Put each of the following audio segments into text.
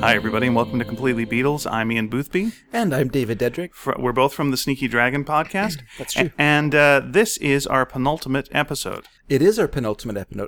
Hi, everybody, and welcome to Completely Beatles. I'm Ian Boothby. And I'm David Dedrick. Fr- We're both from the Sneaky Dragon podcast. That's true. A- and uh, this is our penultimate episode. It is our penultimate epi-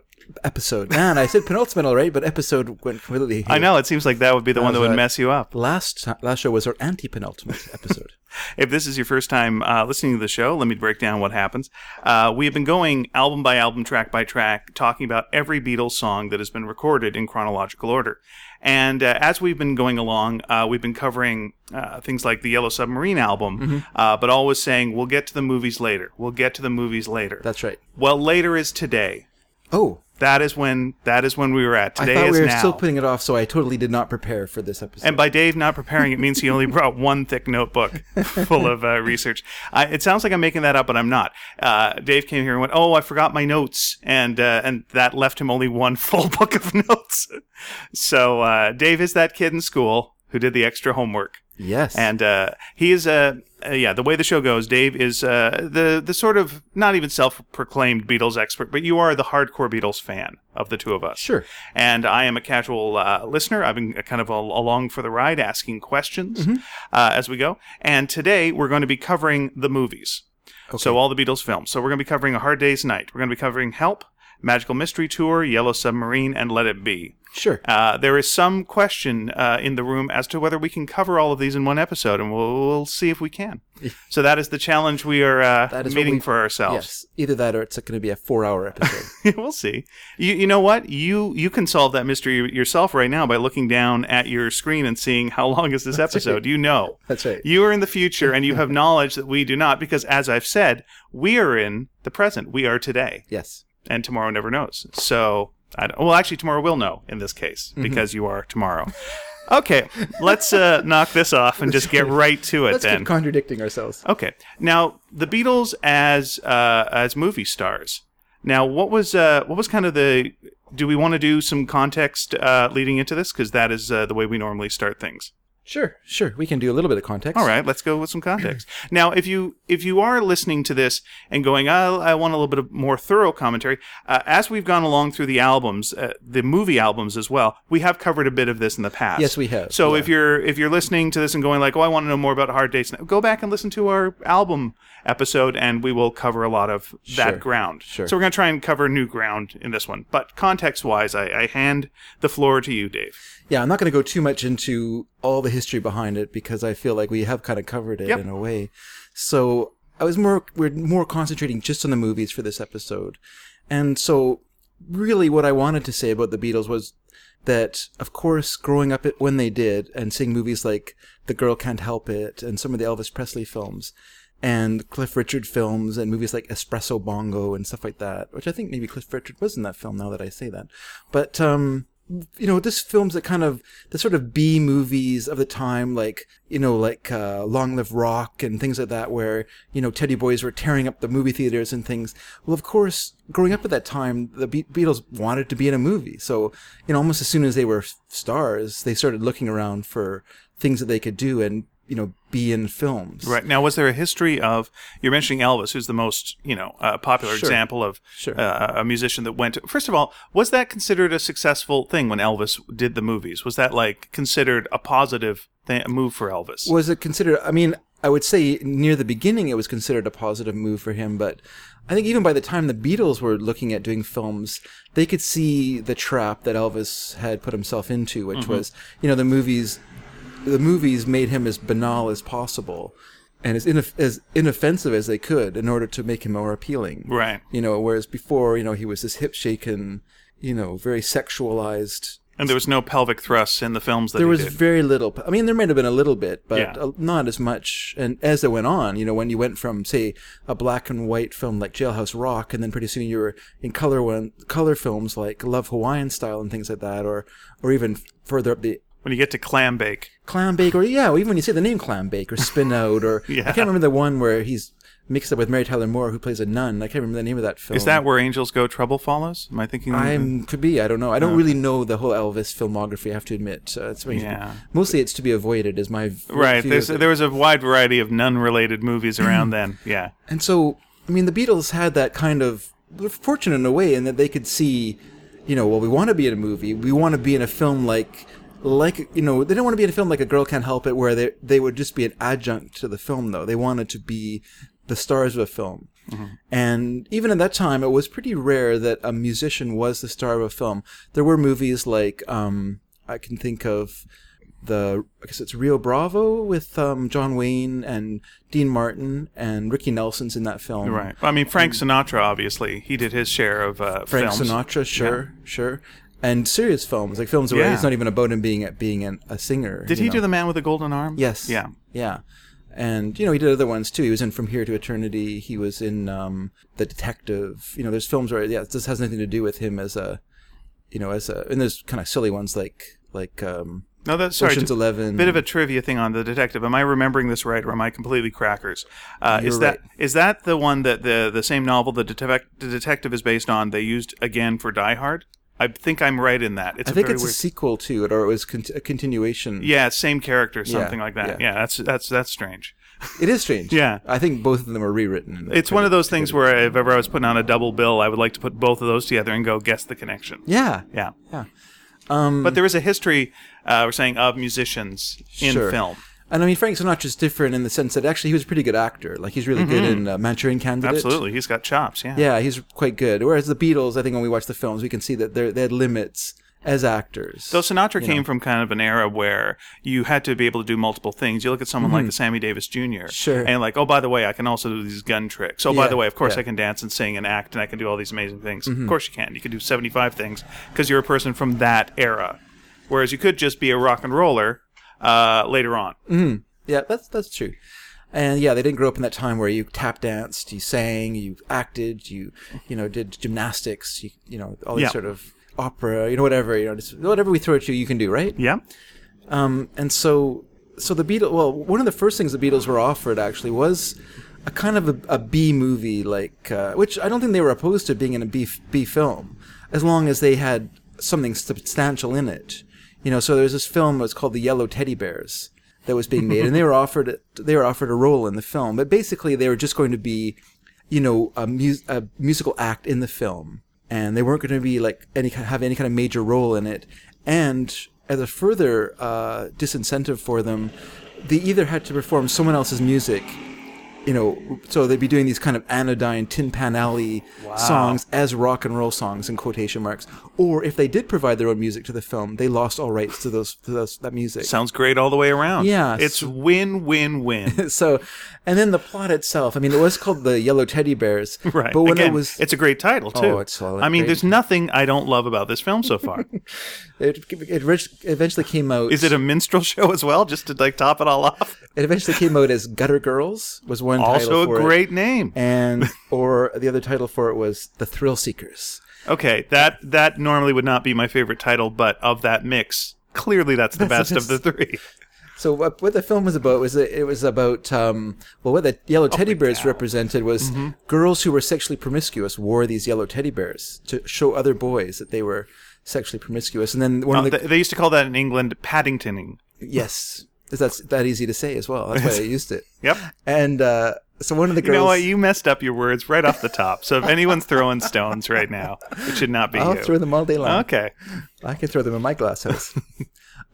episode. Man, I said penultimate already, but episode went completely. I know, it seems like that would be the one that was would right. mess you up. Last ti- last show was our anti-penultimate episode. If this is your first time uh, listening to the show, let me break down what happens. Uh, we have been going album by album, track by track, talking about every Beatles song that has been recorded in chronological order. And uh, as we've been going along, uh, we've been covering uh, things like the Yellow Submarine album, Mm-hmm. uh, but always saying, we'll get to the movies later. We'll get to the movies later. That's right. well, later is today. Oh, That is when that is when we were at. Today I thought is we were now. still putting it off, so I totally did not prepare for this episode. And by Dave not preparing, it means he only brought one thick notebook full of uh, research. I, it sounds like I'm making that up, but I'm not. Uh, Dave came here and went, "Oh, I forgot my notes," and uh, and that left him only one full book of notes. so uh, Dave is that kid in school who did the extra homework. yes, And uh, he is a uh, yeah. The way the show goes, Dave is uh, the the sort of not even self-proclaimed Beatles expert, but you are the hardcore Beatles fan of the two of us. Sure. And I am a casual uh, listener. I've been kind of al- along for the ride, asking questions uh, as we go. And today we're going to be covering the movies. So all the Beatles films. So we're going to be covering A Hard Day's Night. We're going to be covering Help, Magical Mystery Tour, Yellow Submarine, and Let It Be. sure. Uh, there is some question uh, in the room as to whether we can cover all of these in one episode, and we'll, we'll see if we can. So that is the challenge we are uh, That is what meeting we- for ourselves. yes, either that or it's going to be a four-hour episode. we'll see. You, you know what? You you can solve that mystery yourself right now by looking down at your screen and seeing how long is this episode. You know. That's right. You are in the future, and you have knowledge that we do not, because as I've said, we are in the present. We are today yes, and tomorrow never knows. So, I don't, well, actually, tomorrow will know in this case Mm-hmm. because you are tomorrow. okay, let's uh, knock this off and just get right to it let's then. Oh. keep contradicting ourselves. okay, now the Beatles as uh, as movie stars. Now, what was uh, what was kind of the do we want to do some context uh, leading into this because that is uh, the way we normally start things. Sure, sure. We can do a little bit of context. All right, let's go with some context. now, if you if you are listening to this and going, I, I want a little bit of more thorough commentary, uh, as we've gone along through the albums, uh, the movie albums as well, we have covered a bit of this in the past. Yes, we have, So yeah. if you're if you're listening to this and going like, oh, I want to know more about Hard Days, Night," go back and listen to our album episode, and we will cover a lot of that Sure. ground. Sure. So we're going to try and cover new ground in this one, but context wise, I, I hand the floor to you, Dave. Yeah, I'm not going to go too much into all the history behind it because I feel like we have kind of covered it Yep. in a way. So I was more we're more concentrating just on the movies for this episode, and so really what I wanted to say about the Beatles was that of course growing up when they did and seeing movies like The Girl Can't Help It and some of the Elvis Presley films. And Cliff Richard films and movies like Espresso Bongo and stuff like that, which I think maybe Cliff Richard was in that film now that I say that. But, um, you know, just films that kind of the sort of B movies of the time, like you know, like uh, Long Live Rock and things like that, where you know Teddy Boys were tearing up the movie theaters and things. Well, of course, growing up at that time, the Be- Beatles wanted to be in a movie, so you know, almost as soon as they were stars, they started looking around for things that they could do and you know be in films. Right now, was there a history of you're mentioning Elvis, who's the most you know uh, popular Sure. example of Sure. uh, a musician that went? first of all, was that considered a successful thing when Elvis did the movies? Was that like considered a positive th- move for Elvis? Was it considered? I mean, I would say near the beginning it was considered a positive move for him, but I think even by the time the Beatles were looking at doing films, they could see the trap that Elvis had put himself into, which was, you know, the movies, the movies made him as banal as possible, and as inoff- as inoffensive as they could in order to make him more appealing. Right. You know, whereas before, you know, he was this hip shaken, you know, very sexualized and there was no pelvic thrusts in the films that there he was did. very little. I mean, there might have been a little bit, but Yeah. uh, not as much. And as it went on, you know, when you went from say a black and white film like Jailhouse Rock, and then pretty soon you were in color one color films like Love Hawaiian Style and things like that, or or even further up the when you get to clam bake, Clam Bake, or yeah, or even when you say the name Clam Bake or Spin Out, or Yeah. I can't remember the one where he's mixed up with Mary Tyler Moore who plays a nun. I can't remember the name of that film. is that where angels go? Trouble follows. Am I thinking? I'm could be. I don't know. I don't really know the whole Elvis filmography. I have to admit. Uh, it's Yeah. mostly it's to be avoided. Is my v- right. view There's, of it. there was a wide variety of nun-related movies around then. Yeah. And so, I mean, the Beatles had that kind of they're fortunate in a way in that they could see, you know, well, we want to be in a movie, we want to be in a film like like you know they didn't want to be in a film like a girl can't help it where they they would just be an adjunct to the film though they wanted to be the stars of a film and even at that time it was pretty rare that a musician was the star of a film there were movies like um i can think of the i guess it's rio bravo with um, john wayne and dean martin and ricky nelson's in that film Right. I mean, Frank Sinatra, obviously, he did his share of uh, Frank films. Sinatra, sure, sure, and serious films like films where Yeah. it's not even about him being being an, a singer. Did he do The Man with the Golden Arm? Yes. Yeah. Yeah. And you know he did other ones too. He was in From Here to Eternity. He was in um, The Detective. You know, there's films where yeah, this has nothing to do with him as a, you know, as a. And there's kind of silly ones like like um, No, that's sorry. Ocean's ju- Eleven. Bit of a trivia thing on the detective. Am I remembering this right, or am I completely crackers? Uh, is You're that is that the one that the the same novel the, detec- the detective is based on? They used again for Die Hard. I think I'm right in that. It's I a think very it's a weird. sequel to it, or it was con- a continuation. yeah, same character, something Yeah, like that. Yeah. yeah. that's that's that's strange. It is strange. Yeah. I think both of them are rewritten. It's one of those things where if ever I was putting on a double bill, I would like to put both of those together and go guess the connection. Yeah. Yeah. Yeah. Um, but there is a history, uh, we're saying, of musicians in Sure. film. And I mean, Frank Sinatra's different in the sense that actually he was a pretty good actor. Like he's really good in uh, Manchurian Candidate. Mm-hmm. Absolutely. He's got chops. Yeah. Yeah, he's quite good. Whereas the Beatles, I think when we watch the films, we can see that they're, they had limits as actors. So Sinatra came from kind of an era where you had to be able to do multiple things. You look at someone like the Sammy Davis Jr. Mm-hmm. Sure. And like, oh, by the way, I can also do these gun tricks. Oh, by Yeah, the way, of course I yeah. Mm-hmm. can dance and sing and act and I can do all these amazing things. Of course you can. You can do 75 things because you're a person from that era. Whereas you could just be a rock and roller uh, later on. Mm-hmm. yeah, that's that's true. And yeah, they didn't grow up in that time where you tap danced, you sang, you acted, you you know did gymnastics, you you know all these Yeah. sort of opera, you know whatever you know just whatever we throw at you, you can do, right? Yeah. and so so the Beatles. Well, one of the first things the Beatles were offered actually was a kind of a, a B movie, like uh, which I don't think they were opposed to being in a B f- B film, as long as they had something substantial in it. You know, so there was this film that was called The Yellow Teddy Bears that was being made, and they were offered they were offered a role in the film, but basically they were just going to be, you know, a, mus- a musical act in the film, and they weren't going to be like any kind have any kind of major role in it, and as a further uh, disincentive for them, they either had to perform someone else's music, you know, so they'd be doing these kind of anodyne Tin Pan Alley songs as rock and roll songs in quotation marks, or if they did provide their own music to the film, they lost all rights to those to those, that music. Sounds great all the way around. Yeah. It's win, win, win. so, and then the plot itself. I mean, it was called the Yellow Teddy Bears, Right. But when Again, it was, it's a great title too. Oh, it's all I mean, great. there's nothing I don't love about this film so far. it, it re- eventually came out. Is it a minstrel show as well, just to like top it all off? It eventually came out as Gutter Girls was one title Also, a for it. great name. and or the other title for it was The Thrill Seekers. Okay, that that normally would not be my favorite title, but of that mix, clearly that's the best of the three. So what, what the film was about was that it was about um, well what the yellow teddy bears represented was Mm-hmm. girls who were sexually promiscuous wore these yellow teddy bears to show other boys that they were sexually promiscuous, and then one Uh, of the th- they used to call that in England Paddingtoning. yes that's that easy to say as well. That's why I used it. Yep. And uh, so one of the You girls. know what? You messed up your words right off the top. So if anyone's throwing stones right now, it should not be I'll you. throw them all day long. okay. I can throw them in my glass house.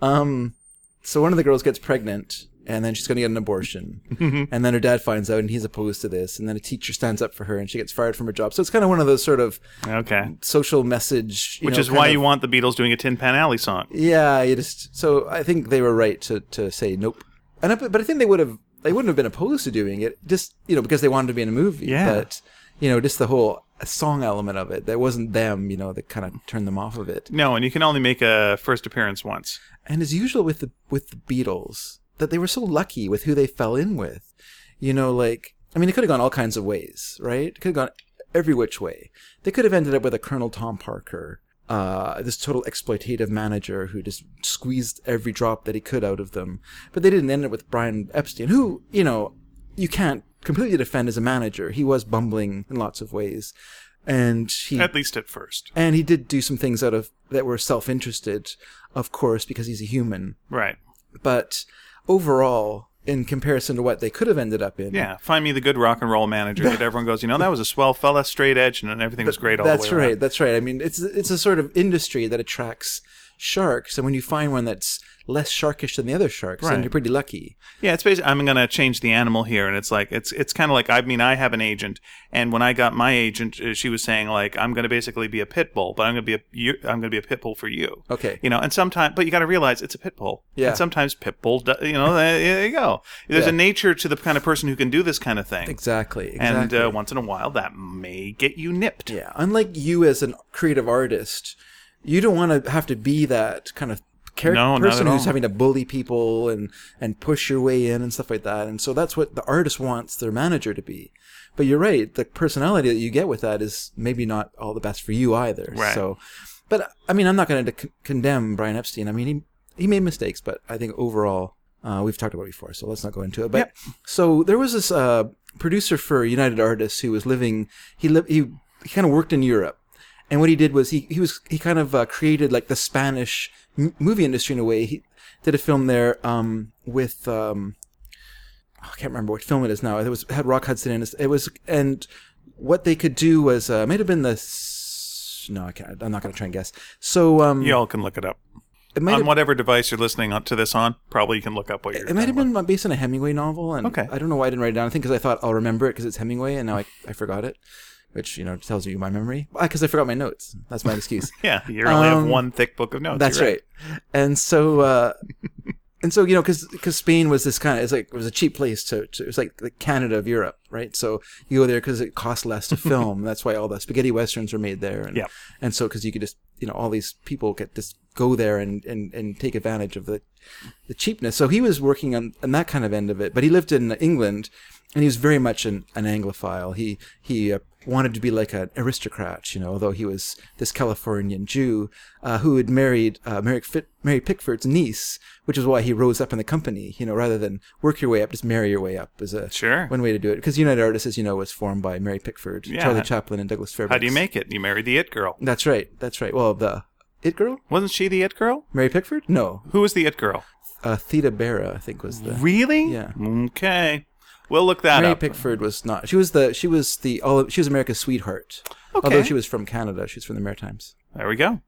um, so one of the girls gets pregnant, and then she's going to get an abortion. Mm-hmm. and then her dad finds out, and he's opposed to this. And then a teacher stands up for her, and she gets fired from her job. So it's kind of one of those sort of Okay. social message, you Which know, is why kind you of- want the Beatles doing a Tin Pan Alley song. Yeah, you just. So I think they were right to to say nope. And I, but I think they would have they wouldn't have been opposed to doing it just you know because they wanted to be in a movie. Yeah. But you know just the whole song element of it that wasn't them you know that kind of turned them off of it. No, and you can only make a first appearance once. and as usual with the with the Beatles, that they were so lucky with who they fell in with. You know, like I mean, it could have gone all kinds of ways, right? It could have gone every which way. They could have ended up with a Colonel Tom Parker, uh, this total exploitative manager who just squeezed every drop that he could out of them. But they didn't end up with Brian Epstein, who you know you can't completely defend as a manager. He was bumbling in lots of ways, and he At least at first. and he did do some things out of that were self-interested, of course, because he's a human Right. but overall, in comparison to what they could have ended up in, Yeah, find me the good rock and roll manager that everyone goes, you know, that was a swell fella, straight edge, and everything was great all that's the way right. around. That's right. I mean, it's it's a sort of industry that attracts sharks, and when you find one that's less sharkish than the other sharks, Right. then you're pretty lucky. Yeah, it's basically I'm gonna change the animal here, and it's like it's it's kind of like I mean I have an agent, and when I got my agent, uh, she was saying like I'm gonna basically be a pit bull, but I'm gonna be a you, I'm gonna be a pit bull for you, Okay. you know. And sometimes, but you got to realize it's a pit bull. Yeah. And sometimes pit bull, do- you know, there there you go. There's Yeah. a nature to the kind of person who can do this kind of thing, Exactly. and Exactly. uh, once in a while that may get you nipped. yeah. Unlike you as a creative artist, you don't want to have to be that kind of character No, not person at who's all. having to bully people and and push your way in and stuff like that. And so that's what the artist wants their manager to be. But you're right. The personality that you get with that is maybe not all the best for you either. Right. So, but I mean, I'm not going to c- condemn Brian Epstein. I mean, he he made mistakes, but I think overall, uh, we've talked about it before, so let's not go into it. But Yep. so there was this uh, producer for United Artists who was living. He lived. He, he kind of worked in Europe, and what he did was he he was he kind of uh, created like the Spanish m- movie industry in a way. He did a film there um, with. Um, oh, I can't remember what film it is now. It was had Rock Hudson in it. It was and what they could do was uh, it might have been the s- no I can't I'm not gonna try and guess. So um You all can look it up it might on have, whatever device you're listening on- to this on. Probably you can look up what you're. it might talking have been based on a Hemingway novel and Okay. I don't know why I didn't write it down. I think because I thought I'll remember it because it's Hemingway and now I, I forgot it, which you know tells you my memory because I forgot my notes. That's my excuse. about. Yeah, you only have Um, one thick book of notes. That's you're right. And so, uh, and so you know, because Spain was this kind of it's like it was a cheap place to, to it was like the Canada of Europe, right? So you go there because it costs less to film. That's why all the spaghetti westerns were made there, and Yep. and so because you could just you know all these people get just go there and and and take advantage of the the cheapness. So he was working on, on that kind of end of it, but he lived in England, and he was very much an, an Anglophile. He he uh, wanted to be like an aristocrat, you know, although he was this Californian Jew uh, who had married uh, Mary, Fit, Mary Pickford's niece, which is why he rose up in the company, you know, rather than work your way up, just marry your way up is a Sure. one way to do it. Because United Artists, as you know, was formed by Mary Pickford, Yeah. Charlie Chaplin, and Douglas Fairbanks. How do you make it? You marry the it girl. That's right. That's right. Well, the it girl, Wasn't she the it girl? Mary Pickford? No, Who was the it girl? uh, Theda Barra, I think was the Really? Yeah. Okay. We'll look that Mary up. Pickford was not. She was the. She was the. All. She was America's sweetheart. Okay. Although she was from Canada, she's from the Maritimes. there we go.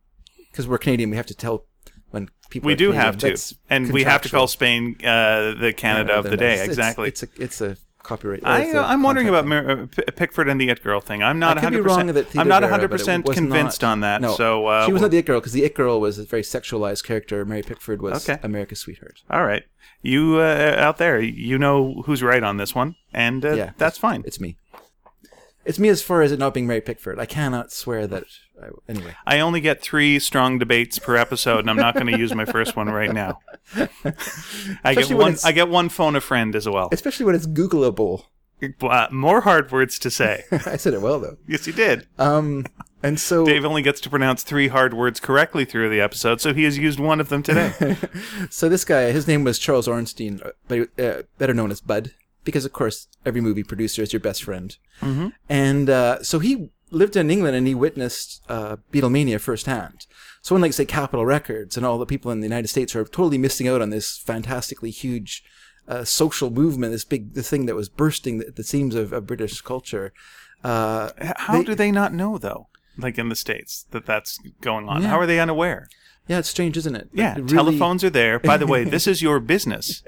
Because we're Canadian, we have to tell when people. We are do Canadian. have to, That's and we have to contractual. call Spain uh, the Canada of the Then day. it's- it's- exactly. It's, a. It's a copyright. I, it's a I'm wondering about contract Mar- uh, P- Pickford and the It Girl thing. I'm not thing. I could 100. be wrong that Theda I'm not Barra, but it 100 percent was convinced not- on that. No, so uh, she was we'll- not the it girl because the it girl was a very sexualized character. Mary Pickford was Okay. America's sweetheart. all right. You uh, out there, you know who's right on this one, and uh, Yeah. that's fine. It's me. It's me as far as it not being Mary Pickford. I cannot swear that. I, anyway. I only get three strong debates per episode, and I'm not going to use my first one right now. I get Especially when one. it's- I get one phone a friend as well. Especially when it's Googleable. Uh, more hard words to say. I said it well though. yes, you did. Um, and so Dave only gets to pronounce three hard words correctly through the episode, so he has used one of them today. so this guy, his name was Charles Ornstein, but uh, better known as Bud, because of course every movie producer is your best friend. Mm-hmm. And uh, so he lived in England and he witnessed uh, Beatlemania firsthand. So unlike say Capitol Records and all the people in the United States who are totally missing out on this fantastically huge uh, social movement, this big this thing that was bursting at the seams of, of British culture. Uh, How do they not know though? Like in the states, that that's going on. Yeah. How are they unaware? yeah, it's strange, isn't it? Yeah, It really- telephones are there. By the way, this is your business.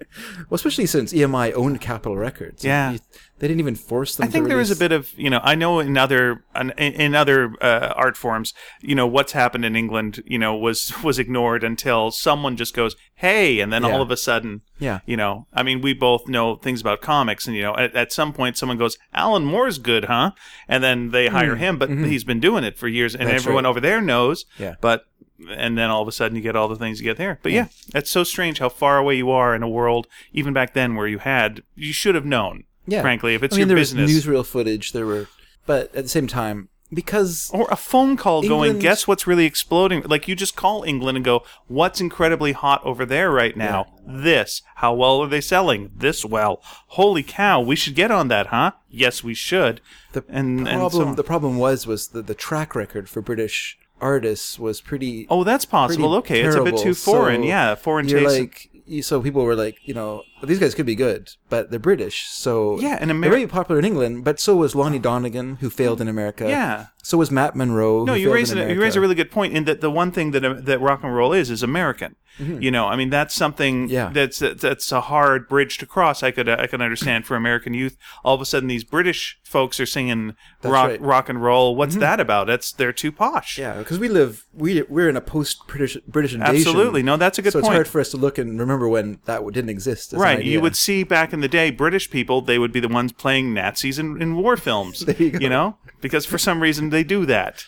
Well, especially since EMI owned Capitol Records. Yeah. You- they didn't even force them. I think to there is a release- bit of you know. I know in other in, in other uh, art forms, you know, what's happened in England, you know, was was ignored until someone just goes, "Hey," and then Yeah. all of a sudden, Yeah. you know. I mean, we both know things about comics, and you know, at, at some point, someone goes, "Alan Moore's good, huh?" And then they hire him, but he's been doing it for years, and Hmm. Mm-hmm. That's everyone right. over there knows. Yeah. But and then all of a sudden, you get all the things you get there. But yeah, that's so strange how far away you are in a world, even back then, where you had you should have known. Yeah. Frankly, if it's I your mean, there business, was newsreel footage. There were, but at the same time, because or a phone call going, England- guess what's really exploding? Like you just call England and go, what's incredibly hot over there right now? This. How well are they selling? This well. Holy cow, we should get on that, huh? Yes, we should. the and problem and so on. the problem was was the the track record for British artists was pretty. oh, that's pretty possible. Okay, it's a bit terrible. too foreign. So yeah, foreign you're taste. Like you, so, people were like, you know, well, these guys could be good, but they're British, so Yeah, and they're America. very popular in England. But so was Lonnie Donegan, who failed in America. Yeah. So was Matt Monroe. No, who you failed raise in a, you America. raise a really good point in that the one thing that uh, that rock and roll is is American. You know, I mean that's something Mm-hmm. Yeah. that's that's a hard bridge to cross. I could uh, I can understand for American youth. All of a sudden, these British folks are singing rock right. Mm-hmm. rock and roll. What's that about? That's they're too posh. yeah, because we live we we're in a post British British invasion. Absolutely. No, that's a good so it's point. hard for us to look and remember when that didn't exist. as an Right. You idea. would see back in the day British people, they would be the ones playing Nazis in, in war films. you go. know? Because for some reason they do that.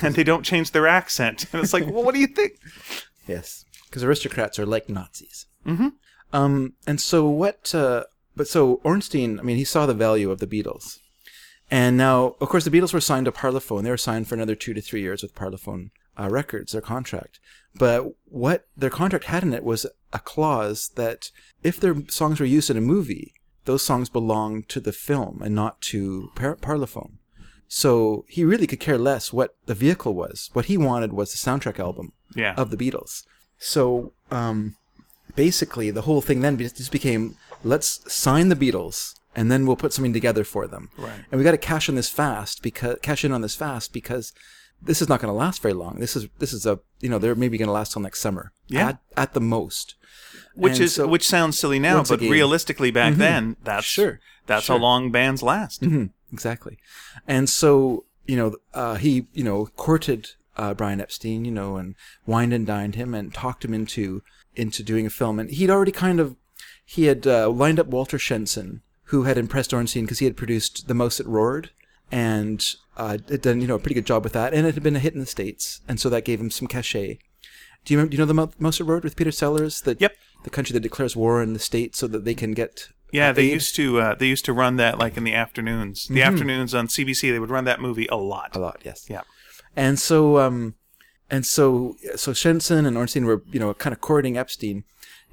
And they don't change their accent. And it's like, well, what do you think? Yes, because aristocrats are like Nazis. Mm-hmm. Um, and so what? Uh, but so Ornstein, I mean, he saw the value of the Beatles, and now, of course, the Beatles were signed to Parlophone. They were signed for another two to three years with Parlophone uh, Records, their contract. But what their contract had in it was a clause that if their songs were used in a movie, those songs belonged to the film and not to Par- Parlophone. So he really could care less what the vehicle was. What he wanted was the soundtrack album Yeah. of the Beatles. So um, basically, the whole thing then be- just became let's sign the Beatles and then we'll put something together for them. Right. And we got to cash on this fast because cash in on this fast because this is not going to last very long. This is this is a you know they're maybe going to last till next summer. Yeah. At, at the most. which And is so- which sounds silly now, Once but again- Mm-hmm. realistically back then, that's Sure. that's Sure. how long bands last. Mhm, exactly. And so, you know, uh, he, you know, courted uh, Brian Epstein, you know, and wined and dined him and talked him into into doing a film. And he'd already kind of he had uh, lined up Walter Shenson, who had impressed Ornstein because he had produced The Mouse That Roared and uh, had done, you know, a pretty good job with that. And it had been a hit in the states, and so that gave him some cachet. Do you remember, do you know the Mo- Mouse That Roared with Peter Sellers? The, Yep. The country that declares war on the state so that they can get Yeah, they aid? used to uh, they used to run that like in the afternoons. The afternoons on CBC, they would run that movie a lot. Mm-hmm. a lot. Yes. Yeah. And so, um, and so, so Shenson and Ornstein were, you know, kind of courting Epstein.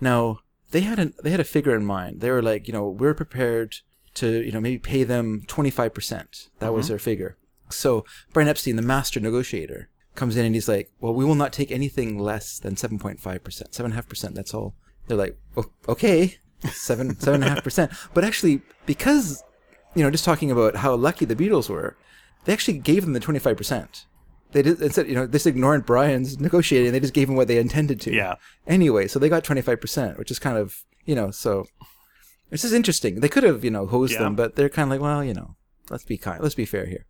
Now they had a they had a figure in mind. They were like, you know, we're prepared to, you know, maybe pay them twenty five percent. That Mm-hmm. was their figure. So Brian Epstein, the master negotiator, comes in and he's like, well, we will not take anything less than seven point five percent, seven and a half percent. That's all. They're like, "O- okay, seven seven and a half percent. But actually, because you know, just talking about how lucky the Beatles were, they actually gave them the 25%. They did, instead, you know, this ignorant Brian's negotiating, they just gave him what they intended to. Yeah. Anyway, so they got 25%, which is kind of, you know, so this is interesting. They could have, you know, hosed Yeah. them, but they're kind of like, well, you know, let's be kind, let's be fair here.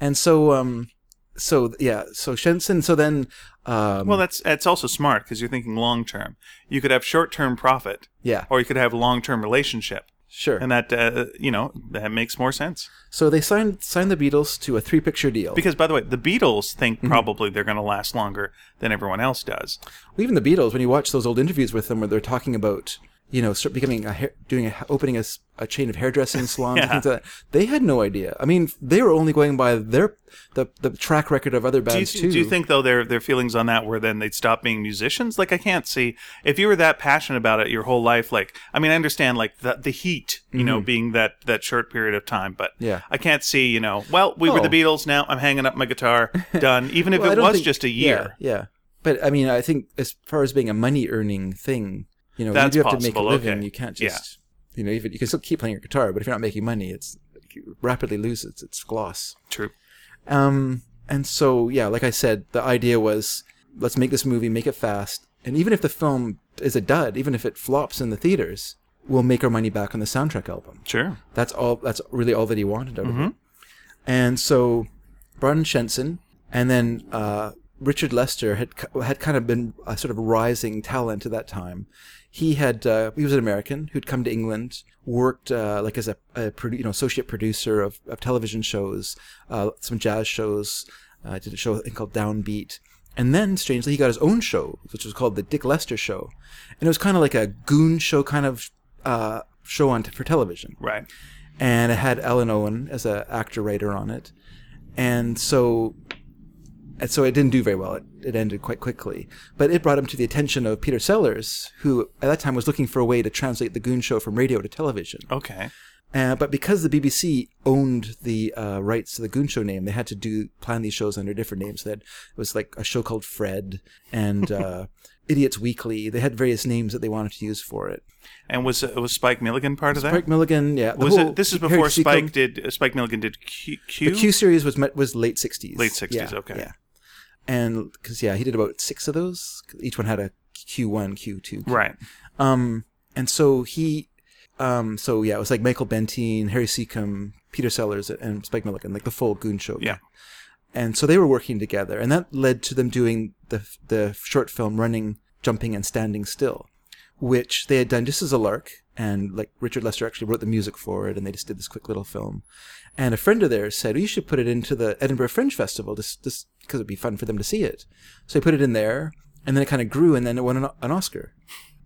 And so, um, so yeah, so Shenson, so then, um, Well, that's that's also smart because you're thinking long term. You could have short term profit, yeah, or you could have long term relationship, sure. and that uh, you know that makes more sense. so they signed signed the Beatles to a three picture deal. Because by the way, the Beatles think Mm-hmm. probably they're going to last longer than everyone else does. Well, even the Beatles, when you watch those old interviews with them, where they're talking about you know start becoming a hair, doing a, opening a, s- a chain of hairdressing salons and Yeah. things like that, they had no idea. I mean, they were only going by their the the track record of other Do you, bands too. do you think though their their feelings on that were then they'd stop being musicians? Like I can't see if you were that passionate about it your whole life. Like I mean, I understand like the the heat, you know, being that that short period of time, but Mm-hmm. Yeah. I can't see you know. Well, we were the Oh. Beatles. Now I'm hanging up my guitar. Done. Even if Well, I it don't was think- just a year. Yeah, yeah. but I mean, I think as far as being a money earning thing, you know, That's you do have to make possible, a living. okay. You can't Yeah. just you know even you can still keep playing your guitar, but if you're not making money, it's you rapidly loses its gloss. True. Um, and so yeah, like I said, the idea was let's make this movie, make it fast, and even if the film is a dud, even if it flops in the theaters, we'll make our money back on the soundtrack album. Sure. That's all. That's really all that he wanted out of it. And so, Brian Shenson, and then uh, Richard Lester had ki- had kind of been a sort of rising talent at that time. He had uh, he was an American who'd come to England, worked uh, like as a, a produ- you know associate producer of, of television shows, uh, some jazz shows. Uh, did a show I think called Downbeat. And then, strangely, he got his own show, which was called the Dick Lester Show, and it was kind of like a goon show kind of uh, show on t- for television Right. and it had Ellen Owen as a actor writer on it, and so, and so it didn't do very well. It, it ended quite quickly, but it brought him to the attention of Peter Sellers, who at that time was looking for a way to translate the Goon Show from radio to television. Okay. Uh, but because the BBC owned the uh, rights to the Goon Show name, they had to do plan these shows under different names. That was like a show called Fred and uh, Idiots Weekly. They had various names that they wanted to use for it. And was uh, was Spike Milligan part of that? Spike Milligan, yeah. the was whole it? This is Harry before Seacombe- Spike did. Uh, Spike Milligan did Q. Q? The Q series was met, was late sixties. Late 60s, okay. Yeah, and because yeah, he did about six of those. Each one had a Q one, Q two, right. um, and so he, um, so yeah, it was like Michael Benteen, Harry Seacombe, Peter Sellers, and Spike Milligan, like the full Goon Show. Yeah. And so they were working together, and that led to them doing the the short film "Running, Jumping, and Standing Still," which they had done just as a lark. And like Richard Lester actually wrote the music for it, and they just did this quick little film. And a friend of theirs said, well, "You should put it into the Edinburgh Fringe Festival, just just because it'd be fun for them to see it." So he put it in there, and then it kind of grew, and then it won an, an Oscar.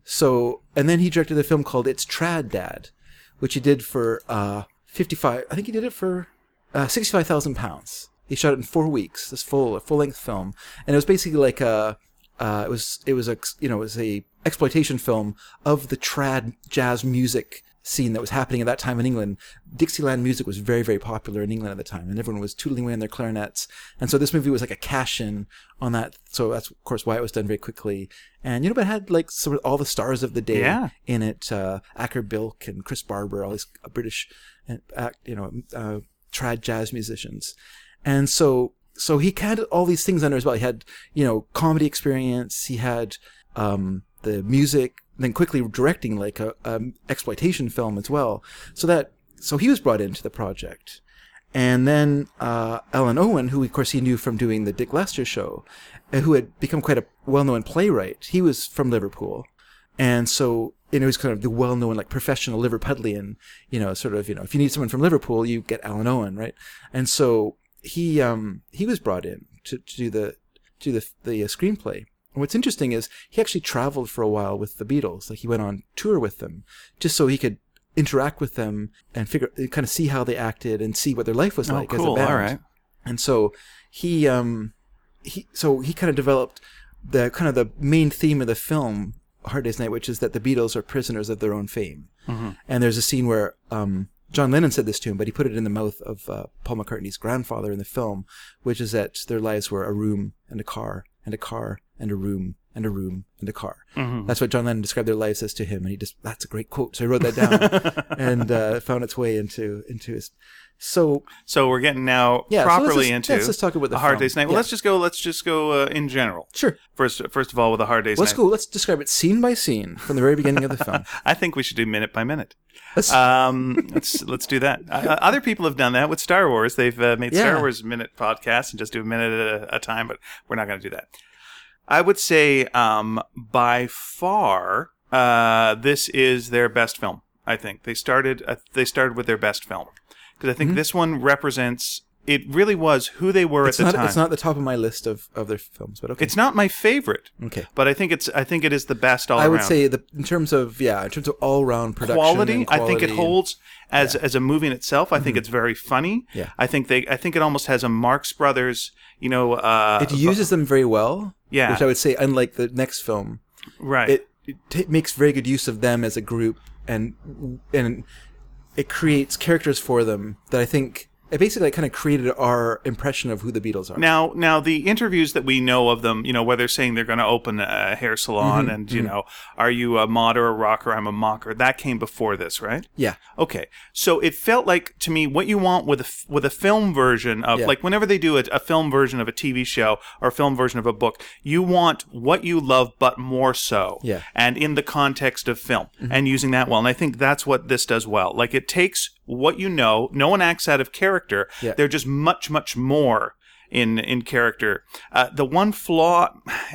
So, and then he directed a film called It's Trad Dad, which he did for uh, 55, I think he did it for uh, 65,000 pounds. He shot it in four weeks, this full, full length film. And it was basically like a, uh, it was, it was a, you know, it was a exploitation film of the trad jazz music scene that was happening at that time in England. Dixieland music was very, very popular in England at the time, and everyone was tootling away on their clarinets. And so this movie was like a cash in on that. So that's, of course, why it was done very quickly. And, you know, but it had like sort of all the stars of the day Yeah. in it uh, Acker Bilk and Chris Barber, all these uh, British, uh, act, you know, uh, trad jazz musicians. And so, so he had all these things under his belt. He had, you know, comedy experience. He had um, the music, then quickly directing like a, a exploitation film as well. So that, so he was brought into the project. And then uh, Alan Owen, who of course he knew from doing the Dick Lester show, and who had become quite a well-known playwright. He was from Liverpool, and so and it was kind of the well-known like professional Liverpudlian, you know, sort of you know if you need someone from Liverpool, you get Alan Owen, right? And so he um he was brought in to, to do the to the the uh, screenplay. And what's interesting is he actually traveled for a while with the Beatles, like he went on tour with them, just so he could interact with them and figure kind of see how they acted and see what their life was Oh, like cool. as a band. All right. And so he um he so he kind of developed the kind of the main theme of the film Hard Day's Night, which is that the Beatles are prisoners of their own fame. And there's a scene where um, John Lennon said this to him, but he put it in the mouth of uh, Paul McCartney's grandfather in the film, which is that their lives were a room and a car and a car and a room and a room and a car. That's what John Lennon described their lives as to him, and he just that's a great quote. So he wrote that down and uh, found its way into into his. So So we're getting now Yeah, so let's properly just- into let's just talk about the a hard film. day's night. Well, Yeah. let's just go. Let's just go uh, in general. sure, First, first of all, with a hard day's let's night. Uh, go. Let's describe it scene by scene from the very beginning of the film. I think we should do minute by minute. Let's- Um, let's let's do that. Uh, other people have done that with Star Wars. They've uh, made Star Yeah. Wars minute podcasts and just do a minute at a, a time, but we're not going to do that. I would say um, by far uh, this is their best film. I think they started uh, they started with their best film because I think this one represents. It really was who they were Mm-hmm. It's at the not time. it's not the top of my list of, of their films, but okay. It's not my favorite, okay. but I think it's I think it is the best all I around. would say the in terms of yeah, in terms of all round production quality, and I think it quality and- Mm-hmm. holds as as a movie in itself. I think it's very funny. Yeah. I think they I think it almost has a Marx Brothers, you know, uh, It uses them very well. Yeah. which I would say, unlike the next film, right. it, it ta makes very good use of them as a group, and and it creates characters for them that I think it basically kind of created our impression of who the Beatles are. Now, now the interviews that we know of them, you know, where they're saying they're going to open a hair salon, Mm-hmm. and you know, are you a mod or a rocker? I'm a mocker. That came before this, right? yeah, Okay, so it felt like to me what you want with a f- with a film version of Yeah. like whenever they do a, a film version of a TV show or a film version of a book, you want what you love but more so, Yeah. and in the context of film and using that well. And I think that's what this does well. Like it takes what you know. No one acts out of character. Yeah. They're just much much more. In, in character. Uh, the one flaw,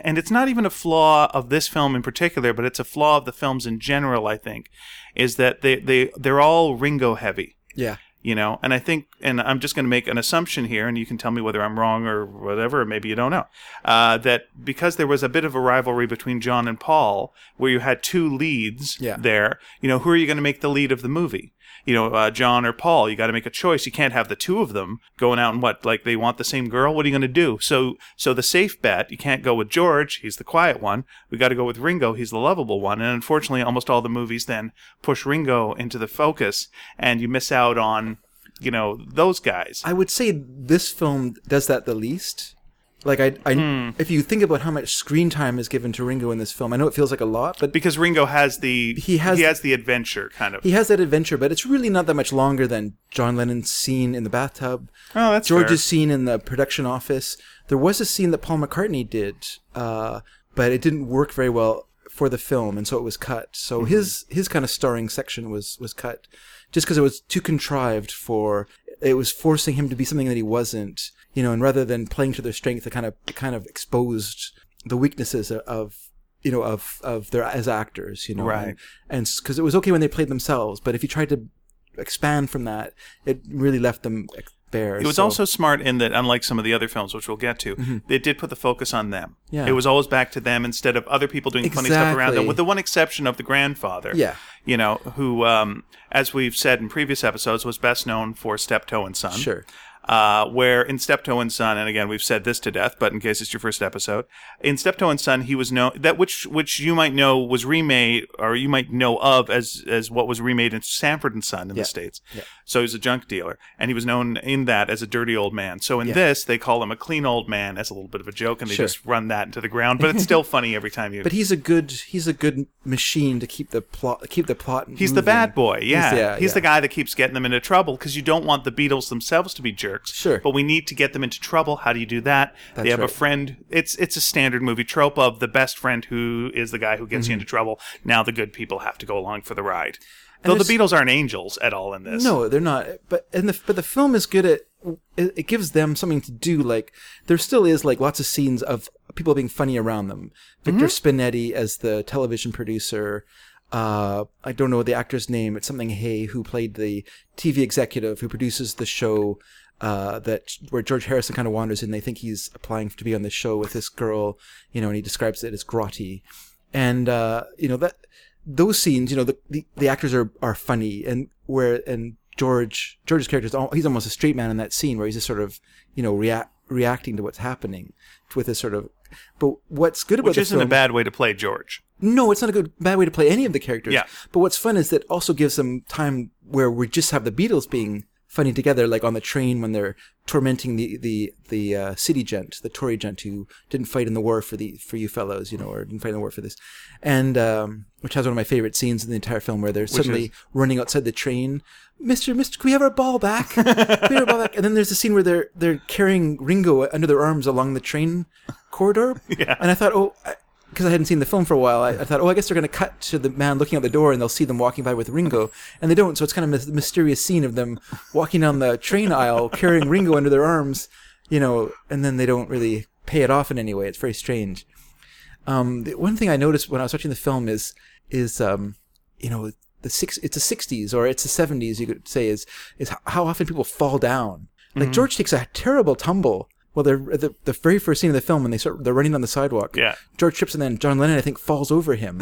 and it's not even a flaw of this film in particular, but it's a flaw of the films in general, I think, is that they, they, they're all Ringo heavy yeah. you know and i think and i'm just going to make an assumption here and you can tell me whether i'm wrong or whatever maybe you don't know uh, that because there was a bit of a rivalry between john and paul where you had two leads Yeah. there you know who are you going to make the lead of the movie you know uh, john or paul you got to make a choice you can't have the two of them going out and what like they want the same girl what are you going to do so so the safe bet you can't go with george he's the quiet one we got to go with ringo he's the lovable one and unfortunately almost all the movies then push ringo into the focus and you miss out on you know those guys I would say this film does that the least. Like I, I if you think about how much screen time is given to Ringo in this film, I know it feels like a lot, but because ringo has the He has- he has the adventure kind of he has that adventure. But it's really not that much longer than John Lennon's scene in the bathtub, oh that's fair. George's scene in the production office. There was a scene that Paul McCartney did, uh, but it didn't work very well for the film, and so it was cut. So Mm-hmm. his his kind of starring section was was cut, just because it was too contrived for it was forcing him to be something that he wasn't, you know. And rather than playing to their strength, it kind of it kind of exposed the weaknesses of- of you know of of their as actors, you know. Right. And because it was okay when they played themselves, but if you tried to expand from that, it really left them ex- bare. It was also smart in that, unlike some of the other films, which we'll get to, they did put the focus on them. Mm-hmm. Yeah. It was always back to them instead of other people doing funny stuff around them, Exactly. with the one exception of the grandfather. Yeah. You know, who, um, as we've said in previous episodes, was best known for Steptoe and Son. Sure. Uh, where in Steptoe and Son, and again we've said this to death, but in case it's your first episode, in Steptoe and Son, he was known that which which you might know was remade, or you might know of as as what was remade in Sanford and Son in the states. So he was a junk dealer, and he was known in that as a dirty old man. So in this, they call him a clean old man as a little bit of a joke, and they Sure. just run that into the ground. But it's still funny every time you. But he's a good he's a good machine to keep the plot keep the plot. He's the bad boy, yeah. He's, yeah, yeah. the guy that keeps getting them into trouble because you don't want the Beatles themselves to be jerks. Sure. But we need to get them into trouble. How do you do that? they That's have a right. friend. It's it's a standard movie trope of the best friend who is the guy who gets you Mm-hmm. into trouble. Now the good people have to go along for the ride. Though the Beatles aren't angels at all in this. No, they're not. But and the but the film is good at it, it gives them something to do. Like there still is like lots of scenes of people being funny around them. Victor Spinetti as the television producer. Uh, I don't know the actor's name. It's something Hay who played the TV executive who produces the show. Uh, that where George Harrison kind of wanders in. They think he's applying to be on the show with this girl, you know, and he describes it as grotty, and uh, you know that those scenes, you know, the, the, the actors are, are funny and where, and George, George's character is, al- he's almost a straight man in that scene where he's just sort of, you know, react, reacting to what's happening with this sort of, but what's good about which the isn't a film- bad way to play George. no, it's not a good bad way to play any of the characters. Yeah. But what's fun is that also gives them time where we just have the Beatles being funny together, like on the train when they're tormenting the the the uh, city gent, the Tory gent who didn't fight in the war for the for you fellows, you know, or didn't fight in the war for this, and um, which has one of my favorite scenes in the entire film where they're suddenly running outside the train. Mister, Mister, can we have our ball back? Can we have our ball back? And then there's the scene where they're they're carrying Ringo under their arms along the train corridor. Yeah. And I thought, oh, because I hadn't seen the film for a while, I, I thought, oh, I guess they're going to cut to the man looking out the door and they'll see them walking by with Ringo. And they don't. So it's kind of this mysterious scene of them walking down the train aisle carrying Ringo under their arms, you know, and then they don't really pay it off in any way. It's very strange. Um, the one thing I noticed when I was watching the film is, is, um, you know, the six, it's the 60s or it's the 70s, you could say, is, is h- how often people fall down. Like Mm-hmm. George takes a terrible tumble. Well, they're the, the very first scene of the film when they start, they're running on the sidewalk. Yeah. George trips and then John Lennon, I think, falls over him.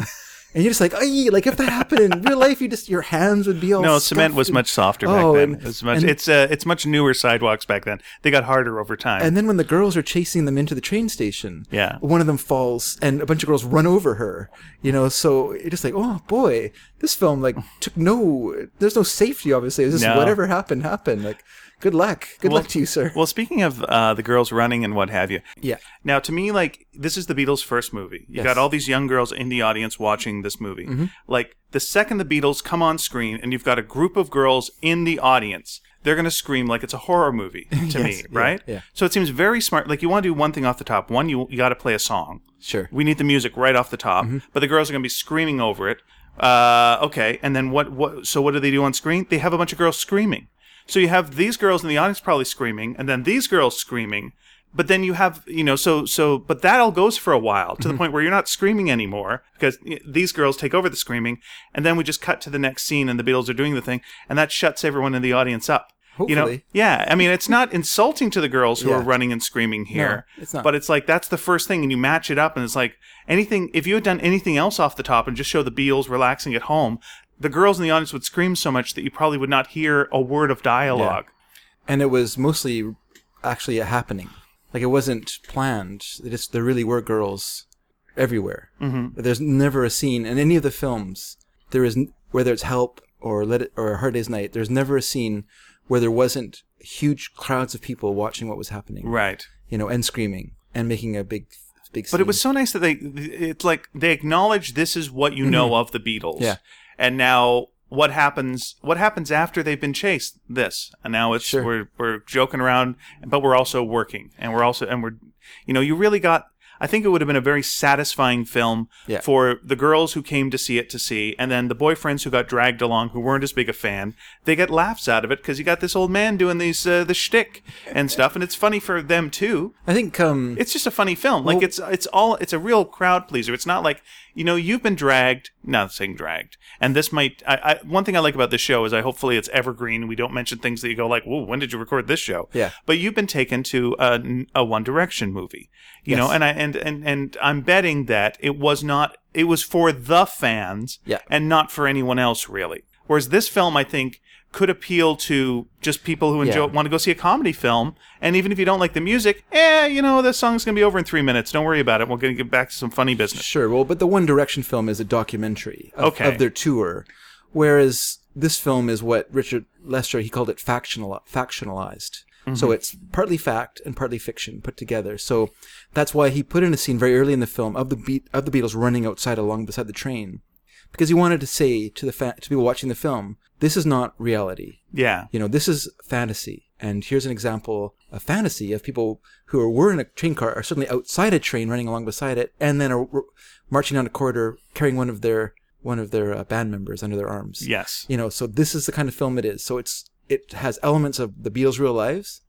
And you're just like, Ay! like if that happened in real life, you just your hands would be all No, cement stuffed was and- much softer back Oh, then. and- it's much and- it's uh, it's much newer sidewalks back then. They got harder over time. And then when the girls are chasing them into the train station, Yeah. one of them falls and a bunch of girls run over her. You know, so you're just like, oh boy, this film like took no, there's no safety. Obviously, it was just No. whatever happened happened. Like, good luck, good luck to you, sir. well, speaking of uh, the girls running and what have you, yeah, Now, to me, like this is the Beatles' first movie. You Yes. Mm-hmm. got all these young girls in the audience watching this movie. Like the second the Beatles come on screen, and you've got a group of girls in the audience, they're gonna scream like it's a horror movie to me, Yes, yeah, right? yeah. So it seems very smart. Like you want to do one thing off the top. One, you you got to play a song. sure. Mm-hmm. We need the music right off the top, but the girls are gonna be screaming over it. Uh, okay, and then what? What? So what do they do on screen? They have a bunch of girls screaming. So you have these girls in the audience probably screaming, and then these girls screaming. But then you have, you know, so so, but that all goes for a while to Mm-hmm. the point where you're not screaming anymore because y- these girls take over the screaming, and then we just cut to the next scene, and the Beatles are doing the thing, and that shuts everyone in the audience up. You know, Hopefully. yeah. I mean, it's not insulting to the girls who Yeah. are running and screaming here, it's not. but it's like that's the first thing, and you match it up, and it's like anything. If you had done anything else off the top and just show the Beals relaxing at home, the girls in the audience would scream so much that you probably would not hear a word of dialogue. and it was mostly actually a happening. Like it wasn't planned. It just there really were girls everywhere. Mm-hmm. There's never a scene in any of the films. There is n- whether it's Help or Let It or Hard Day's Night. There's never a scene where there wasn't huge crowds of people watching what was happening. Right. You know, and screaming and making a big, big. Scene. But it was so nice that they it's like they acknowledge this is what you know of the Beatles. Mm-hmm. Yeah. And now what happens what happens after they've been chased? This. And now it's Sure. we're we're joking around but we're also working and we're also and we're you know, you really got I think it would have been a very satisfying film Yeah. for the girls who came to see it to see, and then the boyfriends who got dragged along who weren't as big a fan. They get laughs out of it because you got this old man doing these uh, the shtick and stuff, and it's funny for them too I think um it's just a funny film. Like it's it's all it's a real crowd pleaser. It's not like you know you've been dragged. Not saying dragged. And this might. I, I one thing I like about this show is I hopefully it's evergreen. We don't mention things that you go like, "Whoa, when did you record this show?" Yeah. But you've been taken to a, a One Direction movie, you know, Yes. and I and and and I'm betting that it was not. It was for the fans, Yeah. and not for anyone else really. Whereas this film, I think. Could appeal to just people who enjoy Yeah. want to go see a comedy film, and even if you don't like the music, eh, you know, this song's gonna be over in three minutes. Don't worry about it. We're gonna get back to some funny business. Sure. Well, but the One Direction film is a documentary of, Okay. of their tour, whereas this film is what Richard Lester he called it factional factionalized. So it's partly fact and partly fiction put together. So that's why he put in a scene very early in the film of the beat of the Beatles running outside along beside the train, because he wanted to say to the fa- to people watching the film, this is not reality Yeah, you know this is fantasy and here's an example of fantasy of people who are, were in a train car are suddenly outside a train running along beside it and then are r- marching down a corridor carrying one of their one of their uh, band members under their arms yes, you know so this is the kind of film it is so it's it has elements of the beatles real lives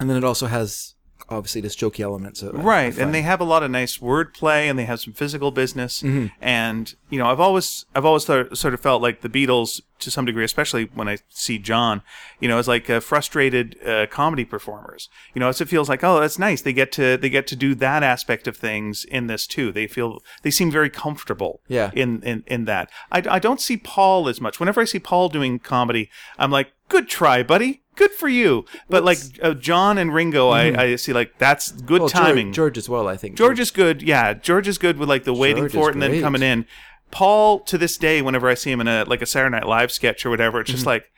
and then it also has obviously this jokey elements of, of right. fun. And they have a lot of nice wordplay, and they have some physical business. And you know, I've always, I've always thought, sort of felt like the Beatles, to some degree, especially when I see John, you know, as like uh, frustrated uh, comedy performers. You know, it's, it feels like, oh, that's nice. They get to, they get to do that aspect of things in this too. They feel, they seem very comfortable. Yeah. in in, in that. I, I don't see Paul as much. Whenever I see Paul doing comedy, I'm like, good try, buddy. Good for you. But like uh, John and Ringo, I, I see like that's good Well, George- timing. George, george, as well i think is good. Yeah, George is good with like the waiting George for is it and then great. coming in. Paul to this day, whenever I see him in a like a Saturday Night Live sketch or whatever, it's just Mm-hmm. like,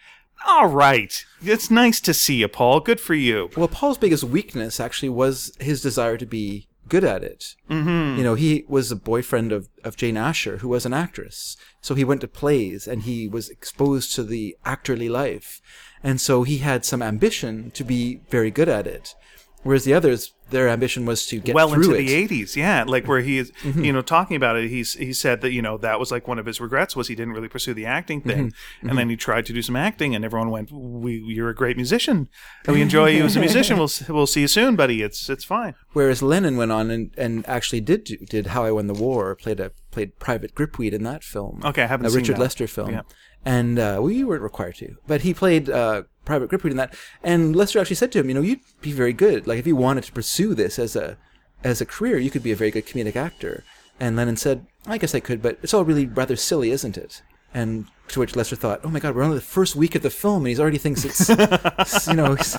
all right, it's nice to see you, Paul. Good for you. Well, Paul's biggest weakness actually was his desire to be good at it. Mm-hmm. You know, he was a boyfriend of, of Jane Asher, who was an actress. So he went to plays and he was exposed to the actorly life. And so he had some ambition to be very good at it. Whereas the others, their ambition was to get well into through it. Mm-hmm. the 80s yeah like where he is you know talking about it he's he said that you know that was like one of his regrets was he didn't really pursue the acting thing Mm-hmm. and then he tried to do some acting and everyone went we, you're a great musician and we enjoy you as a musician we'll s- we'll see you soon buddy it's it's fine Whereas Lennon went on and, and actually did do, did How I Won the War, played a played Private Gripweed in that film. Okay, I haven't a seen Richard that. Lester film, Yeah. and uh, we weren't required to, but he played uh, Private Gripweed in that. And Lester actually said to him, you know, you'd be very good. Like if you wanted to pursue this as a as a career, you could be a very good comedic actor. And Lennon said, I guess I could, but it's all really rather silly, isn't it? And to which Lester thought, oh my God, we're only the first week of the film, and he's already thinks it's, it's, you know. He's,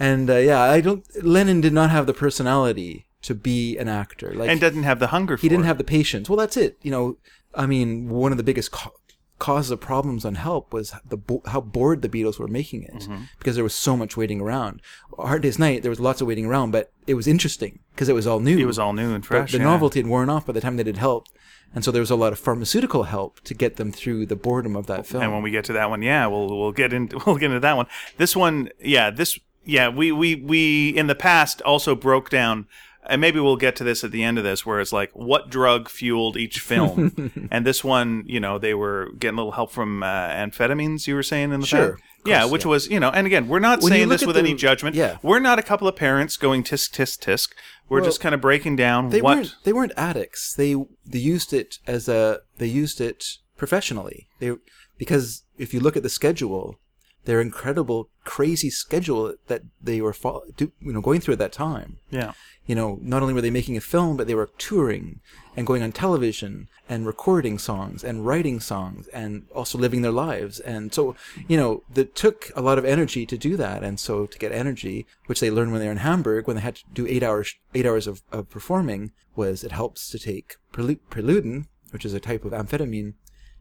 and uh, yeah, I don't. Lennon did not have the personality to be an actor. Like and doesn't have the hunger for he didn't it. have the patience. Well, that's it. You know, I mean, one of the biggest co- causes of problems on Help was the bo- how bored the Beatles were making it Mm-hmm. because there was so much waiting around. Hard Day's Night, there was lots of waiting around, but it was interesting because it was all new. it was all new and But fresh the yeah. novelty had worn off by the time they did Help, and so there was a lot of pharmaceutical help to get them through the boredom of that film. and when we get to that one yeah we'll we'll get into we'll get into that one this one yeah this yeah we we we in the past also broke down and maybe we'll get to this at the end of this where it's like what drug fueled each film and this one you know they were getting a little help from uh, amphetamines you were saying in the Sure, past? of yeah course, which yeah. was you know and again we're not When you saying look this at with the- any judgment yeah. we're not a couple of parents going tisk tisk tisk we're just kind of breaking down they what weren't they weren't addicts. They they used it as a they used it professionally. They because if you look at the schedule, their incredible crazy schedule that they were fo- do, you know going through at that time. Yeah. You know, not only were they making a film, but they were touring and going on television and recording songs and writing songs and also living their lives. And so, you know, that took a lot of energy to do that. And so to get energy, which they learned when they were in Hamburg, when they had to do eight hours, eight hours of, of performing, was it helps to take prelu- preludin, which is a type of amphetamine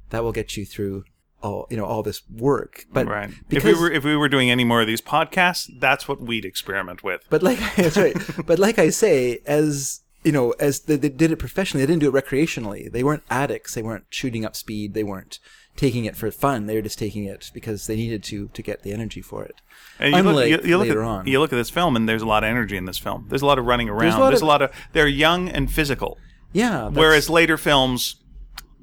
that will get you through all, you know, all this work. But Right. If we because- were if we were doing any more of these podcasts, that's what we'd experiment with. But like that's right. but like I say, as you know, as they, they did it professionally, they didn't do it recreationally. They weren't addicts. They weren't shooting up speed. They weren't taking it for fun. They were just taking it because they needed to to get the energy for it. And you Unlike look, you, you look later at, on. You look at this film, and there's a lot of energy in this film. There's a lot of running around. There's a lot lot, of- of, they're young and physical. yeah. that's- Whereas later films,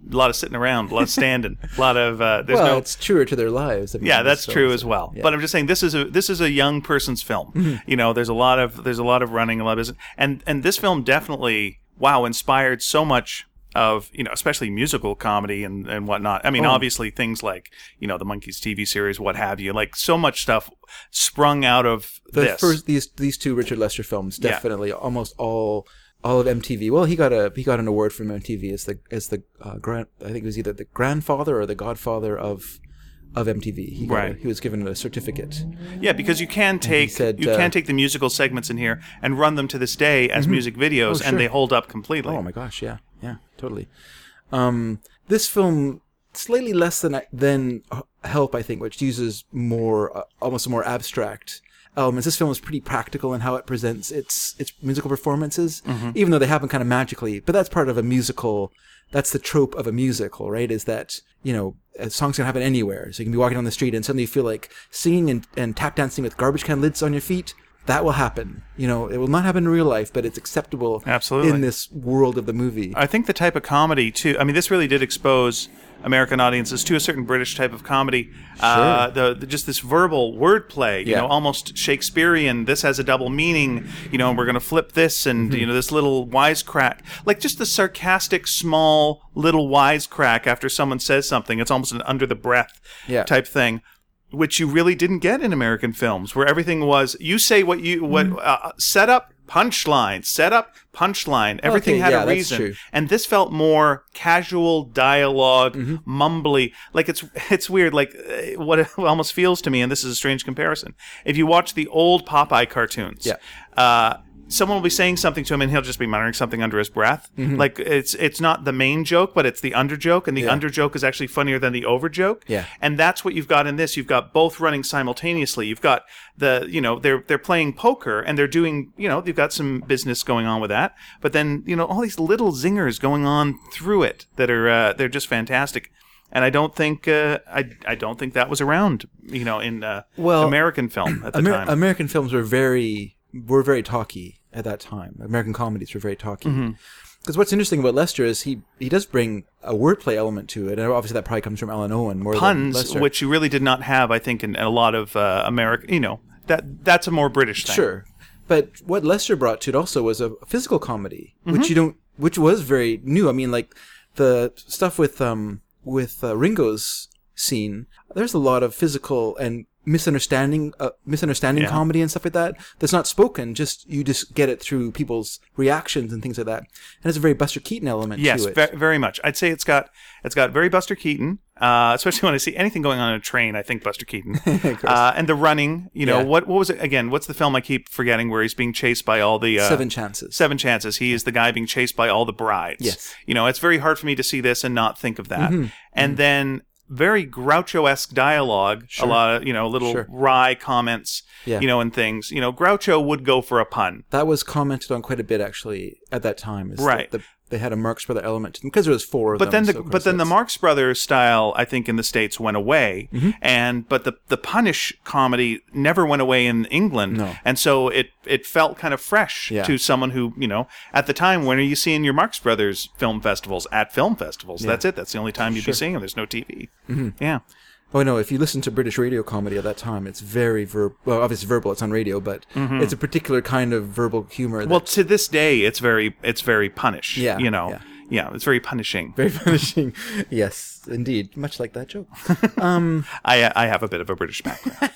a lot of sitting around, a lot of standing, a lot of uh, there's well, no. it's truer to their lives. I mean, Yeah, that's so- true so- as well. yeah. Mm-hmm. But I'm just saying this is a this is a young person's film. You know, there's a lot of there's a lot of running, a lot of and and this film definitely wow inspired so much of you know especially musical comedy and and whatnot. I Oh. mean, obviously things like you know the monkeys TV series, what have you, like so much stuff sprung out of the this. first these these two Richard Lester films definitely almost all all of MTV. Well, he got a he got an award from MTV as the as the uh, grand I think it was either the grandfather or the godfather of of MTV. He got a- Right. he was given a certificate. Yeah, because you can take said, you uh, Mm-hmm. can take the musical segments in here and run them to this day as music videos, Oh, sure. and they hold up completely. Oh my gosh, yeah, yeah, totally. Um, this film slightly less than than Help, I think, which uses more uh, almost more abstract elements. This film is pretty practical in how it presents its its musical performances, Mm-hmm. even though they happen kind of magically. But that's part of a musical. That's the trope of a musical, right? Is that you know a songs can happen anywhere. So you can be walking down the street and suddenly you feel like singing and, and tap dancing with garbage can lids on your feet. That will happen. You know, it will not happen in real life, but it's acceptable Absolutely. in this world of the movie. I think the type of comedy too. I mean, this really did expose American audiences to a certain British type of comedy. Uh, the, the just this verbal wordplay, you Yeah. know, almost Shakespearean. This has a double meaning, you know, and we're going to flip this, and Mm-hmm. you know, this little wisecrack, like just the sarcastic, small little wisecrack after someone says something. It's almost an under the breath Yeah. type thing. Which you really didn't get in American films, where everything was you say what you what Mm-hmm. uh, set up punchline, set up punchline. Everything Okay, had yeah, a that's reason, true. and this felt more casual dialog mumbly. Like it's it's weird. Like uh, what it almost feels to me, and this is a strange comparison. If you watch the old Popeye cartoons, Yeah. uh, someone will be saying something to him, and he'll just be muttering something under his breath. Mm-hmm. Like it's it's not the main joke, but it's the under joke, and the under joke is actually funnier than the over joke. Yeah. And that's what you've got in this. You've got both running simultaneously. You've got the, you know, they're they're playing poker and they're doing, you know, they've got some business going on with that. But then, you know, all these little zingers going on through it that are uh, they're just fantastic. And I don't think uh, I I don't think that was around, you know, in uh, Well, American film at the Amer- time. American films were very were very talky at that time. American comedies were very talky. Mm-hmm. Because what's interesting about Lester is he he does bring a wordplay element to it, and obviously that probably comes from Alan Owen more than Puns, Lester. which you really did not have, I think, in, a lot of uh, American, you know, that that's a more British thing. Sure. But what Lester brought to it also was a physical comedy, Mm-hmm. which you don't, which was very new. I mean, like the stuff with um with uh, Ringo's scene. There's a lot of physical and misunderstanding, uh, misunderstanding comedy and stuff like that. That's not spoken. Just you just get it through people's reactions and things like that. And it's a very Buster Keaton element Yes, to it. ve- very much. I'd say it's got it's got very Buster Keaton, uh, especially when I see anything going on in a train. I think Buster Keaton uh, and the running. You know Yeah. what? What was it again? What's the film I keep forgetting where he's being chased by all the uh, Seven chances. Seven chances. He is the guy being chased by all the brides. Yes. Mm-hmm. You know, it's very hard for me to see this and not think of that. And then very Groucho esque dialogue, a lot of, you know, little Sure. wry comments, Yeah. you know, and things. You know, Groucho would go for a pun. that was commented on quite a bit actually at that time. is that Right. the- they had a Marx Brother element to them because there was four of But them. then the so of but course then the that's- Marx Brothers style, I think, in the states went away, Mm-hmm. and but the the punish comedy never went away in England, No. and so it it felt kind of fresh Yeah. to someone who you know at the time. When are you seeing your Marx Brothers film festivals at film festivals? That's it. That's the only time you'd be seeing them. There's no TV. Yeah, Oh no! If you listen to British radio comedy at that time, it's very ver- well, obviously verbal. It's on radio, but it's a particular kind of verbal humor. That, Well, to this day, it's very it's very punish. Yeah, you know, yeah. yeah, it's very punishing. Very punishing. yes, indeed. Much like that joke. I I have a bit of a British background.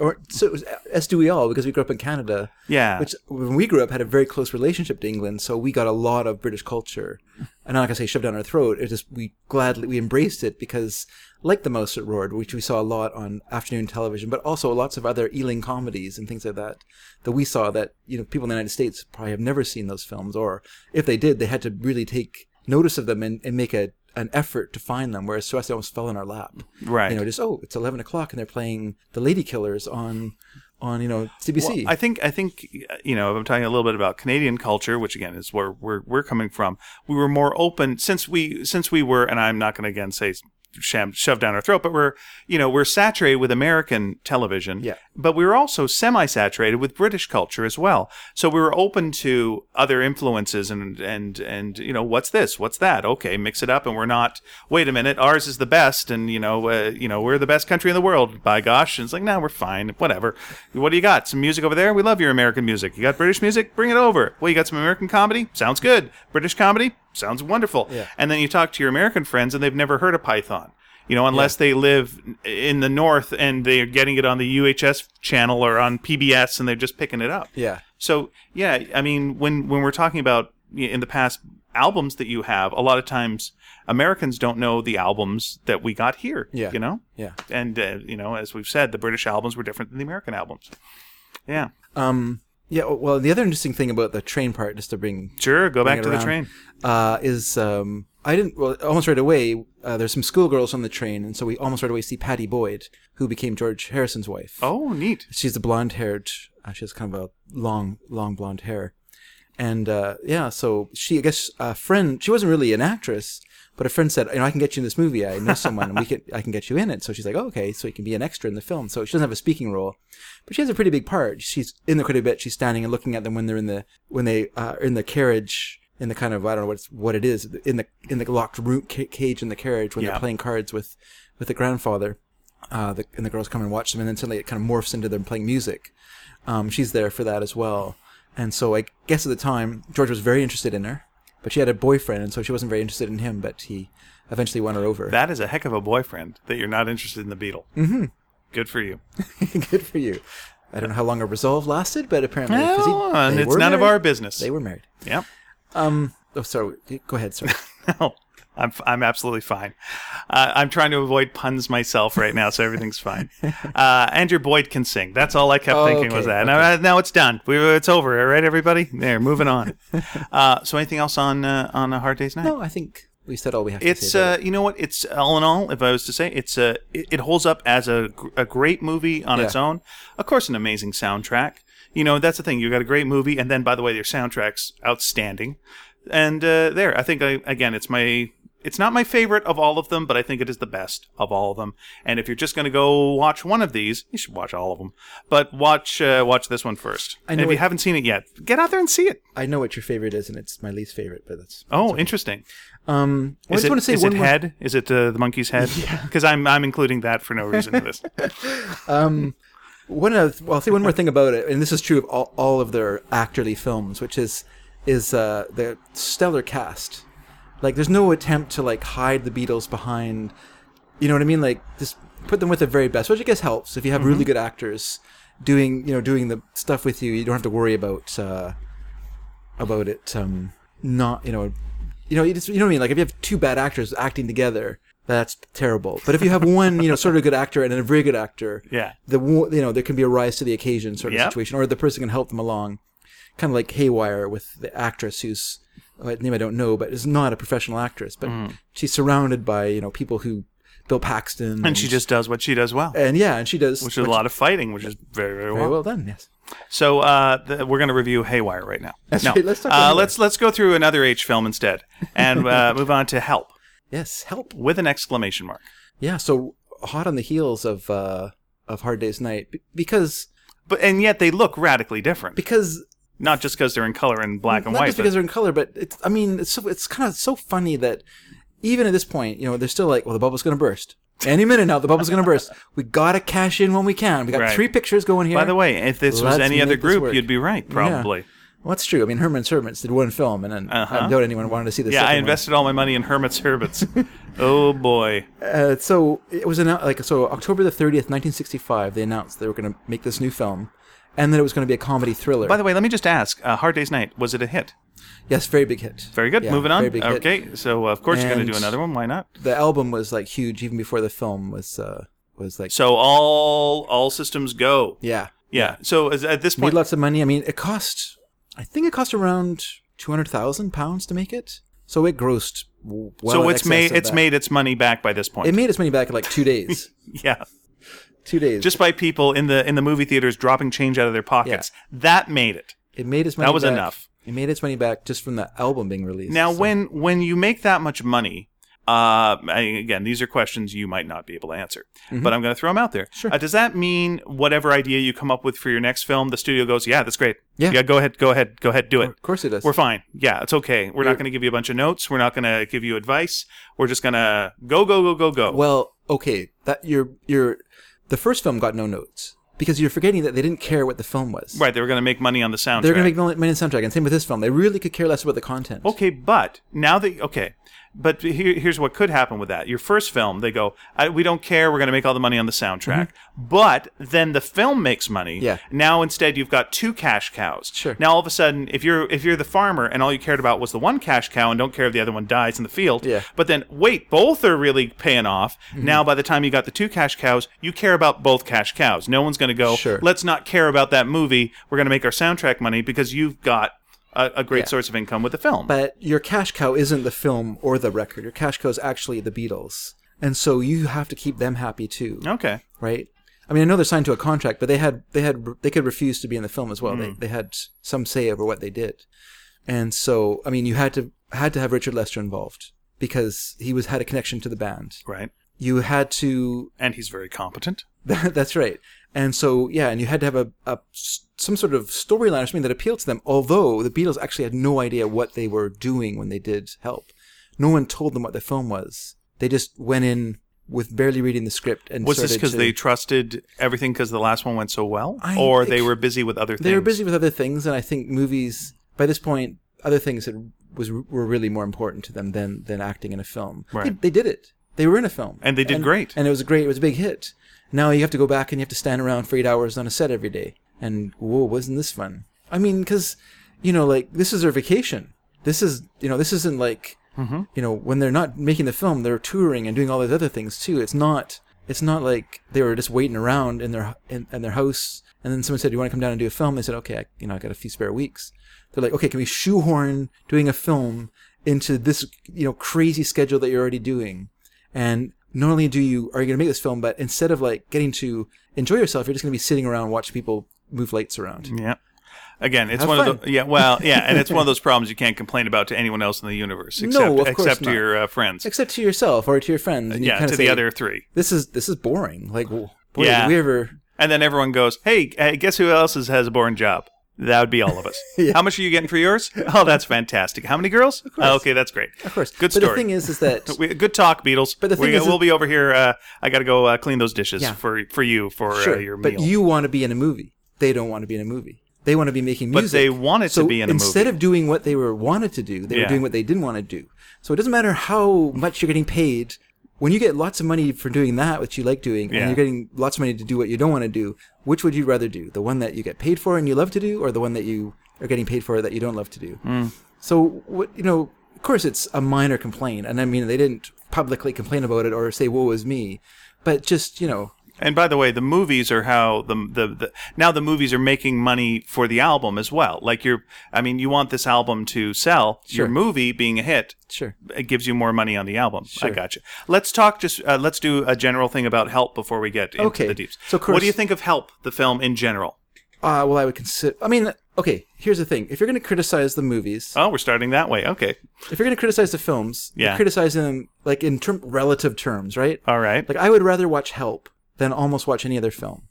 Or so as do we all, because we grew up in Canada. Yeah. Which when we grew up had a very close relationship to England, so we got a lot of British culture. And I'm not gonna say shoved down our throat. It just we gladly we embraced it because like the mouse that roared, which we saw a lot on afternoon television, but also lots of other Ealing comedies and things like that that we saw that you know people in the United States probably have never seen those films, or if they did, they had to really take notice of them and, and make a an effort to find them. Whereas to us, they almost fell in our lap. Right. You know, just oh, it's eleven o'clock and they're playing the Lady Killers on on you know CBC. I think I think you know if I'm talking a little bit about Canadian culture, which again is where we're we're coming from. We were more open since we since we were, and I'm not going to again say sham, shove down our throat, but we're you know we're saturated with American television, Yeah. But we were also semi-saturated with British culture as well. So we were open to other influences and and and you know what's this, what's that? Okay, mix it up, and we're not. Wait a minute, ours is the best, and you know uh, you know we're the best country in the world by gosh. And it's like no, we're fine, whatever. What do you got? Some music over there? We love your American music. You got British music? Bring it over. Well, you got some American comedy? Sounds good. British comedy? Sounds wonderful. Yeah. And then you talk to your American friends, and they've never heard of Python you know, unless they live in the north and they're getting it on the UHS channel or on PBS and they're just picking it up. yeah. So yeah, I mean, when when we're talking about y- in the past albums that you have, a lot of times Americans don't know the albums that we got here. Yeah. you know, Yeah. and uh, you know, as we've said, the British albums were different than the American albums. Yeah, Um, yeah. Well, the other interesting thing about the train part, just to bring sure. Go back it to the around, train. uh, is um, I didn't well almost right away. Uh, there's some schoolgirls on the train, and so we almost right away see Patty Boyd, who became George Harrison's wife. Oh, neat. She's the blonde-haired. Uh, she has kind of a long, long blonde hair, and uh, yeah. So she, I guess, a friend. She wasn't really an actress, but a friend said, "You know, I can get you in this movie. I know someone, and we can, I can get you in it." So she's like, oh, "Okay, so you can be an extra in the film." So she doesn't have a speaking role, but she has a pretty big part. She's in the credit bit. She's standing and looking at them when they're in the when they uh, are in the carriage. In the kind of I don't know what it's, what it is in the in the locked room ca- cage in the carriage when Yeah. they're playing cards with with the grandfather, uh, the, and the girls come and watch them, and then suddenly it kind of morphs into them playing music. Um, she's there for that as well. And so I guess at the time, George was very interested in her, but she had a boyfriend, and so she wasn't very interested in him, but he eventually won her over. That is a heck of a boyfriend that you're not interested in the Beatle. Mm-hmm. Good for you. Good for you. I don't know how long her resolve lasted, but apparently. 'cause he- Well, and they it's were none of married. our business. They were married. Yep. Um, oh, sorry. Go ahead, sorry. No, I'm, I'm absolutely fine. Uh, I'm trying to avoid puns myself right now, so everything's fine. Uh, Andrew Boyd can sing. That's all I kept Oh, thinking okay, was that. Now, uh, now it's done. We, it's over. All right, everybody. There, moving on. Uh, so, anything else on uh, on a hard day's night? no, Oh, I think we said all we have to It's say. about uh, you know what? It's all in all, if I was to say, it's uh, it, it holds up as a, gr- a great movie on its Yeah. own. Of course, an amazing soundtrack. You know, that's the thing. You got a great movie, and then by the way, their soundtrack's outstanding. And uh, there, I think I, again, it's my. It's not my favorite of all of them, but I think it is the best of all of them. And if you're just going to go watch one of these, you should watch all of them. But watch uh, watch this one first. I And know if you it- haven't seen it yet, get out there and see it. it. I know what your favorite is, and it's my least favorite, but that's. Oh, interesting. Um, I Is just it, want to say is one it more. head? Is it uh, the monkey's head? Because I'm I'm including that for no reason. in this. One other, well, I'll say one more thing about it, and this is true of all, all of their actorly films, which is is uh, the stellar cast. Like, there's no attempt to like hide the Beatles behind, you know what I mean? Like, just put them with the very best, which I guess helps if you have Mm-hmm. really good actors doing you know doing the stuff with you. You don't have to worry about uh, about it um, not you know you know you, just, you know what I mean. Like, if you have two bad actors acting together. That's terrible. But if you have one, you know, sort of good actor and a very good actor, Yeah. the wo- you know there can be a rise to the occasion sort of Yep. situation, or the person can help them along, kind of like Haywire with the actress who's uh, name I don't know, but is not a professional actress, but Mm. she's surrounded by you know people who Bill Paxton And she just does what she does well, and yeah, and she does which is a lot of fighting, which is very very very well. well done. Yes, So uh, th- we're going to review Haywire right now. no, right, let's talk about uh, Haywire. let's let's go through another H film instead and uh, move on to Help yes, help. with an exclamation mark. Yeah, so hot on the heels of uh, of Hard Day's Night b- because But and yet they look radically different, because not just because they're in color and black and not white. just but- because they're in color, but it's, I mean, it's so, it's kind of so funny that even at this point, you know, they're still like, well, the bubble's going to burst. Any minute now, the bubble's going to burst. We got to cash in when we can. We got Right. three pictures going here. by the way, if this was Let's any other make this group, work. you'd be right probably. Well, that's true. I mean, Herman's Hermits did one film, and then I doubt anyone wanted to see the Uh-huh. Yeah, I second one. invested all my money in Hermits Hermits. oh boy. Uh, so it was announced like so October the thirtieth, nineteen sixty five. They announced they were going to make this new film, and that it was going to be a comedy thriller. By the way, let me just ask: uh, Hard Day's Night was it a hit? yes, very big hit. Very good. Yeah, Moving on. Very big hit. okay, so uh, of course you're going to do And- another one. Why not? The album was like huge even before the film was uh, was like So all all systems go. yeah. Yeah. So as, at this Made point, lots of money. I mean, it cost. I think it cost around two hundred thousand pounds to make it. So it grossed. w- Well so in it's excess made of it's that. made its money back by this It point. made its money back in like two days. yeah. two days. Just by people in the in the movie theaters dropping change out of their pockets. That made it. it made its money. was back- enough. It made its money back just from the album being released. Now, So- when when you make that much money, uh, I- again, these are questions you might not be able to answer, Mm-hmm. but I'm going to throw them out there. Sure. Uh, does that mean whatever idea you come up with for your next film, the studio goes, "Yeah, that's great. Yeah. yeah, go ahead, go ahead, go ahead, do it. of course it does. We're fine. Yeah, it's okay. We're not going to give you a bunch of notes. We're not going to give you advice. We're just going to go, go, go, go, go. Well, okay, that you're you're the first film got no notes because you're forgetting that they didn't care what the film was. right. They were going to make money on the soundtrack. They're going to make million, million soundtrack, and same with this film. They really could care less about the content. Okay, but now that okay, but here, here's what could happen with that. Your first film, they go, I, we don't care. We're going to make all the money on the soundtrack. But then the film makes money. Mm-hmm. Yeah. Now instead, you've got two cash cows. Sure. Now all of a sudden, if you're if you're the farmer and all you cared about was the one cash cow and don't care if the other one dies in the field. Yeah. Mm-hmm. But then wait, both are really paying off. Now by the time you got the two cash cows, you care about both cash cows. No one's going to go. Sure. Let's not care about that movie. We're going to make our soundtrack money because you've got. A, a great source of income with the film. But your cash cow isn't the film or the record. Your cash cow is actually the Beatles, and so you have to keep them happy too, Okay. right? I mean, I know they're signed to a contract, but they had they had they could refuse to be in the film as well. Hmm. They they had some say over what they did, and so I mean, you had to had to have Richard Lester involved because he was had a connection to the band. Right. You had to And he's very competent. That, that's right. And so, yeah, and you had to have a, a s- some sort of storyline or something that appealed to them. Although the Beatles actually had no idea what they were doing when they did help. No one told them what the film was. They just went in with barely reading the script and Was this started because to- they trusted everything because the last one went so well? I- or they it- were busy with other things? they were busy with other things, and I think movies by this point other things had, was were really more important to them than than acting in a film. They- Right. They, did it. They were in a film, And they did great. and it was great. It was a big hit. Now you have to go back and you have to stand around for eight hours on a set every day. And whoa, wasn't this fun? I mean, because you know, like this is their vacation. This is you know, this isn't like Mm-hmm. you know when they're not making the film, they're touring and doing all those other things too. It's not it's not like they were just waiting around in their in, in their house. And then someone said, "Do you want to come down and do a film?" They said, "Okay, I, you know, I got a few spare weeks." They're like, "Okay, can we shoehorn doing a film into this you know crazy schedule that you're already doing?" And not only do you are you going to make this film, but instead of like getting to enjoy yourself, you're just going to be sitting around watching people move lights around. Yeah. Again, it's Have one of fun. the yeah. Well, yeah, and it's one of those problems you can't complain about to anyone else in the universe except of course except to not. your uh, friends. Except to yourself or to your friends. And you yeah, kinda to say, the other three, This is this is boring. Like, w- boy, Yeah. did we ever? and then everyone goes, "Hey, uh, guess who else is, has a boring job?" That would be all of us. How much are you getting for yours? Oh, that's fantastic. How many girls? Oh, okay, that's great. Of course. Good but story. the thing is, is that We, good talk, Beatles. But the thing we, is- we'll be over here. Uh, I got to go uh, clean those dishes Yeah. for for you for uh, your sure, meal. but you want to be in a movie. They don't want to be in a movie. They want to be making But music. they wanted so to be in a movie. instead of doing what they were wanted to do, they Yeah. were doing what they didn't want to do. So it doesn't matter how much you're getting paid. When you get lots of money for doing that, which you like doing, Yeah. and you're getting lots of money to do what you don't want to do, which would you rather do? The one that you get paid for and you love to do, or the one that you are getting paid for that you don't love to do? Mm. So what you know, of course, it's a minor complaint, and I mean they didn't publicly complain about it or say "woe is me," but just you know, and by the way, the movies are how the, the the now the movies are making money for the album as well. Like you're, I mean, you want this album to sell. Your Sure. movie being a hit, sure. it gives you more money on the album. I gotcha. Let's talk. Just uh, let's do a general thing about Help before we get into Okay. the deeps. So, of course- what do you think of Help, the film in general? Uh, well, I would consider. I mean, okay. Here's the thing: if you're going to criticize the movies, Oh, we're starting that way. Okay, if you're going to criticize the films, Yeah. you're criticizing them like in term relative terms, right? all right. Like, I would rather watch Help than almost watch any other film.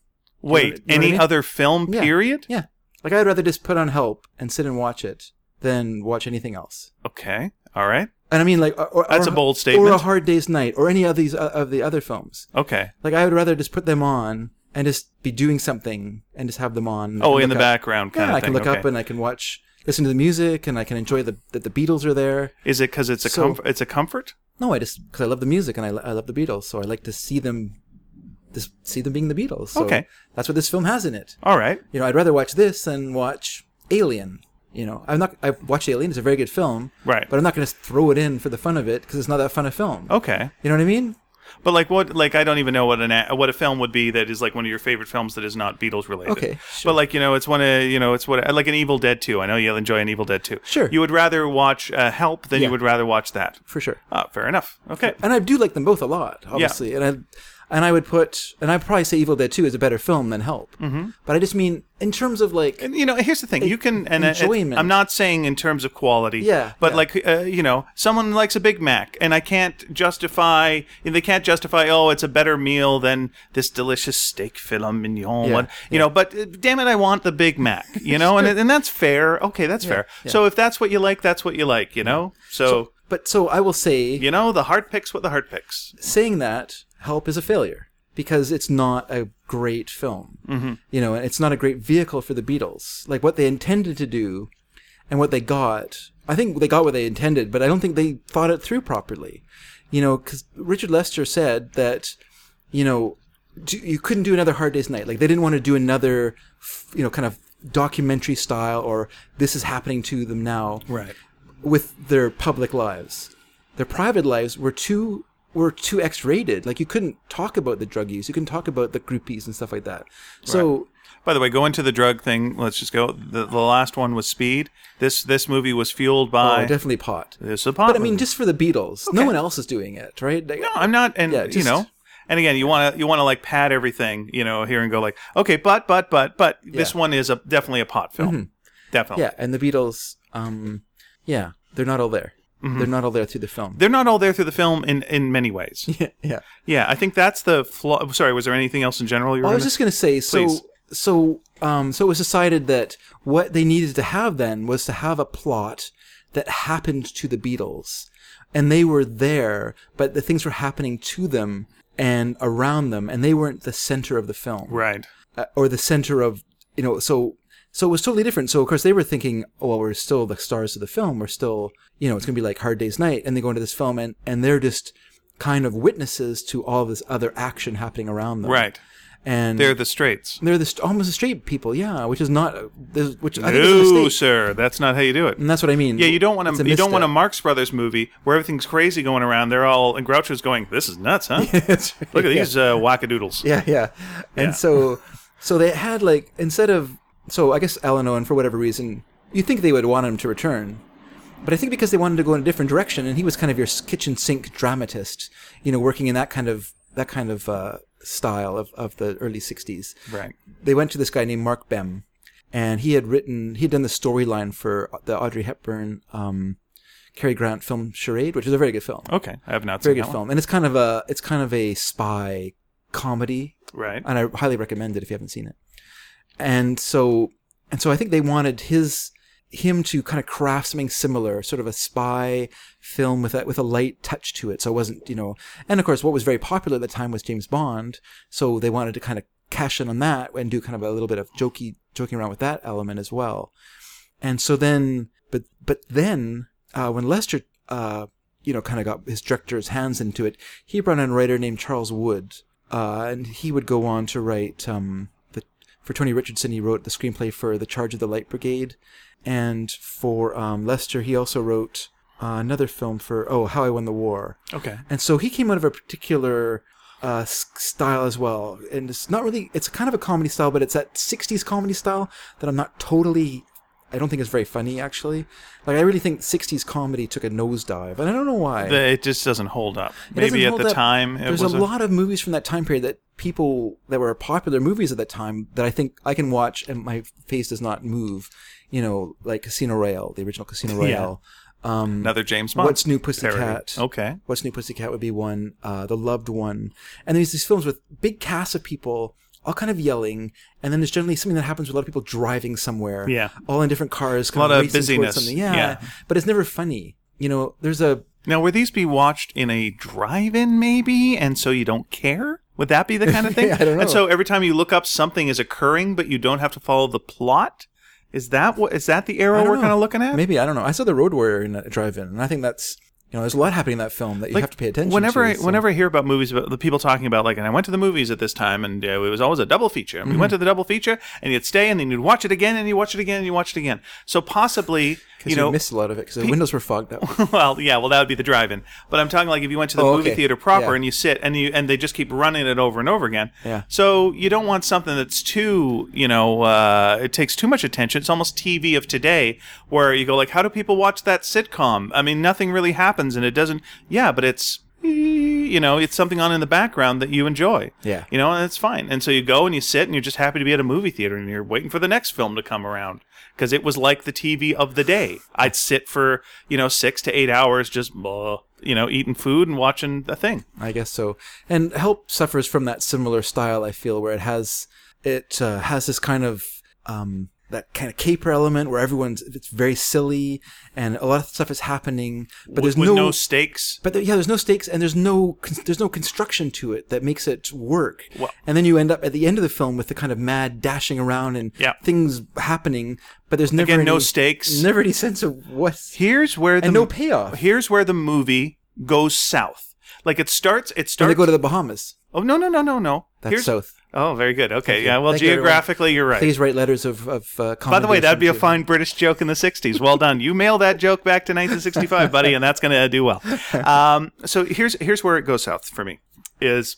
Wait, you know what I any mean? other film? Yeah. Period. Yeah, like I'd rather just put on Help and sit and watch it than watch anything else. Okay. All right. And I mean, like, or, or- That's a or- bold Or statement. a Hard Day's Night, or any of these uh, of the other films. Okay. Like, I would rather just put them on and just be doing something and just have them on. Oh, and in the look up. background kind yeah, of I thing. can look okay. up and I can watch listen to the music and I can enjoy the, that the Beatles are there. Is it because it's a So- comf- it's a comfort? No, I just because I love the music and I, lo- I love the Beatles, so I like to see them, this, see them being the Beatles. So Okay. that's what this film has in it. All right. You know, I'd rather watch this than watch Alien. You know, I'm not. I've watched Alien; it's a very good film, Right. Oh. But I'm not going to throw it in for the fun of it because it's not that fun a film. Okay. You know what I mean? But like what like I don't even know what an a- what a film would be that is like one of your favorite films that is not Beatles related. Okay, But like you know it's one of you know it's what like an Evil Dead 2. I know you'll enjoy an Evil Dead 2. Sure. You would rather watch uh, Help than you Yeah. would rather watch that. For sure. Ah, fair enough. Okay. And I do like them both a lot, obviously. And I and I would put and I probably say Evil Dead Two is a better film than Help. Mm-hmm. But I just mean in terms of like And, you know, here's the thing. You can and uh, it- E enjoyment. I'm not saying in terms of quality. Yeah, But yeah. like uh, you know, someone likes a Big Mac, and I can't justify. They can't justify. Oh, it's a better meal than this delicious steak filet mignon. Yeah, What- you know, but uh, damn it, I want the Big Mac. You know, and and that's fair. Okay, that's fair. So if that's what you like, that's what you like. You know. So, but so I will say you know, the heart picks what the heart picks. saying that Help is a failure because it's not a great film. Mm-hmm. You know, and it's not a great vehicle for the Beatles. Like what they intended to do and what they got. I think they got what they intended, but I don't think they thought it through properly. You know, because Richard Lester said that, you know, do, you couldn't do another Hard Day's Night. Like they didn't want to do another, f- you know, kind of documentary style or this is happening to them now Right. with their public lives. Their private lives were too were too X-rated. Like you couldn't talk about the drug use. You couldn't talk about the groupies and stuff like that. So By the way, go into the drug thing. Let's just go. The, the last one was speed. This this movie was fueled by. oh, definitely pot. this is a pot But I mean, movie. just for the Beatles. No one else is doing it, right? Like, No, I'm not. And Yeah, you just- know, and again, you want to you want to like pad everything, you know, here and go like, okay, but but but but this one is a definitely a pot film, definitely. Mm-hmm. Yeah, and the Beatles, um, yeah, they're not all there. They're not all there through the film. They're not all there through the film in in many ways. Yeah, yeah. yeah, I think that's the flaw. Sorry, was there anything else in general you were? I was gonna- just gonna say, so Please. so um, so it was decided that what they needed to have then was to have a plot that happened to the Beatles, and they were there, but the things were happening to them and around them, and they weren't the center of the film, right. uh, or the center of you know. So so it was totally different. So of course they were thinking, oh, well, we're still the stars of the film. We're still you know it's gonna be like Hard Day's Night, and they go into this film and and they're just kind of witnesses to all this other action happening around them Right. and They're the straights. they're the st- almost the straight people, yeah, which is not there's- which I think is a No, mistake, sir, that's not how you do it. and that's what I mean. Yeah, you don't want It's a to. You don't want a misstep. Marx Brothers movie where everything's crazy going around. They're all and Groucho's going, "This is nuts, huh? Look at these uh, wackadoodles." Yeah, yeah, and so so they had like instead of so I guess Alan Owen for whatever reason you think they would want him to return, but I think because they wanted to go in a different direction, and he was kind of your s- kitchen sink dramatist, you know, working in that kind of that kind of uh, style of of the early '60s. Right. they went to this guy named Mark Bem, and he had written, he had done the storyline for the Audrey Hepburn, um, Cary Grant film Charade, which is a very good film, Okay, I have not very seen good Oh, that film, and it's kind of a, it's kind of a spy comedy, one. Right. and I highly recommend it if you haven't seen it. And so, and so I think they wanted his him to kind of craft something similar, sort of a spy film with a with a light touch to it. So it wasn't, you know, and of course what was very popular at the time was James Bond. So they wanted to kind of cash in on that and do kind of a little bit of jokey joking around with that element as well. And so then, but but then uh, when Lester, uh, you know, kind of got his director's hands into it, he brought in a writer named Charles Wood, uh, and he would go on to write um, the for Tony Richardson. He wrote the screenplay for The Charge of the Light Brigade, and for um, Lester, he also wrote uh, another film for Oh How I Won the War. Okay. And so he came out of a particular uh, s- style as well. And it's not really, it's kind of a comedy style, but it's that 60s comedy style that I'm not totally, I don't think it's very funny actually. Like, I really think 60s comedy took a nosedive, and I don't know why. The- it just doesn't hold up. It doesn't Maybe at hold the up. time it there's was a lot of movies from that time period that people that were popular movies at that time that I think I can watch and my face does not move. You know, like Casino Royale, the original Casino Yeah. Royale. Um, another James Bond. What's New parody. Pussycat? Okay. What's New Pussycat would be one, uh, The Loved One. And there's these films with big casts of people all kind of yelling, and then there's generally something that happens with a lot of people driving somewhere. Yeah. All in different cars, kind lot of racing towards busyness. Something. Yeah. yeah. But it's never funny. You know, there's a Now, would these be watched in a drive-in, maybe, and so you don't care? Would that be the kind of thing? Yeah, I don't know. And so every time you look up, something is occurring, but you don't have to follow the plot. Is that what? Is that the arrow I don't we're know. kind of looking at? Maybe I don't know. I saw the Road Warrior in a drive-in, and I think that's you know there's a lot happening in that film that you Like, have to pay attention. Whenever to, I so- whenever I hear about movies about the people talking about like, and I went to the movies at this time, and uh, it was always a double feature. And We Mm-hmm. went to the double feature, and you'd stay, and then you'd watch it again, and you watch it again, and you watch it again. So possibly, 'cause you know, missed a lot of it because the windows were fogged up. well, yeah, well, that would be the drive-in. But I'm talking like if you went to the Oh, movie okay. theater proper Yeah. and you sit and you and they just keep running it over and over again. Yeah. So you don't want something that's too, you know, uh, it takes too much attention. It's almost TV of today, where you go like, how do people watch that sitcom? I mean, nothing really happens and it doesn't. Yeah, but it's. You know, it's something on in the background that you enjoy. Yeah. You know, and it's fine. And so you go and you sit and you're just happy to be at a movie theater and you're waiting for the next film to come around because it was like the TV of the day. I'd sit for, you know, six to eight hours just, uh, you know, eating food and watching a thing. I guess so. And Help suffers from that similar style. I feel where it has it uh, has this kind of um, that kind of caper element where everyone's it's very silly and a lot of stuff is happening, but there's with no, no, stakes. but there, yeah, there's no stakes and there's no con- there's no construction to it that makes it work. Well- and then you end up at the end of the film with the kind of mad dashing around and Yeah. things happening, but there's never Again, any, no stakes. never any sense of what's Here's where the and no payoff. here's where the movie goes south. Like it starts, it And starts. they go to the Bahamas. oh no, no, no, no, no. That's Here's- south. Oh, very good. Okay, you. yeah. Well, Thank you, everyone. geographically, you're right. Please write letters of of uh, By the way, that'd be a commendation to- fine British joke in the 60s. Well done. You mail that joke back to 1965, buddy, and that's going to do well. Um, so here's here's where it goes south for me is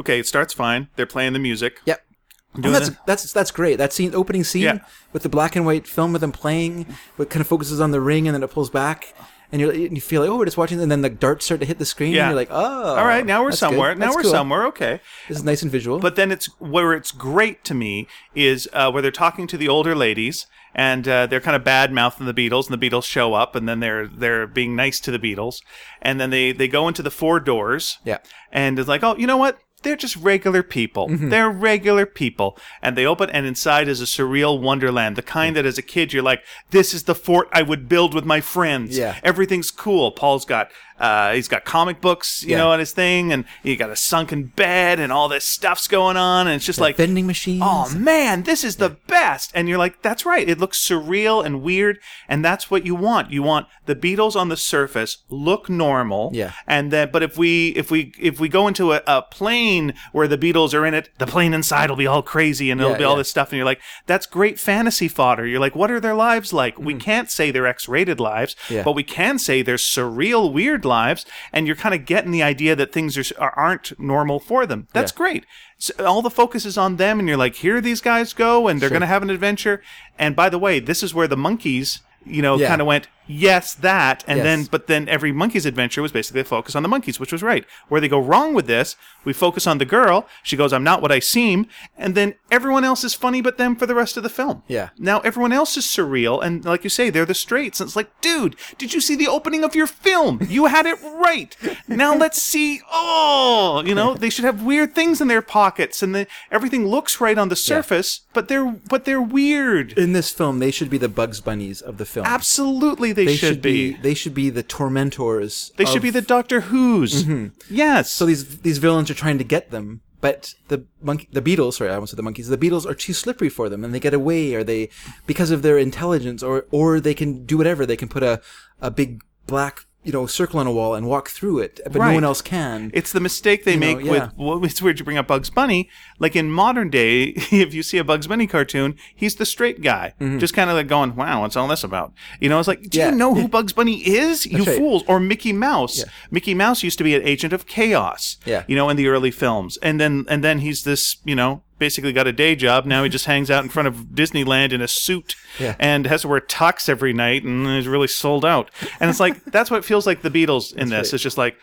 okay, it starts fine. They're playing the music. Yep. Oh, Doing that's the- that's that's great. That scene, opening scene Yeah. with the black and white film with them playing, but kind of focuses on the ring and then it pulls back, and you you feel like oh we're just watching, and then the darts start to hit the screen, Yeah. and you're like oh All right, now we're that's good. somewhere. Now That's we're cool. somewhere. Okay. This is nice and visual. But then it's where it's great to me is uh, where they're talking to the older ladies and uh, they're kind of bad mouthing the Beatles, and the Beatles show up, and then they're they're being nice to the Beatles, and then they they go into the four doors. Yeah. and it's like, oh, you know what? They're just regular people. Mm-hmm. They're regular people. And they open, and inside is a surreal wonderland, the Mm. kind that as a kid you're like, this is the fort I would build with my friends. Yeah. Everything's cool. Paul's got, uh, he's got comic books, you Yeah. know, on his thing, and he got a sunken bed, and all this stuff's going on. And it's just like, vending machines. Oh man, this is the best. And you're like, that's right. It looks surreal and weird. And that's what you want. You want the Beatles on the surface look normal. Yeah. And then, but if we, if we, if we go into a, a plane where the Beatles are in it, the plane inside will be all crazy and it'll Yeah, be all yeah. this stuff. And you're like, that's great fantasy fodder. You're like, what are their lives like? We can't say they're X rated lives, Mm-hmm. Yeah. but we can say they're surreal, weird lives. And you're kind of getting the idea that things are, aren't normal for them. That's Yeah. great. So all the focus is on them, and you're like, here these guys go, and they're going to have an adventure. And by the way, this is where the monkeys, you know, Yeah. kind of went, yes, that. And Yes. then, but then every monkey's adventure was basically a focus on the monkeys, which was right. Where they go wrong with this, we focus on the girl. She goes, I'm not what I seem. And then everyone else is funny but them for the rest of the film. Yeah. Now everyone else is surreal, and like you say, they're the straights. And it's like, dude, did you see the opening of your film? You had it right. Now let's see. Oh, you know, they should have weird things in their pockets, and the, everything looks right on the surface, but they're but they're weird. in this film, they should be the Bugs Bunnies of the film. Absolutely, they, They should, be. They should be the tormentors. They should of- Mm-hmm. be the Doctor Who's. Yes. So these these villains are trying to get them, but the monkey, the Beatles, sorry, I almost said the monkeys. The Beatles are too slippery for them, and they get away, or they because of their intelligence, or or they can do whatever. They can put a a big black you know circle on a wall and walk through it, but no Right. one else can. It's the mistake they know, make yeah. with. Well, it's weird you bring up Bugs Bunny. Like in modern day, if you see a Bugs Bunny cartoon, he's the straight guy, just kind of like going, "Wow, what's all this about?" You know, it's like, do Mm-hmm. Yeah. you know who Bugs Bunny is? You right. fools! Or Mickey Mouse. Mickey Mouse used to be an agent of chaos. Yeah. you know, in the early films, and then and then he's this, you know. Basically got a day job now. He just hangs out in front of Disneyland in a suit Yeah. and has to wear tux every night, and is really sold out. And it's like that's what it feels like the Beatles in this. right. It's just like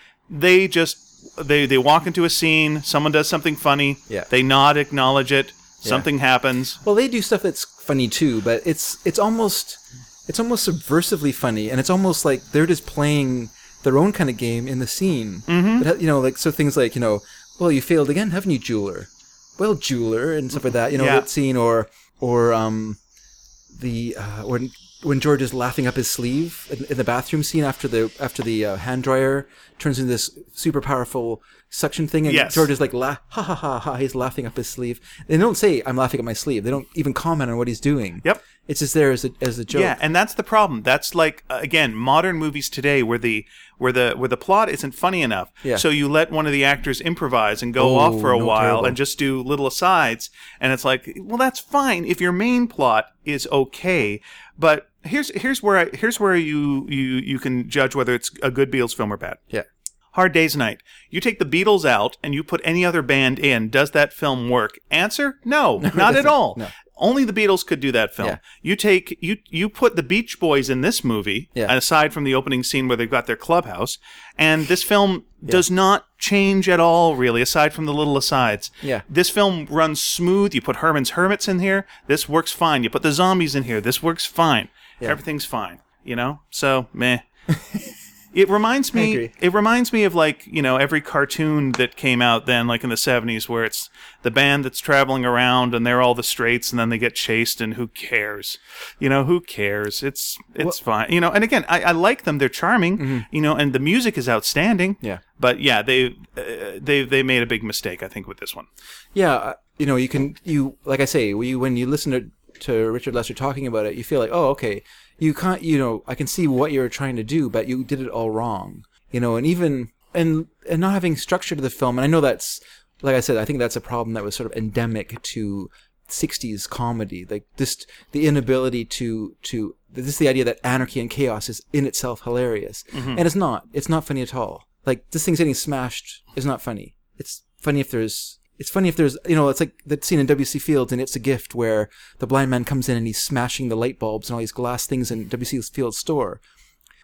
they just they they walk into a scene, someone does something funny, Yeah. they nod, acknowledge it, something happens. well, they do stuff that's funny too, but it's it's almost it's almost subversively funny, and it's almost like they're just playing their own kind of game in the scene. Mm-hmm. But, you know, like so things like you know, well, you failed again, haven't you, jeweler? Well, jeweler, and stuff like that. You know Yeah. that scene, or or um, the uh, when when George is laughing up his sleeve in, in the bathroom scene after the after the uh, hand dryer turns into this super powerful suction thing, and Yes. George is like la ha ha ha ha, he's laughing up his sleeve. They don't say I'm laughing at my sleeve. They don't even comment on what he's doing. Yep. It's just there as a as a joke. Yeah, and that's the problem. That's like uh, again, modern movies today where the where the where the plot isn't funny enough. Yeah. So you let one of the actors improvise and go Oh, off for a no, while terrible. and just do little asides and it's like, well that's fine if your main plot is okay, but here's here's where I, here's where you you you can judge whether it's a good Beatles film or bad. Yeah. Hard Day's Night. You take the Beatles out and you put any other band in. Does that film work? Answer: No, not at doesn't. all. No. Only the Beatles could do that film. Yeah. You take you you put the Beach Boys in this movie, Yeah. aside from the opening scene where they've got their clubhouse, and this film does not change at all, really, aside from the little asides. Yeah. This film runs smooth. You put Herman's Hermits in here, this works fine. You put the zombies in here, this works fine. Everything's fine. You know? So meh. It reminds me. agree. It reminds me of like you know every cartoon that came out then, like in the '70s, where it's the band that's traveling around and they're all the straights, and then they get chased, and who cares? You know, who cares? It's it's fine. You know, and again, I, I like them. They're charming. You know, and the music is outstanding. Mm-hmm. Yeah. But yeah, they uh, they they made a big mistake, I think, with this one. yeah, uh, you know, you can you like I say, we, when you listen to to Richard Lester talking about it, you feel like, oh, okay, you can't, you know, I can see what you're trying to do, but you did it all wrong, you know, and even and and not having structure to the film, and I know that's like I said, I think that's a problem that was sort of endemic to 60s comedy like this the inability to to this the idea that anarchy and chaos is in itself hilarious and it's not it's not funny at all like this thing's getting smashed is not funny it's funny if there's it's funny if there's you know it's like that scene in wc fields and it's a gift where the blind man comes in and he's smashing the light bulbs and all these glass things in wc fields store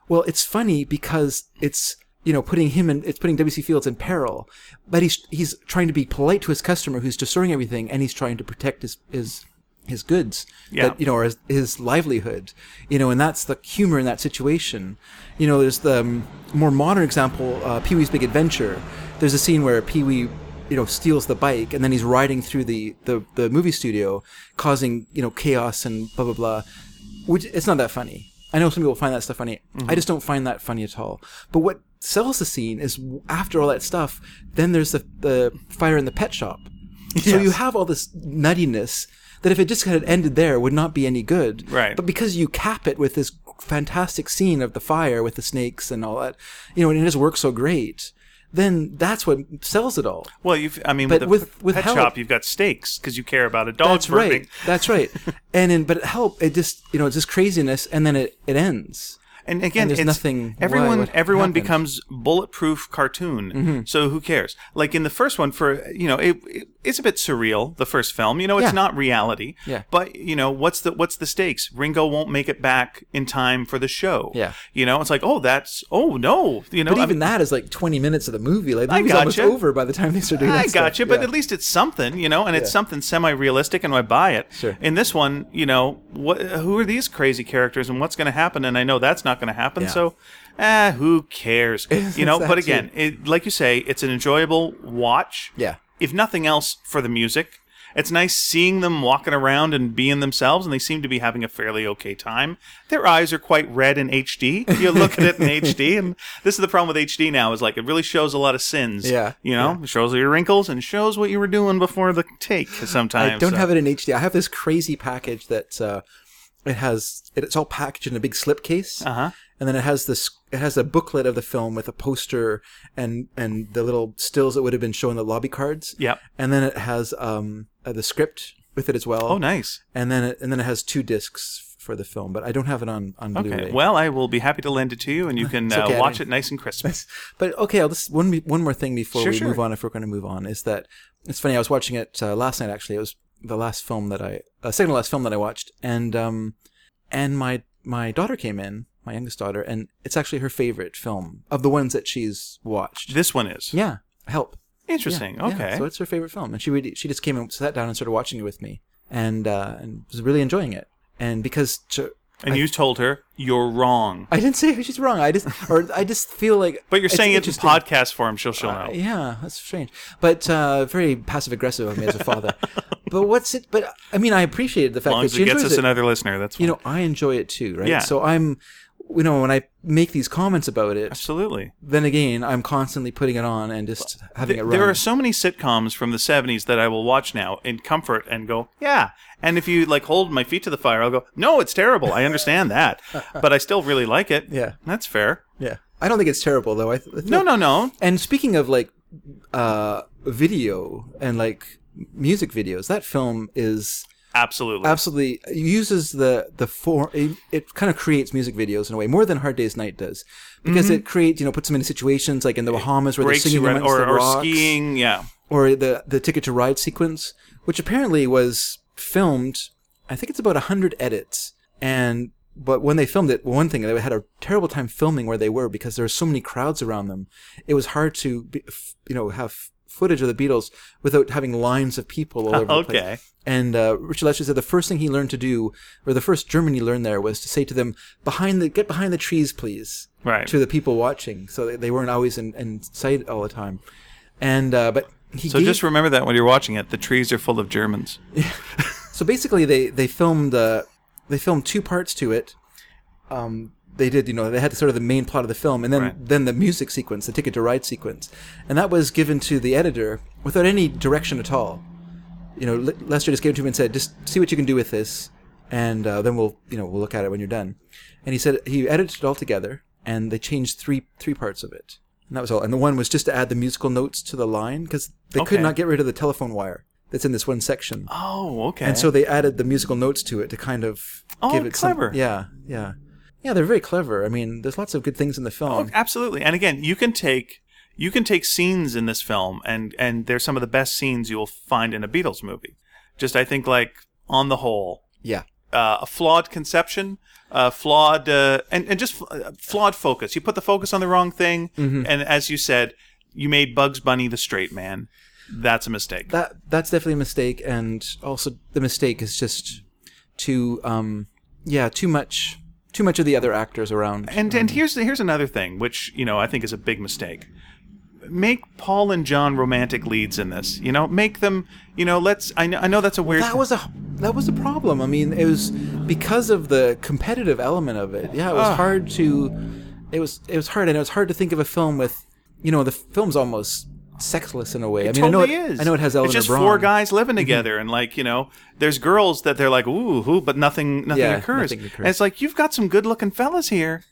well, it's funny because it's you know putting him in it's putting WC Fields in peril, but he's he's trying to be polite to his customer who's destroying everything, and he's trying to protect his his his goods Yeah. that you know or his, his livelihood, you know, and that's the humor in that situation. You know, there's the um, more modern example, uh, Pee Wee's Big Adventure. There's a scene where Pee Wee you know steals the bike and then he's riding through the, the the movie studio causing you know chaos and blah blah blah which it's not that funny. I know some people find that stuff funny. I just don't find that funny at all. But what sells the scene is w- after all that stuff, then there's the the fire in the pet shop. So you have all this nuttiness that if it just had ended there would not be any good. Right. But because you cap it with this fantastic scene of the fire with the snakes and all that, you know, and it just works so great, then that's what sells it all. Well, you've I mean, But with, with- the with pet help- shop, you've got steaks because you care about a dog That's burping. right. That's right. and in but it help it just you know, it's just craziness and then it, it ends. And again, And there's it's, nothing why Everyone, what everyone happened. becomes bulletproof cartoon. Mm-hmm. So who cares? Like in the first one, for you know, it, it it's a bit surreal. The first film, you know, it's Yeah. not reality. Yeah. But you know, what's the what's the stakes? Ringo won't make it back in time for the show. Yeah. You know, it's like, oh, that's oh no, you know, But I even mean, that is like 20 minutes of the movie. Like, the movie's gotcha. almost over by the time they start doing that I gotcha, stuff. but Yeah. at least it's something, you know, and it's Yeah. something semi-realistic, and I buy it. Sure. In this one, you know, what who are these crazy characters, and what's going to happen? And I know that's not going to happen, Yeah. so, eh, who cares? You know. But Exactly. again, it, like you say, it's an enjoyable watch. Yeah. If nothing else, for the music. It's nice seeing them walking around and being themselves, and they seem to be having a fairly okay time. Their eyes are quite red in HD. You look at it in HD, and this is the problem with HD now is like it really shows a lot of sins. Yeah. You know, it shows your wrinkles and shows what you were doing before the take sometimes. I don't so. have it in HD. I have this crazy package that uh, it has. It, it's all packaged in a big slipcase, Uh-huh. and then it has this. It has a booklet of the film with a poster and and the little stills that would have been shown in the lobby cards. Yep. And then it has um, uh, the script with it as well. Oh, nice. And then it, and then it has two discs for the film, but I don't have it on on Okay. Blu-ray. Well, I will be happy to lend it to you, and you can okay, uh, I watch it didn't- nice and crisp. But okay, I'll just one one more thing before Sure, we sure. move on. If we're going to move on, is that it's funny. I was watching it uh, last night. Actually, it was the last film that I uh, second to last film that I watched, and um, and my my daughter came in, my youngest daughter, and it's actually her favorite film of the ones that she's watched. This one is Yeah, help. Yeah, interesting. yeah. okay. so it's her favorite film, and she really, she just came and sat down and started watching it with me, and uh, and was really enjoying it. And because to, and you told her you're wrong, I didn't say she's wrong, I just or I just feel like. but you're it's saying it in interesting. Uh, podcast form. She'll she'll know. Yeah, that's strange, but uh, very passive aggressive of me as a father. but what's it? But I mean, I appreciated the as fact long that as she it gets enjoys us it. another listener, that's fine. You know, I enjoy it too, right? Yeah. So I'm you know, when I make these comments about it, Absolutely. then again, I'm constantly putting it on and just having Th- it run. There are so many sitcoms from the 70s that I will watch now in comfort and go, yeah. And if you like hold my feet to the fire, I'll go, no, it's terrible. I understand that. But I still really like it. Yeah. That's fair. yeah, I don't think it's terrible though. I th- I think- No, no, no. And speaking of like uh, video and like music videos, that film is Absolutely. absolutely it uses the the form. It, it kind of creates music videos in a way more than Hard Day's Night does because it creates you know puts them in situations like in the Bahamas where they're Mm-hmm. Breaks singing you right, amongst or, the or rocks. skiing. Yeah. or the the ticket to ride sequence, which apparently was filmed. I think it's about hundred edits, and but when they filmed it, one thing they had a terrible time filming where they were because there were so many crowds around them. It was hard to be, f- you know have footage of the Beatles without having lines of people all over the place. Okay. And uh, Richard Lester said the first thing he learned to do, or the first German he learned there, was to say to them, "Behind the get behind the trees, please." Right. To the people watching, so they, they weren't always in, in sight all the time. And uh, but he So gave- just remember that when you're watching it, the trees are full of Germans. So basically, they they filmed uh, they filmed two parts to it. Um, they did, you know, they had sort of the main plot of the film, and then Right. then the music sequence, the ticket to ride sequence, and that was given to the editor without any direction at all. You know, Le- Lester just gave it to him and said, "Just see what you can do with this, and uh, then we'll you know we'll look at it when you're done." And he said he edited it all together, and they changed three three parts of it, and that was all. And the one was just to add the musical notes to the line because they Okay. could not get rid of the telephone wire that's in this one section. Oh, okay. And so they added the musical notes to it to kind of Oh, give it clever. some. Yeah, yeah, yeah. They're very clever. I mean, there's lots of good things in the film. Oh, absolutely and again you can take you can take scenes in this film and and they're some of the best scenes you'll find in a beatles movie just i think like on the whole Yeah, uh, a flawed conception uh, flawed uh, and, and just fl- uh, flawed focus you put the focus on the wrong thing Mm-hmm. and as you said you made bugs bunny the straight man that's a mistake that that's definitely a mistake. And also, the mistake is just too, um, yeah, too much, too much of the other actors around. and and here's here's another thing which you know I think is a big mistake. Make Paul and John romantic leads in this. You know, make them. You know, let's. I know. I know that's a weird. that was a that was a problem. I mean, it was because of the competitive element of it. Yeah, it was hard to it was it was hard and it was hard to think of a film with you know the film's almost sexless in a way. I mean, totally I know it, is. I know it has Mm-hmm. Eleanor It's just Braun. four guys living together, and like you know, there's girls that they're like ooh, ooh but nothing, nothing Yeah, occurs. nothing occurs. And it's like you've got some good-looking fellas here.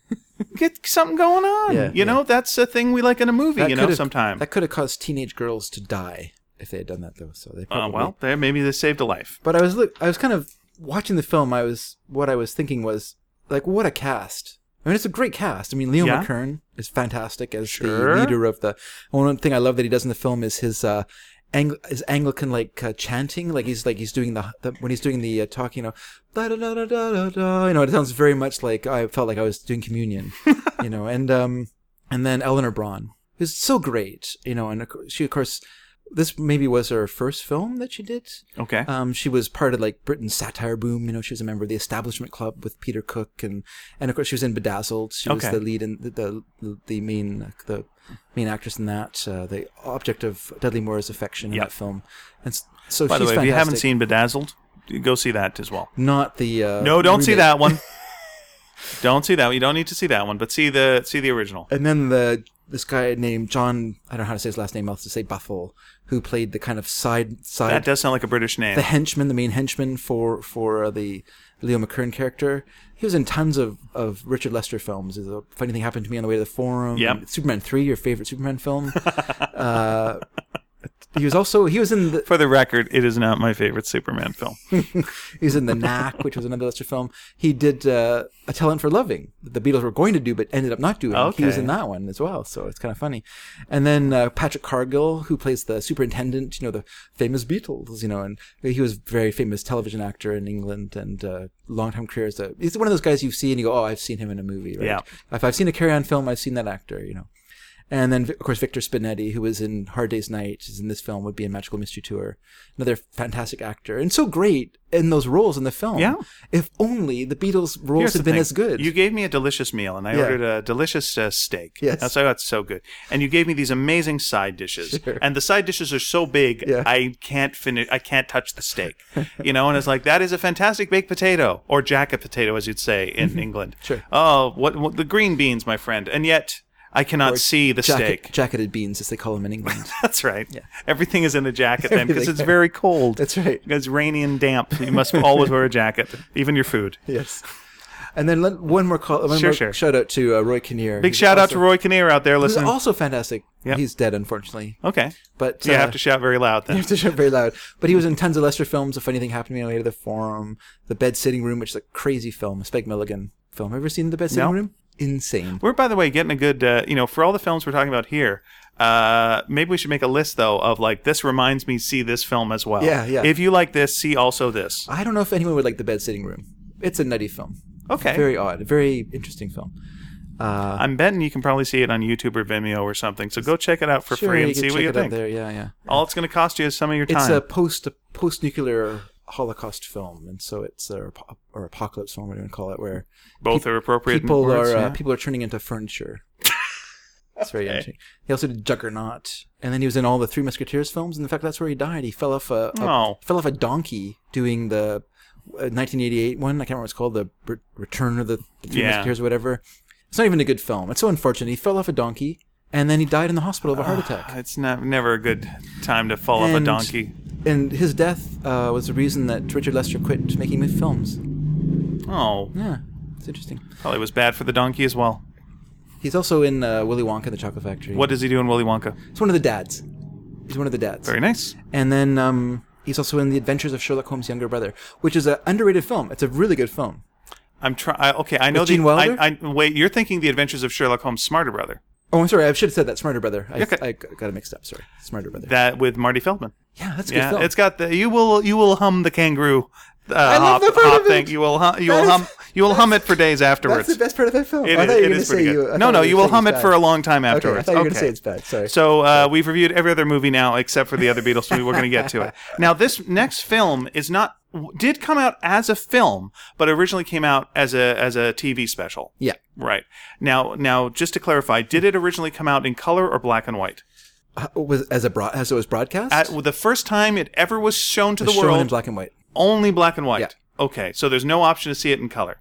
Get something going on. Yeah, you yeah. know, that's a thing we like in a movie. That you know, could've- sometime. that could have caused teenage girls to die if they had done that though. So they Uh, probably well, there maybe they saved a life. But I was look, I was kind of watching the film. I was what I was thinking was like, what a cast. I mean, it's a great cast. I mean, Leo Yeah. McKern is fantastic as Sure. the leader of the. One thing I love that he does in the film is his uh, Ang- his Anglican like uh, chanting. Like he's like he's doing the, the when he's doing the uh, talking. You know, da da da da da da. You know, it sounds very much like I felt like I was doing communion. you know, and um, and then Eleanor Braun, who's so great. You know, and of course- she of course. This maybe was her first film that she did. Okay. Um, she was part of like Britain's satire boom. You know, she was a member of the Establishment Club with Peter Cook, and and of course she was in Bedazzled. She Okay. was the lead in the the, the main the main actress in that. Uh, the object of Dudley Moore's affection in Yeah. that film. And s- so By the she's way, fantastic. if you haven't seen Bedazzled, go see that as well. not the uh, No, don't see remake. that one. don't see that. one. You don't need to see that one, but see the see the original. And then the this guy named John. I don't know how to say his last name. I'll just say Buffle, who played the kind of side side That does sound like a British name. the henchman, the main henchman for for uh, the Leo McKern character. He was in tons of, of Richard Lester films. There's a funny thing happened to me on the way to the forum. Yep. Superman three, your favorite Superman film. uh, he was also he was in the For the record, it is not my favorite Superman film. he was in the Knack, which was another Lester film. He did uh, a talent for loving. that The Beatles were going to do, but ended up not doing. He was Okay. in that one as well, so it's kind of funny. And then uh, Patrick Cargill, who plays the superintendent, you know, the famous Beatles, you know, and he was a very famous television actor in England and uh, long time career as a. He's one of those guys you see and you go, oh, I've seen him in a movie. Right? Yeah. If I've seen a Carry On film, I've seen that actor, you know. And then, of course, Victor Spinetti, who was in Hard Day's Night, is in this film, would be in Magical Mystery Tour. Another fantastic actor and so great in those roles in the film. Yeah. If only the Beatles' roles Here's had the been thing. as good. You gave me a delicious meal, and I Yeah. ordered a delicious uh, steak. Yes. that's why that's so good. And you gave me these amazing side dishes, Sure. and the side dishes are so big, Yeah. I can't finish. I can't touch the steak. you know, and it's like that is a fantastic baked potato or jacket potato, as you'd say in England. Mm-hmm. Sure. Oh, what, what the green beans, my friend, and yet I cannot see the Jacket- steak. Jacketed beans, as they call them in England. That's right. Everything is in a jacket then because Everything. it's very cold. That's right. It's rainy and damp. You must always wear a jacket, even your food. yes. And then let, one more call, one Sure, more sure. shout out to uh, Roy Kinnear. Big shout out to Roy Kinnear out there He's listening. also fantastic. Yep. He's dead, unfortunately. okay. But So you uh, have to shout very loud You then. have to shout very loud. But he was in tons of Lester films. A funny thing happened to me on the way to the forum. The Bed Sitting Room, which is a crazy film, a Spike Milligan film. Ever seen The Bed Sitting No. Room? Insane. We're, by the way, getting a good, uh, you know, for all the films we're talking about here, uh, maybe we should make a list, though, of like, this reminds me, see this film as well. Yeah, yeah. Uh, If you like this, see also this. I don't know if anyone would like The Bed Sitting Room. It's a nutty film. Okay. Very odd. A very interesting film. Uh, I'm betting you can probably see it on YouTube or Vimeo or something. So go check it out for sure, free and you can see what check you it out think. There. Yeah, yeah. All it's going to cost you is some of your time. It's a post post nuclear Holocaust film, and so it's a, or apocalypse film, whatever you want to call it, where Both are appropriate. people words, are uh, yeah. people are turning into furniture. That's very interesting. He also did Juggernaut, and then he was in all the Three Musketeers films. And in fact, that's where he died. He fell off a, a- Oh. fell off a donkey doing the uh, 1988 one. I can't remember what it's called, the Re- Return of the Three Yeah. Musketeers, or whatever. It's not even a good film. It's so unfortunate. He fell off a donkey, and then he died in the hospital of a heart attack. Uh, It's not, never a good time to fall Ah, off a And- donkey. And his death uh, was the reason that Richard Lester quit making mo- films. Oh, Yeah, it's interesting. probably was bad for the donkey as well. He's also in uh, Willy Wonka and the Chocolate Factory. What does he do in Willy Wonka? He's one of the dads. He's one of the dads. Very nice. And then um, he's also in The Adventures of Sherlock Holmes' Younger Brother, which is an underrated film. It's a really good film. I'm trying. Okay, I know With the. Gene Wilder? I, I, wait, you're thinking the Adventures of Sherlock Holmes, Smarter Brother, Oh, I'm sorry. I should have said that. Smarter Brother. I, Okay. I got it mixed up. Sorry. Smarter Brother. that with Marty Feldman. yeah, that's a good Yeah, film. it's got the. You will. You will hum the kangaroo. Uh, love hop, that part hop of thing. it. You will. Hum, you will That is- hum. You will hum it for days afterwards. that's the best part of that film. It I is- thought you it were going is to say pretty good. you. I thought no, no, were you gonna will say it hum was it for bad. a long time Okay, I afterwards. thought you were going to say it's bad. Sorry. So uh, we've reviewed every other movie now except for the other Beatles movie. We're going to get to it. Now, this next film is not did come out as a film, but originally came out as a as a TV special. yeah. Right now, now just to clarify, did it originally come out in color or black and white? Uh, was as a broad, as it was broadcast. At the first time it ever was shown to It was the shown world, in black and white. only black and white. Yeah. Okay, so there's no option to see it in color.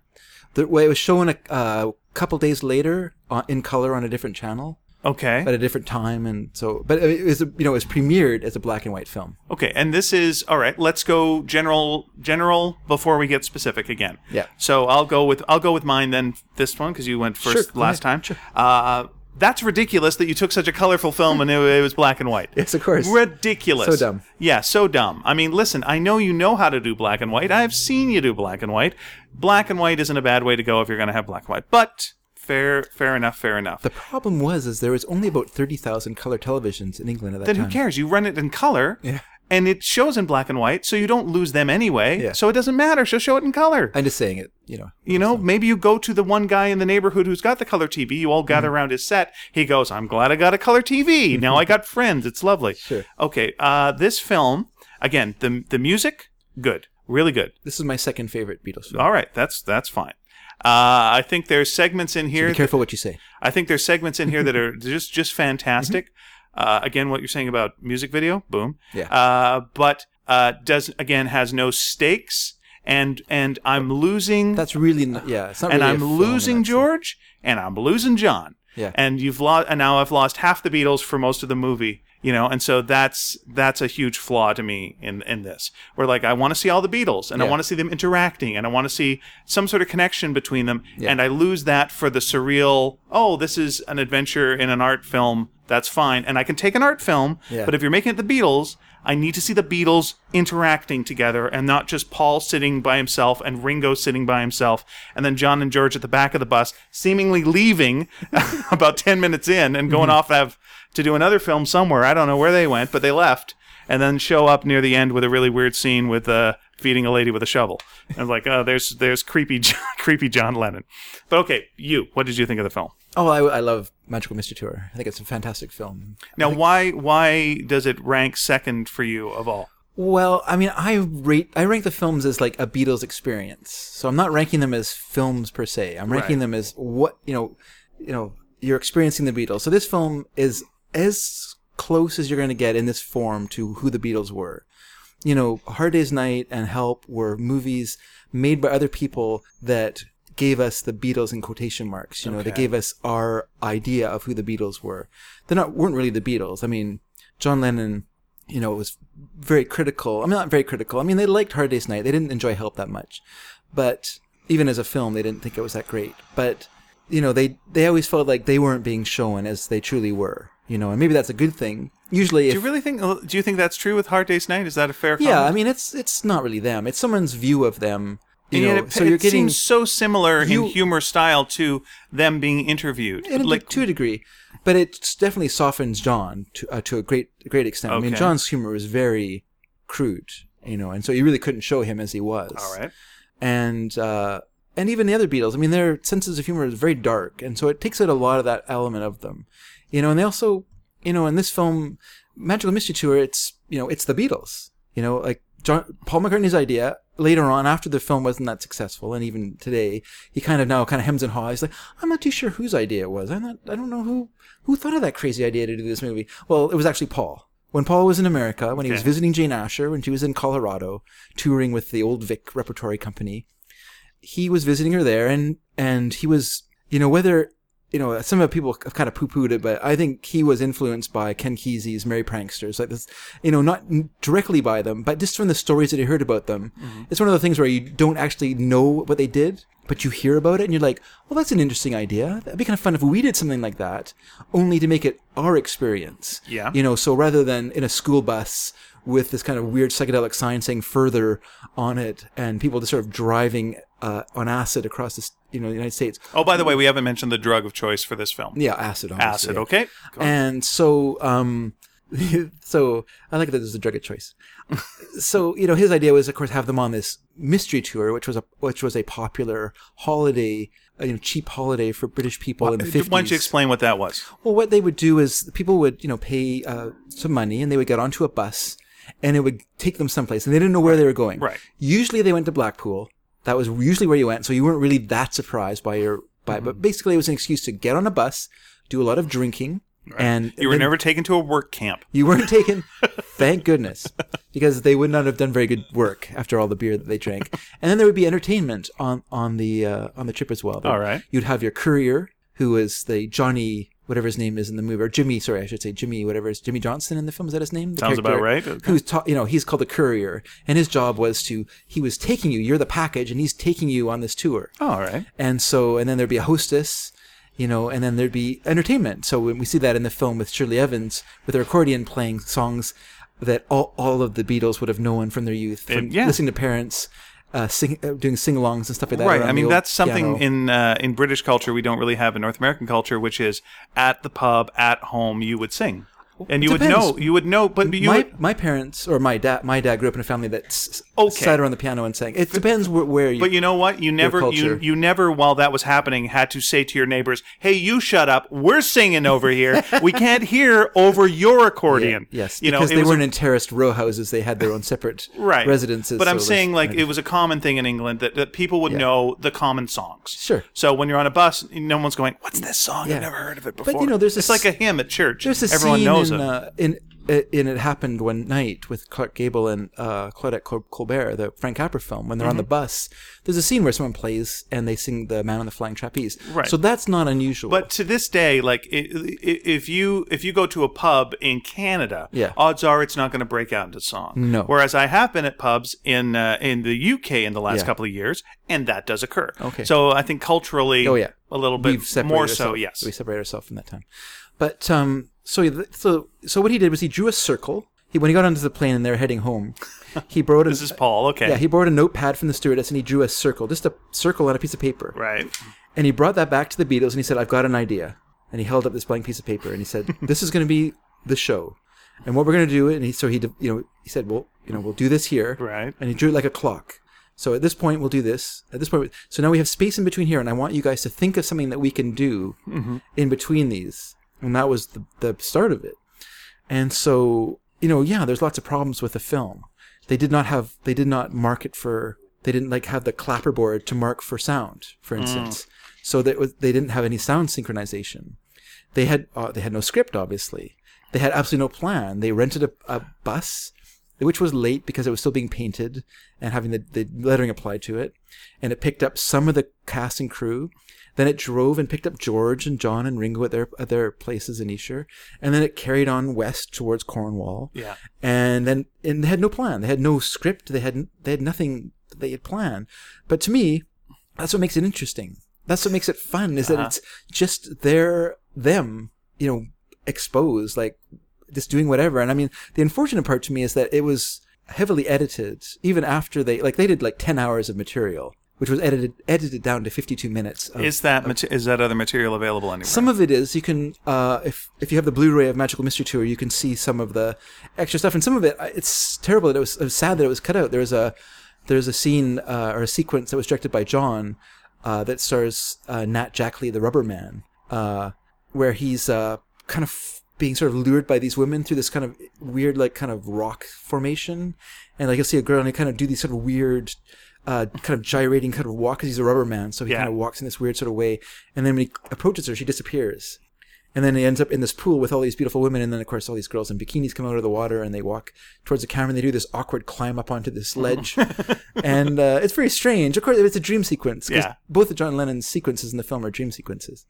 The way it was shown a uh, couple days later uh, in color on a different channel Okay, at a different time, and so but it was you know it was premiered as a black and white film. Okay, and this is all right. Let's go general, general before we get specific again. Yeah. So I'll go with I'll go with mine then. This one because you went Sure, first go last ahead. time. Uh, that's ridiculous that you took such a colorful film and it, it was black and white. Yes, of course. Ridiculous. So dumb. Yeah, so dumb. I mean, listen, I know you know how to do black and white. I've seen you do black and white. Black and white isn't a bad way to go if you're going to have black and white. But fair, fair enough, fair enough. The problem was is there was only about thirty thousand color televisions in England at that then time. who cares? You run it in color, Yeah. and it shows in black and white, so you don't lose them anyway. Yeah. So it doesn't matter. She'll show it in color. I'm just saying it. You know, you know, maybe you go to the one guy in the neighborhood who's got the color TV. You all Mm-hmm. gather around his set. He goes, "I'm glad I got a color TV. Now I got friends. It's lovely." Sure. Okay. Uh, this film again. The the music good, really good. this is my second favorite Beatles film. All right, that's that's fine. Uh, I think there's segments in here. Be careful what you say. I think there's segments in here that are just just fantastic. Uh, again, what you're saying about music video, boom. Yeah. Uh, but uh, does again has no stakes, and and I'm losing, That's really not, yeah. It's not and really a I'm film in losing that sense. George, and I'm losing John. Yeah. And you've lost, and now I've lost half the Beatles for most of the movie. You know, and so that's that's a huge flaw to me in in this. Where like I want to see all the Beatles, and I Yeah. want to see them interacting, and I want to see some sort of connection between them, Yeah. and I lose that for the surreal. Oh, this is an adventure in an art film. That's fine, and I can take an art film. Yeah. But if you're making it the Beatles, I need to see the Beatles interacting together, and not just Paul sitting by himself and Ringo sitting by himself, and then John and George at the back of the bus, seemingly leaving about ten minutes in and going off to have to do another film somewhere. I don't know where they went, but they left, and then show up near the end with a really weird scene with uh, feeding a lady with a shovel. And like, oh, there's there's creepy John, creepy John Lennon. But okay, you, what did you think of the film? Oh, I, I love Magical Mystery Tour. I think it's a fantastic film. Now, why why does it rank second for you of all? Well, I mean, I rate I rank the films as like a Beatles experience. So I'm not ranking them as films per se. I'm ranking Right. them as what you know, you know, you're experiencing the Beatles. So this film is as close as you're going to get in this form to who the Beatles were. You know, Hard Day's Night and Help were movies made by other people that gave us the Beatles in quotation marks. You know, they Okay. gave us our idea of who the Beatles were. They not weren't really the Beatles. I mean, John Lennon you know, it was very critical. I mean, not very critical. I mean, they liked Hard Day's Night. They didn't enjoy Help that much, but even as a film, they didn't think it was that great. But you know, they they always felt like they weren't being shown as they truly were. You know, and maybe that's a good thing. Usually, Do you if, really think? uh, Do you think that's true with Hard Day's Night? Is that a fair? yeah, comment? I mean, it's it's not really them. It's someone's view of them. You And know, yet it, so it you're getting seems so similar You- in humor style to them being interviewed. in a, Like, to a degree, but it definitely softens John to uh, to a great great extent. I mean, Okay. John's humor was very crude, you know, and so you really couldn't show him as he was. all right, and uh, and even the other Beatles. I mean, their senses of humor is very dark, and so it takes out a lot of that element of them, you know. And they also, you know, in this film, Magical Mystery Tour, it's you know, it's the Beatles, you know, like John, Paul McCartney's idea. Later on, after the film wasn't that successful, and even today, he kind of now kind of hems and haws. He's like, I'm not too sure whose idea it was. I'm not, I don't know who who thought of that crazy idea to do this movie. Well, it was actually Paul. When Paul was in America, when he was Okay. visiting Jane Asher, when she was in Colorado touring with the Old Vic Repertory Company, he was visiting her there and and he was you know whether you know some of the people have kind of poo-pooed it but i think he was influenced by ken kesey's merry pranksters like this you know not n- directly by them but just from the stories that he heard about them Mm-hmm. it's one of the things where you don't actually know what they did but you hear about it and you're like well that's an interesting idea that'd be kind of fun if we did something like that only to make it our experience Yeah. you know so rather than in a school bus with this kind of weird psychedelic sign saying further on it and people just sort of driving uh, on acid across this you know the united states Oh, by the way, we haven't mentioned the drug of choice for this film. yeah acid obviously, Acid. yeah. Okay. Go on. and so um so i like that there's a drug of choice so you know his idea was of course have them on this mystery tour which was a which was a popular holiday uh, you know cheap holiday for british people in the 50s Why don't you explain what that was? Well, what they would do is people would, you know, pay uh, some money and they would get onto a bus and it would take them someplace and they didn't know where they were going. Right. Usually they went to Blackpool. That was usually where you went. So you weren't really that surprised by your, by, Mm-hmm. but basically it was an excuse to get on a bus, do a lot of drinking. And You were then- never taken to a work camp. you weren't taken, thank goodness, because they would not have done very good work after all the beer that they drank. And then there would be entertainment on on the uh, on the trip as well. All right. You'd have your courier, who is the Johnny, whatever his name is in the movie, or Jimmy. Sorry, I should say Jimmy, whatever is Jimmy Johnson in the film. Is that his name? The Sounds about character right. Who's ta- you know he's called the courier, and his job was to he was taking you. You're the package, and he's taking you on this tour. Oh, all right. And so, and then there'd be a hostess, you know, and then there'd be entertainment. So when we see that in the film with Shirley Evans with her accordion playing songs that all, all of the Beatles would have known from their youth, from yeah. listening to parents uh, sing, uh, doing sing-alongs and stuff like that. Right. around I the mean, old that's something piano. in uh, in British culture we don't really have in North American culture, which is at the pub, at home, you would sing, and you would Depends. know, you would know, but you my would, my parents or my dad my dad grew up in a family that s- Okay. sat around the piano and sang. It depends where, where you. But you know what? You never you, culture. you never while that was happening had to say to your neighbors, "Hey, you shut up. We're singing over here. We can't hear over your accordion." yes, you because know, it they was a- weren't in terraced row houses; they had their own separate right residences. But I'm so it was- saying like it was a common thing in England that, that people would know the common songs. Sure. So when you're on a bus, no one's going, "What's this song? I've Yeah. never heard of it But, before." you know, there's it's a like a hymn at church. There's a Everyone scene knows in, it. uh, in in it happened one night with Clark Gable and uh, Claudette Col- Colbert, the Frank Capra film. When they're Mm-hmm. on the bus, there's a scene where someone plays and they sing "The Man on the Flying Trapeze." Right. So that's not unusual. But to this day, like i- i- if you if you go to a pub in Canada, Yeah. odds are it's not going to break out into song. No. Whereas I have been at pubs in uh, in the UK in the last Yeah. couple of years, and that does occur. Okay. So I think culturally, Oh, yeah. a little bit we've separated more so. ourselves- Yes. we separate ourselves from that time. But um, so he- so so what he did was he drew a circle. He when he got onto the plane and they're heading home, he brought a, This is Paul. Okay. yeah he borrowed a notepad from the stewardess and he drew a circle, just a circle on a piece of paper. right. And he brought that back to the Beatles and he said, I've got an idea. And he held up this blank piece of paper and he said, This is going to be the show. And what we're going to do, and he, so he, de- you know, he said, Well, you know, we'll do this here. Right. And he drew it like a clock. So at this point, we'll do this. At this point, we- so now we have space in between here, and I want you guys to think of something that we can do in between these. And that was the, the start of it. And so, you know, yeah, there's lots of problems with the film. They did not have, they did not mark it for, they didn't like have the clapperboard to mark for sound, for instance. So that was, they didn't have any sound synchronization. They had, uh, they had no script, obviously. They had absolutely no plan. They rented a, a bus, which was late because it was still being painted and having the, the lettering applied to it. And it picked up some of the cast and crew. Then it drove and picked up George and John and Ringo at their at their places in Esher. And then it carried on west towards Cornwall. Yeah. And then and they had no plan. They had no script. They had they had nothing that they had planned. But to me, that's what makes it interesting. That's what makes it fun is that it's just their them, you know, exposed like just doing whatever. And I mean, the unfortunate part to me is that it was heavily edited even after they like they did like 10 hours of material, which was edited edited down to 52 minutes. Of, Is that mate- is that other material available anywhere? some of it is you can uh, if if you have the Blu-ray of Magical Mystery Tour, you can see some of the extra stuff, and some of it I- it's terrible that it was, it was sad that it was cut out. There was a there's a scene uh, or a sequence that was directed by John uh, that stars uh, Nat Jackley, the Rubber Man, uh, where he's uh, kind of being sort of lured by these women through this kind of weird like kind of rock formation, and like you'll see a girl and he kind of do these sort of weird. Uh, kind of gyrating, kind of walk because he's a rubber man, so he Yeah. kind of walks in this weird sort of way. And then when he approaches her, she disappears. And then he ends up in this pool with all these beautiful women, and then of course all these girls in bikinis come out of the water and they walk towards the camera and they do this awkward climb up onto this ledge, and uh, it's very strange. Of course, it's a dream sequence. 'cause Yeah. Both of John Lennon's sequences in the film are dream sequences,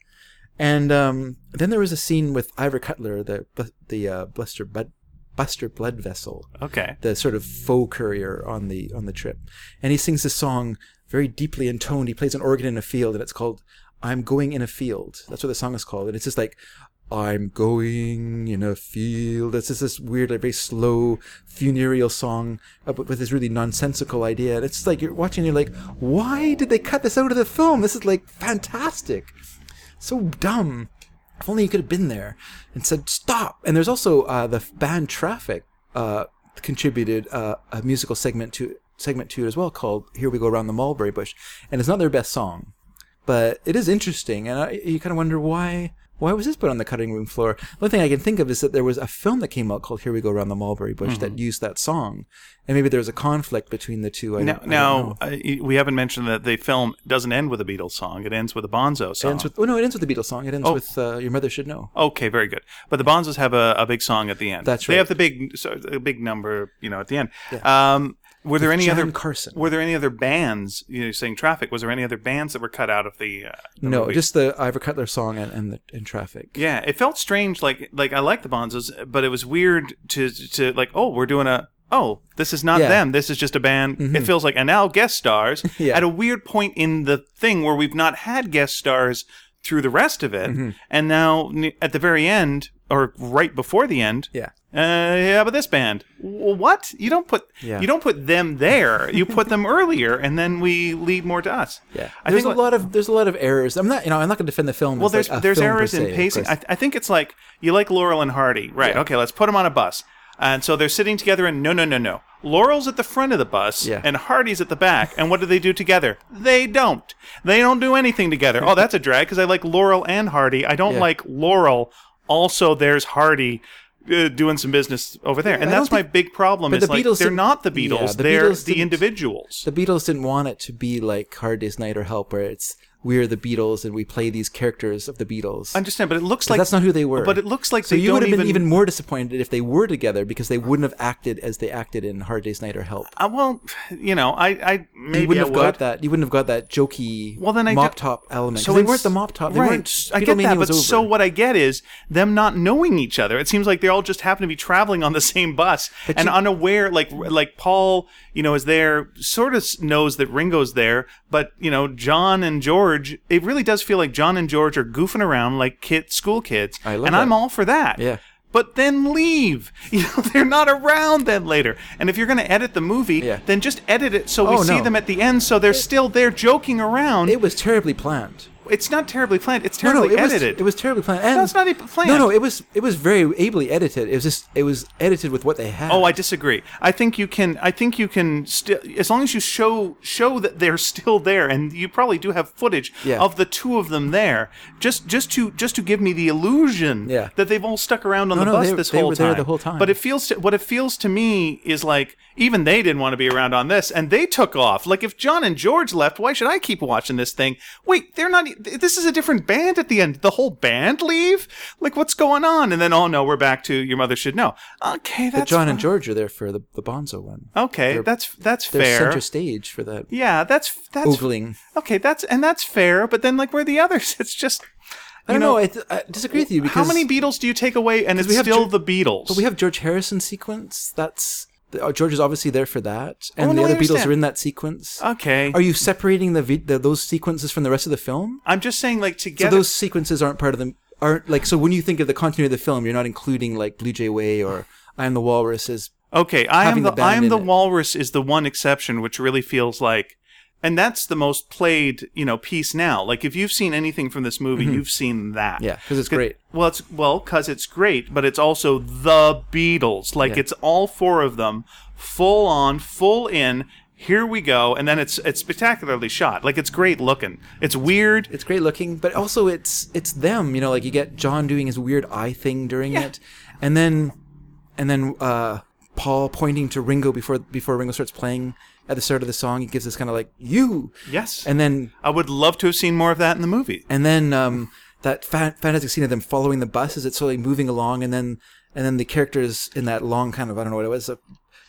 and um, then there was a scene with Ivor Cutler, the the uh, Buster Bud, Buster Blood Vessel, okay. the sort of faux courier on the on the trip, and he sings this song very deeply intoned. He plays an organ in a field, and it's called "I'm Going in a Field." That's what the song is called, and it's just like "I'm going in a field." It's just this weird, like very slow funereal song, uh, but with this really nonsensical idea. And it's just like you're watching, you're like, why did they cut this out of the film? This is like fantastic, so dumb. If only you could have been there and said stop. And there's also uh, the band Traffic uh, contributed uh, a musical segment to segment to it as well called "Here We Go Around the Mulberry Bush," and it's not their best song, but it is interesting, and I, you kind of wonder why why was this put on the cutting room floor. The only thing I can think of is that there was a film that came out called "Here We Go Around the Mulberry Bush" Mm-hmm. that used that song, and maybe there was a conflict between the two. I Now, don't- I don't know. now uh, y- we haven't mentioned that the film doesn't end with a Beatles song. It ends with a Bonzo it song. ends with oh no, it ends with the Beatles song. It ends with uh, "Your Mother Should Know." okay, very good. But the Bonzos have a, a big song at the end. That's They right. have the big so, a big number, you know, at the end. Um, were there any Jan other Carson. Were there any other bands? You know, saying Traffic. Was there any other bands that were cut out of the? Uh, the No, movie? just the Ivor Cutler song and and, the, and Traffic. Yeah, it felt strange. Like like I like the Bonzos, but it was weird to to like oh we're doing a oh this is not Yeah. Mm-hmm. them. This is just a band. It feels like and now guest stars Yeah. at a weird point in the thing where we've not had guest stars through the rest of it, Mm-hmm. and now n- at the very end or right before the end. Yeah. Uh, yeah, but this band. W- What you don't put Yeah. you don't put them there. You put them earlier, and then we lead more to us. Yeah, I there's think a lot of there's a lot of errors. I'm not you know I'm not going to defend the film. well, there's there's errors in pacing. I, I think it's like you like Laurel and Hardy, right? Okay, let's put them on a bus, and so they're sitting together, and no, no, no, no. Laurel's at the front of the bus, Yeah. and Hardy's at the back. And what do they do together? They don't. They don't do anything together. Oh, that's a drag because I like Laurel and Hardy. I don't Yeah. like Laurel. Also, there's Hardy. Uh, doing some business over there, and don't that's my big problem. Is the like Beatles they're didn't- not the yeah, Beatles; the they're Beatles the didn't- individuals. the Beatles didn't want it to be like Hard Day's Night or Help, where it's we're the Beatles and we play these characters of the Beatles. I understand, but it looks like that's not who they were. But it looks like so they you don't would have been even more disappointed if they were together because they wouldn't have acted as they acted in Hard Day's Night or Help. I well, you know, I, I maybe you wouldn't I have would. got that. You wouldn't have got that jokey Well, then I mop don't- top element. So they it's- weren't the mop top. They right? weren't, I get Beatlemania that, but was over. so what I get is them not knowing each other. It seems like they all just happen to be traveling on the same bus and unaware. Like Mm-hmm. like Paul, you know, is there sort of s- knows that Ringo's there, but you know, John and George. It really does feel like John and George are goofing around like kid school kids, I love and that. I'm all for that. Yeah. But then leave. You know, they're not around then later. And if you're going to edit the movie, Yeah. then just edit it so we Oh, see no. them at the end so they're still there joking around. It was terribly planned. It's not terribly planned. It's No, no, terribly it was, edited. it was terribly planned. And That's not even planned. No, no, it was it was very ably edited. It was just it was edited with what they had. Oh, I disagree. I think you can. I think you can still, as long as you show show that they're still there, and you probably do have footage Yeah. of the two of them there. Just just to just to give me the illusion Yeah. that they've all stuck around on the no, bus they- this they whole were time. there the whole time. But it feels to, what it feels to me is like even they didn't want to be around on this, and they took off. Like if John and George left, why should I keep watching this thing? Wait, they're not. e- This is a different band at the end. The whole band leave. Like what's going on? And then oh no, we're back to your mother should know. Okay, that's but John fine. and George are there for the, the Bonzo one. Okay, They're- that's that's They're fair. center stage for that Yeah, that's that's ogling. okay. That's and that's fair. But then, like, where are the others? It's just I you don't know, know. I, th- I disagree with you because how many Beatles do you take away, and it's we have still Ge- the Beatles. But we have George Harrison sequence. That's the, uh, George is obviously there for that, and Oh, no, the I other Beatles understand. are in that sequence. okay. are you separating the, vi- the those sequences from the rest of the film? I'm just saying, like, So together. those sequences aren't part of the aren't like. So when you think of the continuity of the film, you're not including like Blue Jay Way or I Am the Walrus as okay, I am having the, the I band am in the it. Walrus is the one exception, which really feels like. And that's the most played, you know, piece now. Like, if you've seen anything from this movie, you've seen that. Mm-hmm. yeah because it's Good- great. Well, it's well because it's great, but it's also the Beatles. Like Yeah. it's all four of them, full on, full in. Here we go, and then it's it's spectacularly shot. Like it's great looking. It's weird. It's great looking, but also it's it's them. You know, like you get John doing his weird eye thing during it, and then and then uh, Paul pointing to Ringo before before Ringo starts playing at the start of the song. He gives this kind of like you, Yes, and and then I would love to have seen more of that in the movie. and then um, that fa- fantastic scene of them following the bus as it's slowly moving along, and then and then the characters in that long kind of I don't know what it was a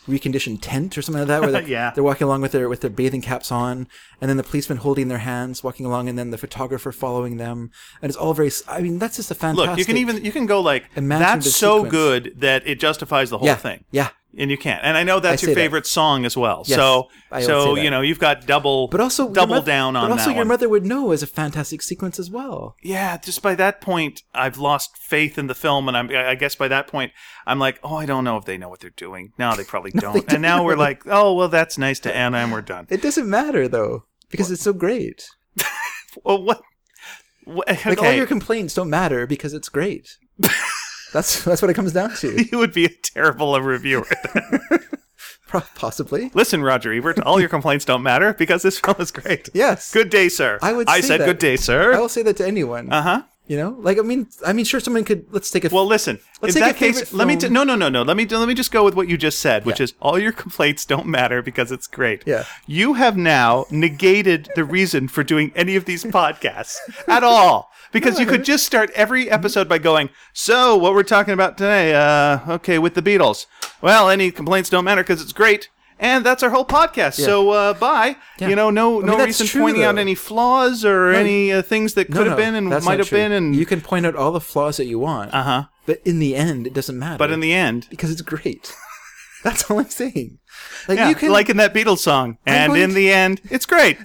reconditioned tent or something like that, where they're, Yeah. they're walking along with their with their bathing caps on, and then the policeman holding their hands walking along, and then the photographer following them, and it's all very. s- I mean, that's just a fantastic. Look, you can even you can go like Imagine the that's so sequence. good that it justifies the whole yeah thing. yeah. And you can't. And I know that's I your say that. favorite song as well. so I would so say that. you know you've got double But also your double moth- down on But also that one. your mother would know is a fantastic sequence as well. yeah, just by that point, I've lost faith in the film, and I'm, I guess by that point, I'm like, oh, I don't know if they know what they're doing. No, they probably don't. and now we're like, oh, well, that's nice to Anna, and we're done. It doesn't matter though because it's so great. Well, what? what okay, Like all your complaints don't matter because it's great. that's that's what it comes down to. you would be a terrible reviewer. Pro- Possibly. Listen, Roger Ebert, all your complaints don't matter because this film is great. Yes. Good day, sir. I would I say said that. good day, I sir. will say that to anyone. Uh huh. you know, like I mean, I mean, sure, someone could. Let's take a. Well, listen. Let's in take that a case, favorite let me t- film. no no no no. Let me let me just go with what you just said, which Yeah. is all your complaints don't matter because it's great. Yeah. You have now negated the reason for doing any of these podcasts at all because you could just start every episode by going, "So, what we're talking about today? Uh, okay, with the Beatles. Well, any complaints don't matter because it's great." And that's our whole podcast. So, uh, bye. Yeah. You know, no, I mean, no that's reason true, pointing out though. any flaws or any uh, things that could No, have no, been and that's might not have true. been. And you can point out all the flaws that you want. Uh Uh-huh. But in the end, it doesn't matter. but in the end, because it's great. that's all I'm saying. Like Yeah, you can. like in that Beatles song. And going in to- the end, it's great.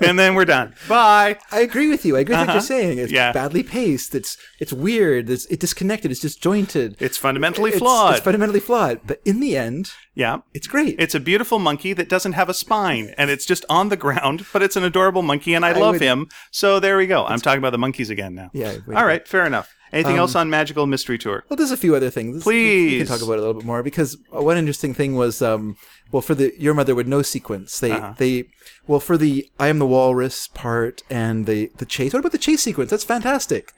and then we're done. Bye. I agree with you. I agree with what you're saying. It's Uh-huh. Yeah. badly paced. It's it's weird. It's it disconnected. It's disjointed. It's fundamentally It's- flawed. It's fundamentally flawed. But in the end, yeah. it's great. It's a beautiful monkey that doesn't have a spine and it's just on the ground, but it's an adorable monkey and I, love would- him. So there we go. I'm talking about the monkeys again now. Yeah, Um, wait. All right, fair enough. Anything else on Magical Mystery Tour? Well, there's a few other things. we- we Please. can talk about it a little bit more because uh, one interesting thing was, um, well, for the your mother would know sequence, they Uh-huh. they, well, for the I am the walrus part and the the chase. What about the chase sequence? That's fantastic.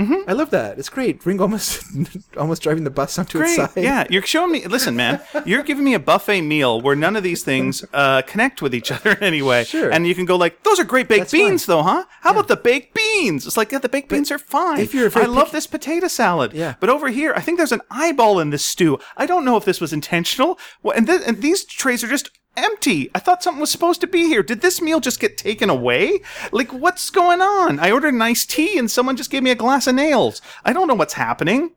Mm-hmm. I love that. It's great. Ringo almost almost driving the bus onto its Great. side. Yeah, you're showing me. Listen, man, you're giving me a buffet meal where none of these things uh, connect with each other in any way. Sure. And you can go like, those are great baked That's beans, though, huh? How about the baked beans? It's like, yeah, the baked beans are fine. if you're I very love picky- this potato salad. Yeah. But over here, I think there's an eyeball in this stew. I don't know if this was intentional. Well, and, th- and these trays are just empty. I thought something was supposed to be here. Did this meal just get taken away? Like, what's going on? I ordered an iced tea and someone just gave me a glass of nails. I don't know what's happening.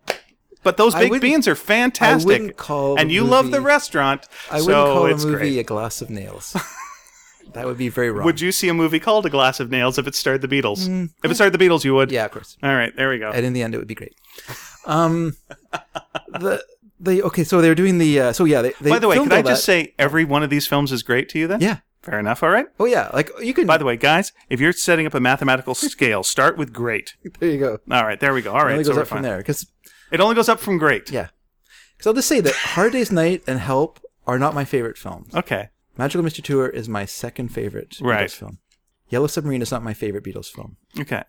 But those baked wouldn't- beans are fantastic I fantastic. wouldn't call and the you love the movie- restaurant. I so wouldn't call a it's movie great. a glass of nails. that would be very wrong. Would you see a movie called A Glass of Nails if it starred the Beatles? if it starred the Beatles, you would. Mm, yeah, of course. All right, there we go. and in the end it would be great. Um, the they okay, so they were doing the uh, so yeah. They, they By the way, filmed could I all just that. say every one of these films is great to you then? yeah, Fair enough. All right. Oh yeah, like you can. By the way, guys, if you're setting up a mathematical scale, start with great. there you go. All right. There we go. All It right. only so goes we're up from fine. there because It only goes up from great. yeah. Because I'll just say that Hard Day's Night and Help are not my favorite films. Okay. Magical Mystery Tour is my second favorite Right. Beatles film. Yellow Submarine is not my favorite Beatles film. Okay.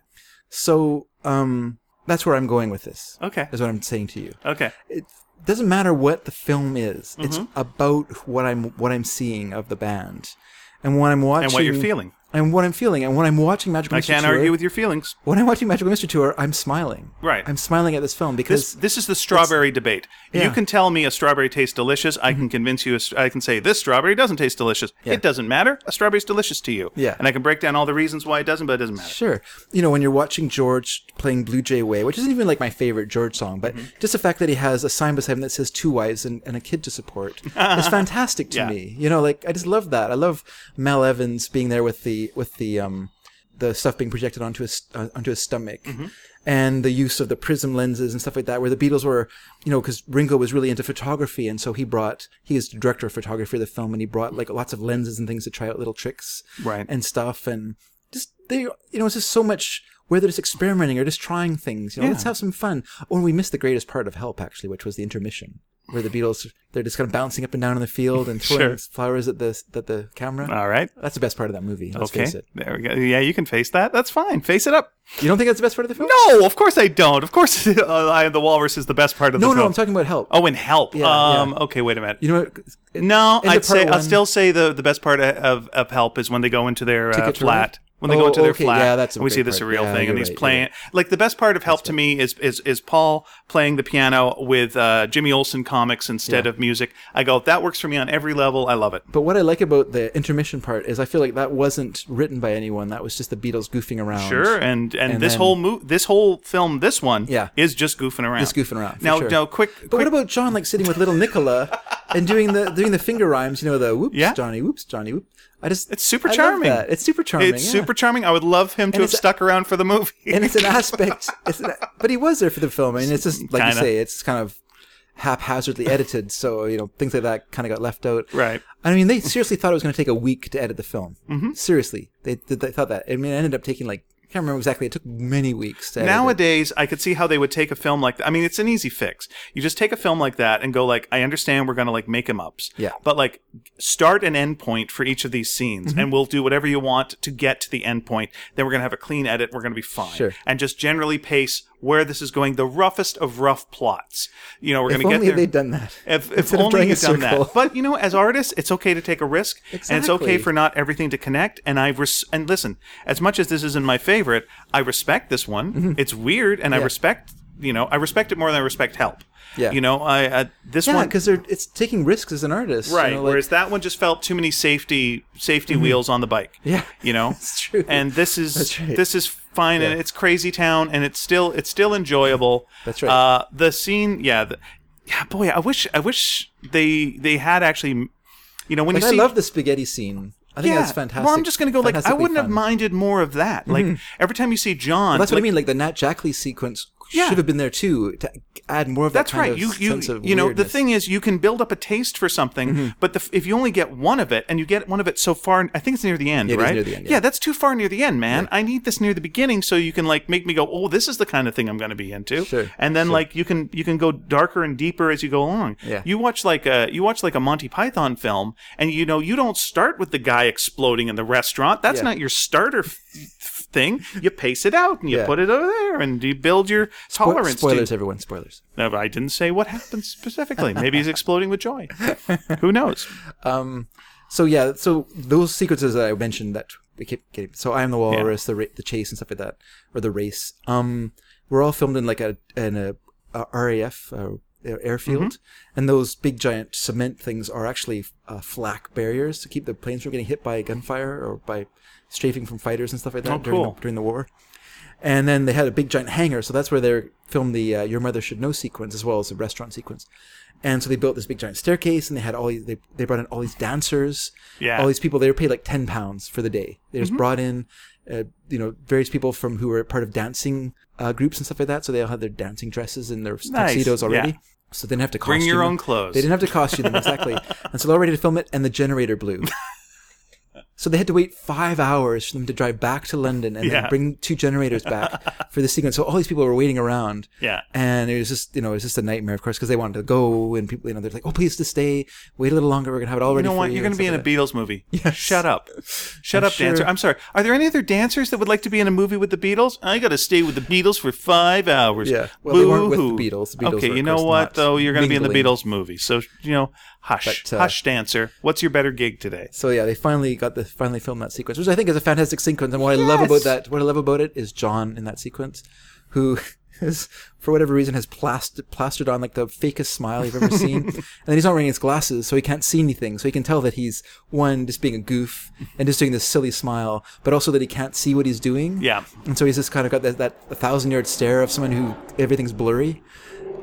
So um, that's where I'm going with this. Okay. Is what I'm saying to you. Okay. It doesn't matter what the film is. Mm-hmm. It's about what I'm what I'm seeing of the band, and what I'm watching, And what you're feeling. and what I'm feeling, and when I'm watching Magical I Mystery can't Tour, argue with your feelings. when I'm watching Magical Mystery Tour, I'm smiling. Right. I'm smiling at this film This because this is the strawberry debate. You Yeah. Mm-hmm. can tell me a strawberry tastes delicious. I can convince you. a st- I can say this strawberry doesn't taste delicious. It doesn't matter. A strawberry's delicious to you. Yeah. And I can break down all the reasons why it doesn't, but it doesn't matter. Sure. You know, when you're watching George playing Blue Jay Way, which isn't even like my favorite George song, but Mm-hmm. just the fact that he has a sign beside him that says two wives and, and a kid to support is fantastic to Yeah. me. You know, like I just love that. I love Mel Evans being there with the with the um the stuff being projected onto his uh, onto his stomach. Mm-hmm. And the use of the prism lenses and stuff like that, where the Beatles were, you know, because Ringo was really into photography, and so he brought, he is the director of photography of the film, and he brought like lots of lenses and things to try out little tricks Right. and stuff and just they you know it's just so much where they're just experimenting or just trying things you know let's have some fun oh and we missed the greatest part of help actually which was the intermission where the beatles they're just kind of bouncing up and down in the field and throwing Sure. flowers at the at the camera All right. that's the best part of that movie let's okay. face it There we go. Yeah, you can face that. That's fine. Face it up. you don't think that's the best part of the film No, of course I don't. Of course, uh, I, the walrus is the best part of the no no film. i'm talking about help oh, and help. yeah. um. Okay. Wait a minute. you know what No, the I'd say part I'll one- still say the the best part of of help is when they go into their uh, Ticket to flat. Ride? When they go Oh, into their okay, flat, yeah, that's a and we great see this part. surreal Yeah, thing, you're and he's right, you're playing. Like the best part of help to me is is is Paul playing the piano with uh, Jimmy Olsen comics instead of music. I go, that works for me on every level. I love it. But what I like about the intermission part is I feel like that wasn't written by anyone. That was just the Beatles goofing around. Sure, and and, And this then- whole mo- this whole film, this one, Yeah. is just goofing around. Just goofing around, for Now, sure. now, quick, But what quick- about John, like sitting with little Nicola and doing the doing the finger rhymes? You know, the whoops, Yeah. Johnny, whoops, Johnny, whoop. I just It's super I love charming. that. It's super charming. it's yeah. super charming. I would love him to have it's- stuck around for the movie. and it's an aspect. It's an, but he was there for the film, and it's just like Kinda. you say, it's kind of haphazardly edited. So you know, things like that kind of got left out. Right. I mean, they seriously thought it was going to take a week to edit the film. Mm-hmm. Seriously, they, they they thought that. I mean, it ended up taking like I can't remember exactly. It took many weeks to edit it. Nowadays, I could see how they would take a film like that. I mean, it's an easy fix. You just take a film like that and go like, I understand we're going to like make em ups. Yeah. But like start an end point for each of these scenes Mm-hmm. and we'll do whatever you want to get to the end point. Then we're going to have a clean edit. We're going to be fine. Sure. And just generally pace where this is going. The roughest of rough plots. You know, we're going If to get only there. they'd done that. If, if Instead of only drawing a you'd done that. circle. But you know, as artists, it's okay to take a risk, and it's okay Exactly. for not everything to connect. And I res- and listen, as much as this isn't my favorite, I respect this one. Mm-hmm. It's weird, and I respect you know I respect it more than I respect help. Yeah. you know, I, I this Yeah, one because they're it's taking risks as an artist. you right. know, like- Mm-hmm. whereas that one just felt too many safety safety wheels on the bike. Yeah. you know, That's true. And this is That's right. this is fine, and it's crazy town, and it's still it's still enjoyable. That's right. Uh, the scene, yeah, the, yeah, boy, I wish I wish they they had actually, you know, when Like, you I see love the spaghetti scene. I think yeah, that's fantastic. Well, I'm just gonna go like I fantastically wouldn't have fun. Mm-hmm. minded more of that. Like every time you see John, That's what like, I mean. Like the Nat Jackley sequence Yeah. should have been there too to add more of that That's kind right. of you you sense of you know the weirdness. Mm-hmm. thing is you can build up a taste for something, but the, f- if you only get one of it and you get one of it so far, I think it's near the end, Yeah, it is right? near the end, yeah. yeah. that's too far near the end, man. I need this near the beginning so you can like make me go, oh, this is the kind of thing I'm going to be into, Sure, and then like you can you can go darker and deeper as you go along. Yeah. You watch like a you watch like a Monty Python film, and you know you don't start with the guy exploding in the restaurant. That's Yeah. not your starter. F- f- thing you pace it out and you Yeah. put it over there and you build your Spo- tolerance to- Spoilers, everyone. Spoilers. no, but I didn't say what happened specifically. Maybe he's exploding with joy. Who knows? Um, so yeah, so those sequences that I mentioned that we keep getting. So I am the walrus, the ra- the chase and stuff like that, or the race. Um, were all filmed in like a in a, a RAF uh, airfield, and those big giant cement things are actually uh, flak barriers to keep the planes from getting hit by gunfire or by strafing from fighters and stuff like that during, cool. the, during the war. And then they had a big giant hangar, so that's where they filmed the uh, "Your Mother Should Know" sequence as well as the restaurant sequence. And so they built this big giant staircase, and they had all these, they they brought in all these dancers, Yeah. Mm-hmm. all these people. They were paid like ten pounds for the day. They just brought in, uh, you know, various people from who were part of dancing uh, groups and stuff like that. So they all had their dancing dresses and their tuxedos already. yeah. So they didn't have to costume Bring your them. own clothes. They didn't have to costume them exactly, and so they're all ready to film it. And the generator blew. So they had to wait five hours for them to drive back to London and Yeah. then bring two generators back for the sequence. So all these people were waiting around. Yeah. And it was just, you know, it was just a nightmare, of course, because they wanted to go and people, you know, they're like, oh, please just stay, wait a little longer. We're going to have it all You ready know for what? You're going to be in a and stuff Beatles movie. Yes. Shut up. Shut I'm up, dancer. sure- I'm sorry. Are there any other dancers that would like to be in a movie with the Beatles? I got to stay with the Beatles for five hours. Yeah. Well, they weren't with the Boo-hoo. Beatles. The Beatles okay, were, you of know course, what, not though? You're going to be in the mingling. Beatles movie. So, you know, hush. But, uh, hush, dancer. What's your better gig today? So yeah, they finally got the finally filmed that sequence, which I think is a fantastic sequence. And what I love Yes! about that, what I love about it is John in that sequence, who is for whatever reason has plastered plastered on like the fakest smile you've ever seen, and then he's not wearing his glasses, so he can't see anything. So he can tell that he's one just being a goof and just doing this silly smile, but also that he can't see what he's doing. Yeah. And so he's just kind of got that, that a thousand yard stare of someone who everything's blurry,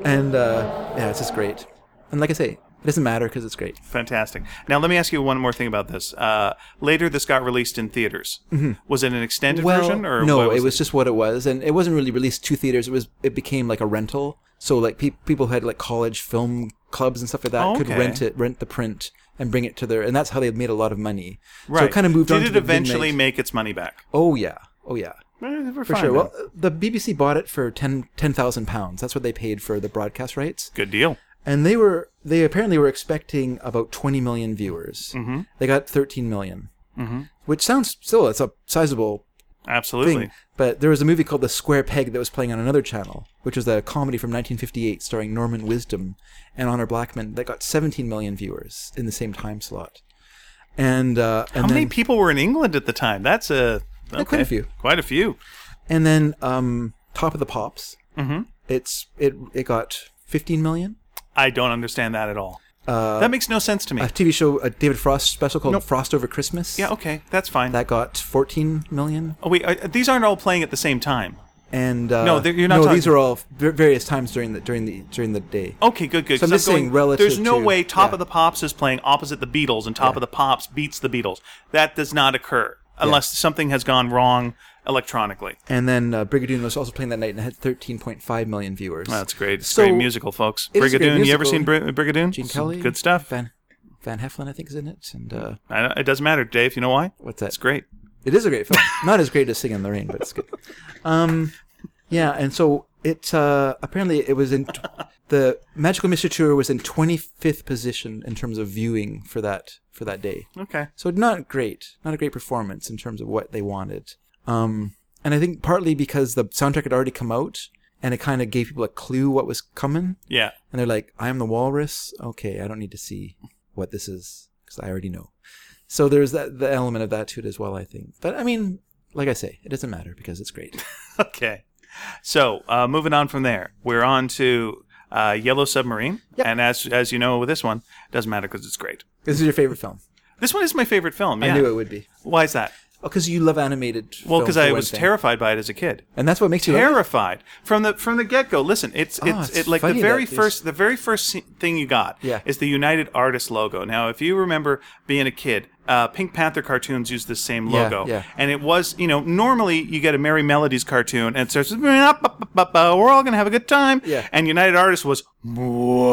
and uh, yeah, it's just great. And like I say, it doesn't matter because it's great. Fantastic. Now, let me ask you one more thing about this. Uh, later, this got released in theaters. Was it an extended version? or Mm-hmm. no, what it was just what it was, and it wasn't really released to theaters. It was it became like a rental. So like pe- people who had like college film clubs and stuff like that Oh, could okay. rent it, rent the print, and bring it to their, and that's how they made a lot of money. Right. So it kind of moved Did on. to it the eventually midnight- make its money back? Oh yeah, oh yeah, Eh, they were for fine sure. then. Well, the BBC bought it for ten ten thousand pounds. That's what they paid for the broadcast rights. Good deal. And they were they apparently were expecting about 20 million viewers. Mm-hmm. They got 13 mm-hmm. which sounds still it's a sizable Absolutely. thing. But there was a movie called The Square Peg that was playing on another channel, which was a comedy from 1958 starring Norman Wisdom and Honor Blackman that got 17 million viewers in the same time slot. And uh, and How then many people were in England at the time? That's a okay. quite a few. Quite a few. and then um, Top of the Pops. Mm-hmm. It's it it got 15 million. I don't understand that at all. Uh, that makes no sense to me. A TV show, a David Frost special called Frost Over Christmas. yeah, okay, that's fine. that got 14 million. oh, wait, uh, these aren't all playing at the same time. And uh, No, they're- you're not No, talking- these are all f- var- various times during the during the during the day. Okay, good, good. So I'm 'cause just saying relative There's no to- way Top yeah. of the Pops is playing opposite the Beatles and Top of the Pops beats the Beatles. That does not occur unless something has gone wrwrong electronically. And then uh, Brigadoon was also playing that night and had 13.5 million viewers. That's great. It's So- a great musical, folks. It is a great Brigadoon. You ever musical. seen Bri- Brigadoon? Gene Some Kelly, Good stuff. Van Van Heflin, I think, is in it, and uh, I don't- it doesn't matter, Dave. You know why? what's that? It's great. It is a great film. Not as great as Singing in the Rain, but it's good. Um, yeah, and so it uh, apparently it was in t- the Magical Mystery Tour was in 25th position in terms of viewing for that for that day. Okay. So not great, not a great performance in terms of what they wanted. Um, and I think partly because the soundtrack had already come out, and it kind of gave people a clue what was coming. Yeah. And they're like, "I'm the walrus. Okay, I don't need to see what this is because I already know." So there's that the element of that to it as well. I think, but I mean, like I say, it doesn't matter because it's great. Okay. So uh, moving on from there, we're on to uh, Yellow Submarine, Yep. and as as you know with this one, it doesn't matter because it's great. this is your favorite film. This one is my favorite film. Yeah. I knew it would be. Why is that? Oh, because you love animated. Well, films because for I one was thing. terrified by it as a kid. and that's what makes you. love it? Terrified from the from the get go. Listen, it's it's, it's it, like the funny very that these- first the very first se- thing you got Yeah. is the United Artists logo. Now, if you remember being a kid, uh, Pink Panther cartoons used the same Yeah, logo, yeah. and it was you know normally you get a Merry Melodies cartoon and it starts with, "We're all gonna have a good time, Yeah. and United Artists was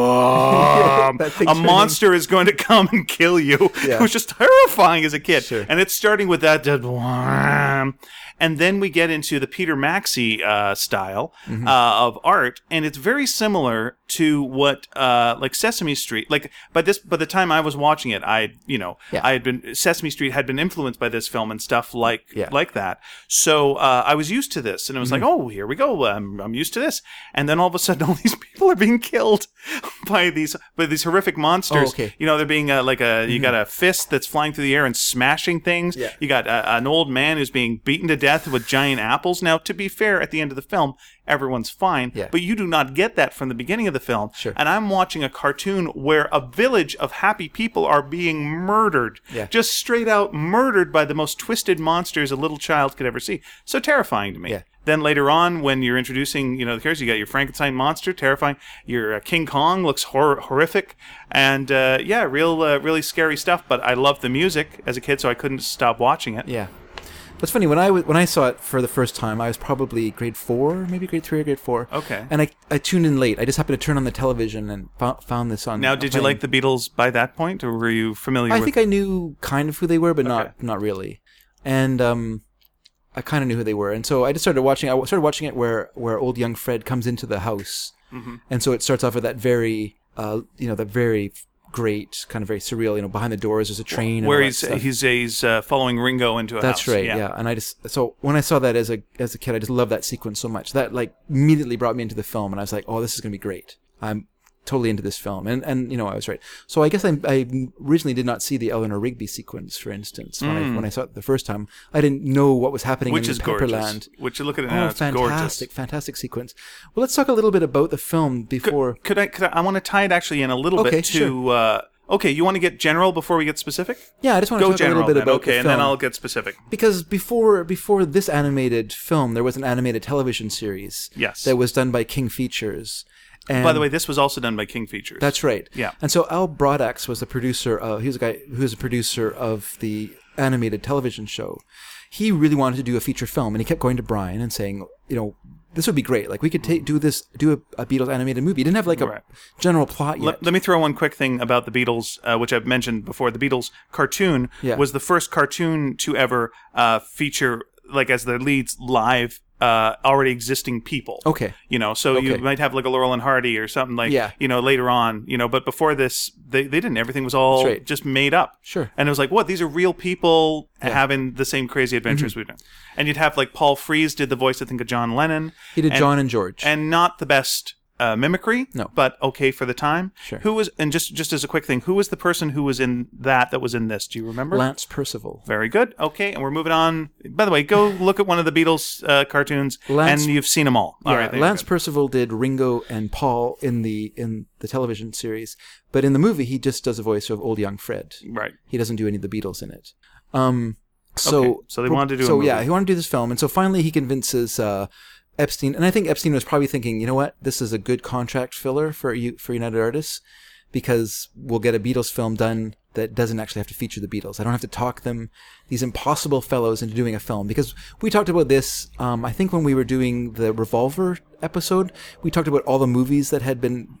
"Mwah, That thing a turning- monster is going to come and kill you. Yeah. It was just terrifying as a kid, Sure. and it's starting with that dead wham. and then we get into the Peter Maxey uh, style Mm-hmm. uh, of art, and it's very similar to what uh, like Sesame Street. Like by this, by the time I was watching it, I you know Yeah. I had been Sesame Street had been influenced by this film and stuff like Yeah. Mm-hmm. like that. So uh, I was used to this, and it was like, oh, here we go. I'm, I'm used to this, and then all of a sudden, all these people are being killed by these by these horrific monsters. Oh, okay. Mm-hmm. You know, they're being uh, like a you got a fist that's flying through the air and smashing things. Yeah. You got uh, an old man who's being beaten to death with giant apples. Now, to be fair, at the end of the film, everyone's fine. Yeah. But you do not get that from the beginning of the film. Sure. And I'm watching a cartoon where a village of happy people are being murdered. Yeah. Just straight out murdered by the most twisted monsters a little child could ever see. So terrifying to me. Yeah. Then later on, when you're introducing, you know, the characters, you got your Frankenstein monster, terrifying. Your uh, King Kong looks hor- horrific, and uh, yeah, real, uh, really scary stuff. But I love the music as a kid, so I couldn't stop watching it. Yeah. It's funny when I was, when I saw it for the first time, I was probably grade four, maybe grade three or grade four. Okay. And I, I tuned in late. I just happened to turn on the television and fo- found this on. Now, did you like the Beatles by that point, or were you familiar I with? think I knew kind of who they were, but Okay. not not really. And um, I kind of knew who they were, and so I just started watching. I started watching it where where old young Fred comes into the house, Mm-hmm. and so it starts off with that very uh, you know, that very great kind of very surreal. You know, behind the doors there's a train. and all where that he's stuff. he's, he's uh, following Ringo into a That's house. right. Yeah. and I just so when I saw that as a as a kid, I just loved that sequence so much. That like immediately brought me into the film, and I was like, "Oh, this is gonna be great. I'm totally into this film." And and you know, I was right. So I guess I, I originally did not see the Eleanor Rigby sequence, for instance, when I when I saw it the first time. I didn't know what was happening Hmm. which in is gorgeous. Pepperland. Which you look at it now, Oh, it's fantastic, gorgeous. fantastic sequence. Well, let's talk a little bit about the film before. Could I? Could I, I want to tie it actually in a little Okay, bit to. Uh, okay, you want to get general before we get specific? yeah, I just want to Go talk a general little bit then. about okay, the and then film. I'll get specific. because before before this animated film, there was an animated television series. Yes. that was done by King Features. And By the way, this was also done by King Features. that's right. Yeah. And so Al Broadax was the producer. Of, he was a guy who was a producer of the animated television show. He really wanted to do a feature film, and he kept going to Brian and saying, you know, this would be great. Like we could take do this, do a, a Beatles animated movie. He didn't have like a Right. general plot yet. Let, let me throw one quick thing about the Beatles, uh, which I've mentioned before. The Beatles cartoon Yeah. was the first cartoon to ever uh, feature, like, as their leads, live, uh, already existing people. Okay. You know, so you Okay. might have like a Laurel and Hardy or something like, Yeah. you know, later on, you know, but before this, they, they didn't. Everything was all That's right. just made up. Sure. And it was like, what? These are real people having the same crazy adventures Mm-hmm. we've done. And you'd have like Paul Frees did the voice, I think, of John Lennon he did and- John and George. and not the best uh, mimicry. No. but okay for the time. Sure. Who was and just just as a quick thing, who was the person who was in that that was in this? Do you remember? Lance Percival. Very good. Okay, and we're moving on. By the way, go look at one of the Beatles uh, cartoons, Lance- and you've seen them all. all Yeah, right, there you Lance go. Percival did Ringo and Paul in the in the television series, but in the movie he just does a voice of old young Fred. Right. He doesn't do any of the Beatles in it. Um, so Okay, so they wanted to do a So yeah, movie. he wanted to do this film, and so finally he convinces uh, Epstein, and I think Epstein was probably thinking, you know what, this is a good contract filler for you for United Artists because we'll get a Beatles film done that doesn't actually have to feature the Beatles. I don't have to talk them, these impossible fellows, into doing a film. Because we talked about this, um, I think when we were doing the Revolver episode, we talked about all the movies that had been,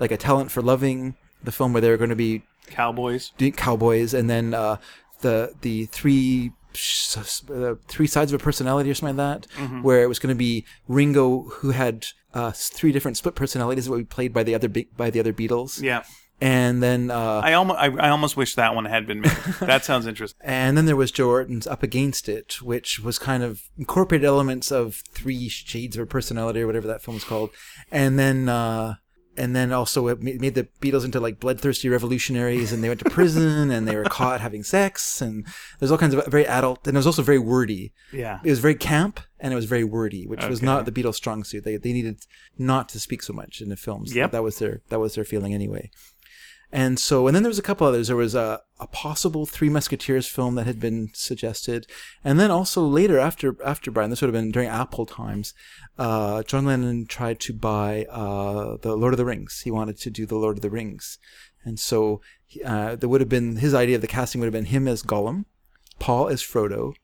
like A Talent for Loving, the film where they were going to be Cowboys. doing cowboys, and then uh, the the three sh- uh, three sides of a personality or something like that, where it was going to be Ringo who had uh, s- three different split personalities that would be played by the other Be- by the other Beatles, Yeah, and then uh, I almost I, I almost wish that one had been made. that sounds interesting. and then there was Joe Orton's Up Against It, which was kind of incorporated elements of Three Shades of a Personality or whatever that film was called, and then uh, and then also it ma- made the Beatles into like bloodthirsty revolutionaries, and they went to prison and they were caught having sex, and there's all kinds of very adult, and it was also very wordy. Yeah. It was very camp and it was very wordy, which was not the Beatles' strong suit. They they needed not to speak so much in the films. Yep. that was their that was their feeling anyway. And so, and then there was a couple others. There was a, a possible Three Musketeers film that had been suggested, and then also later after after Brian, this would have been during Apple times. Uh, John Lennon tried to buy uh, the Lord of the Rings. He wanted to do the Lord of the Rings, and so uh, there would have been his idea of the casting would have been him as Gollum, Paul as Frodo,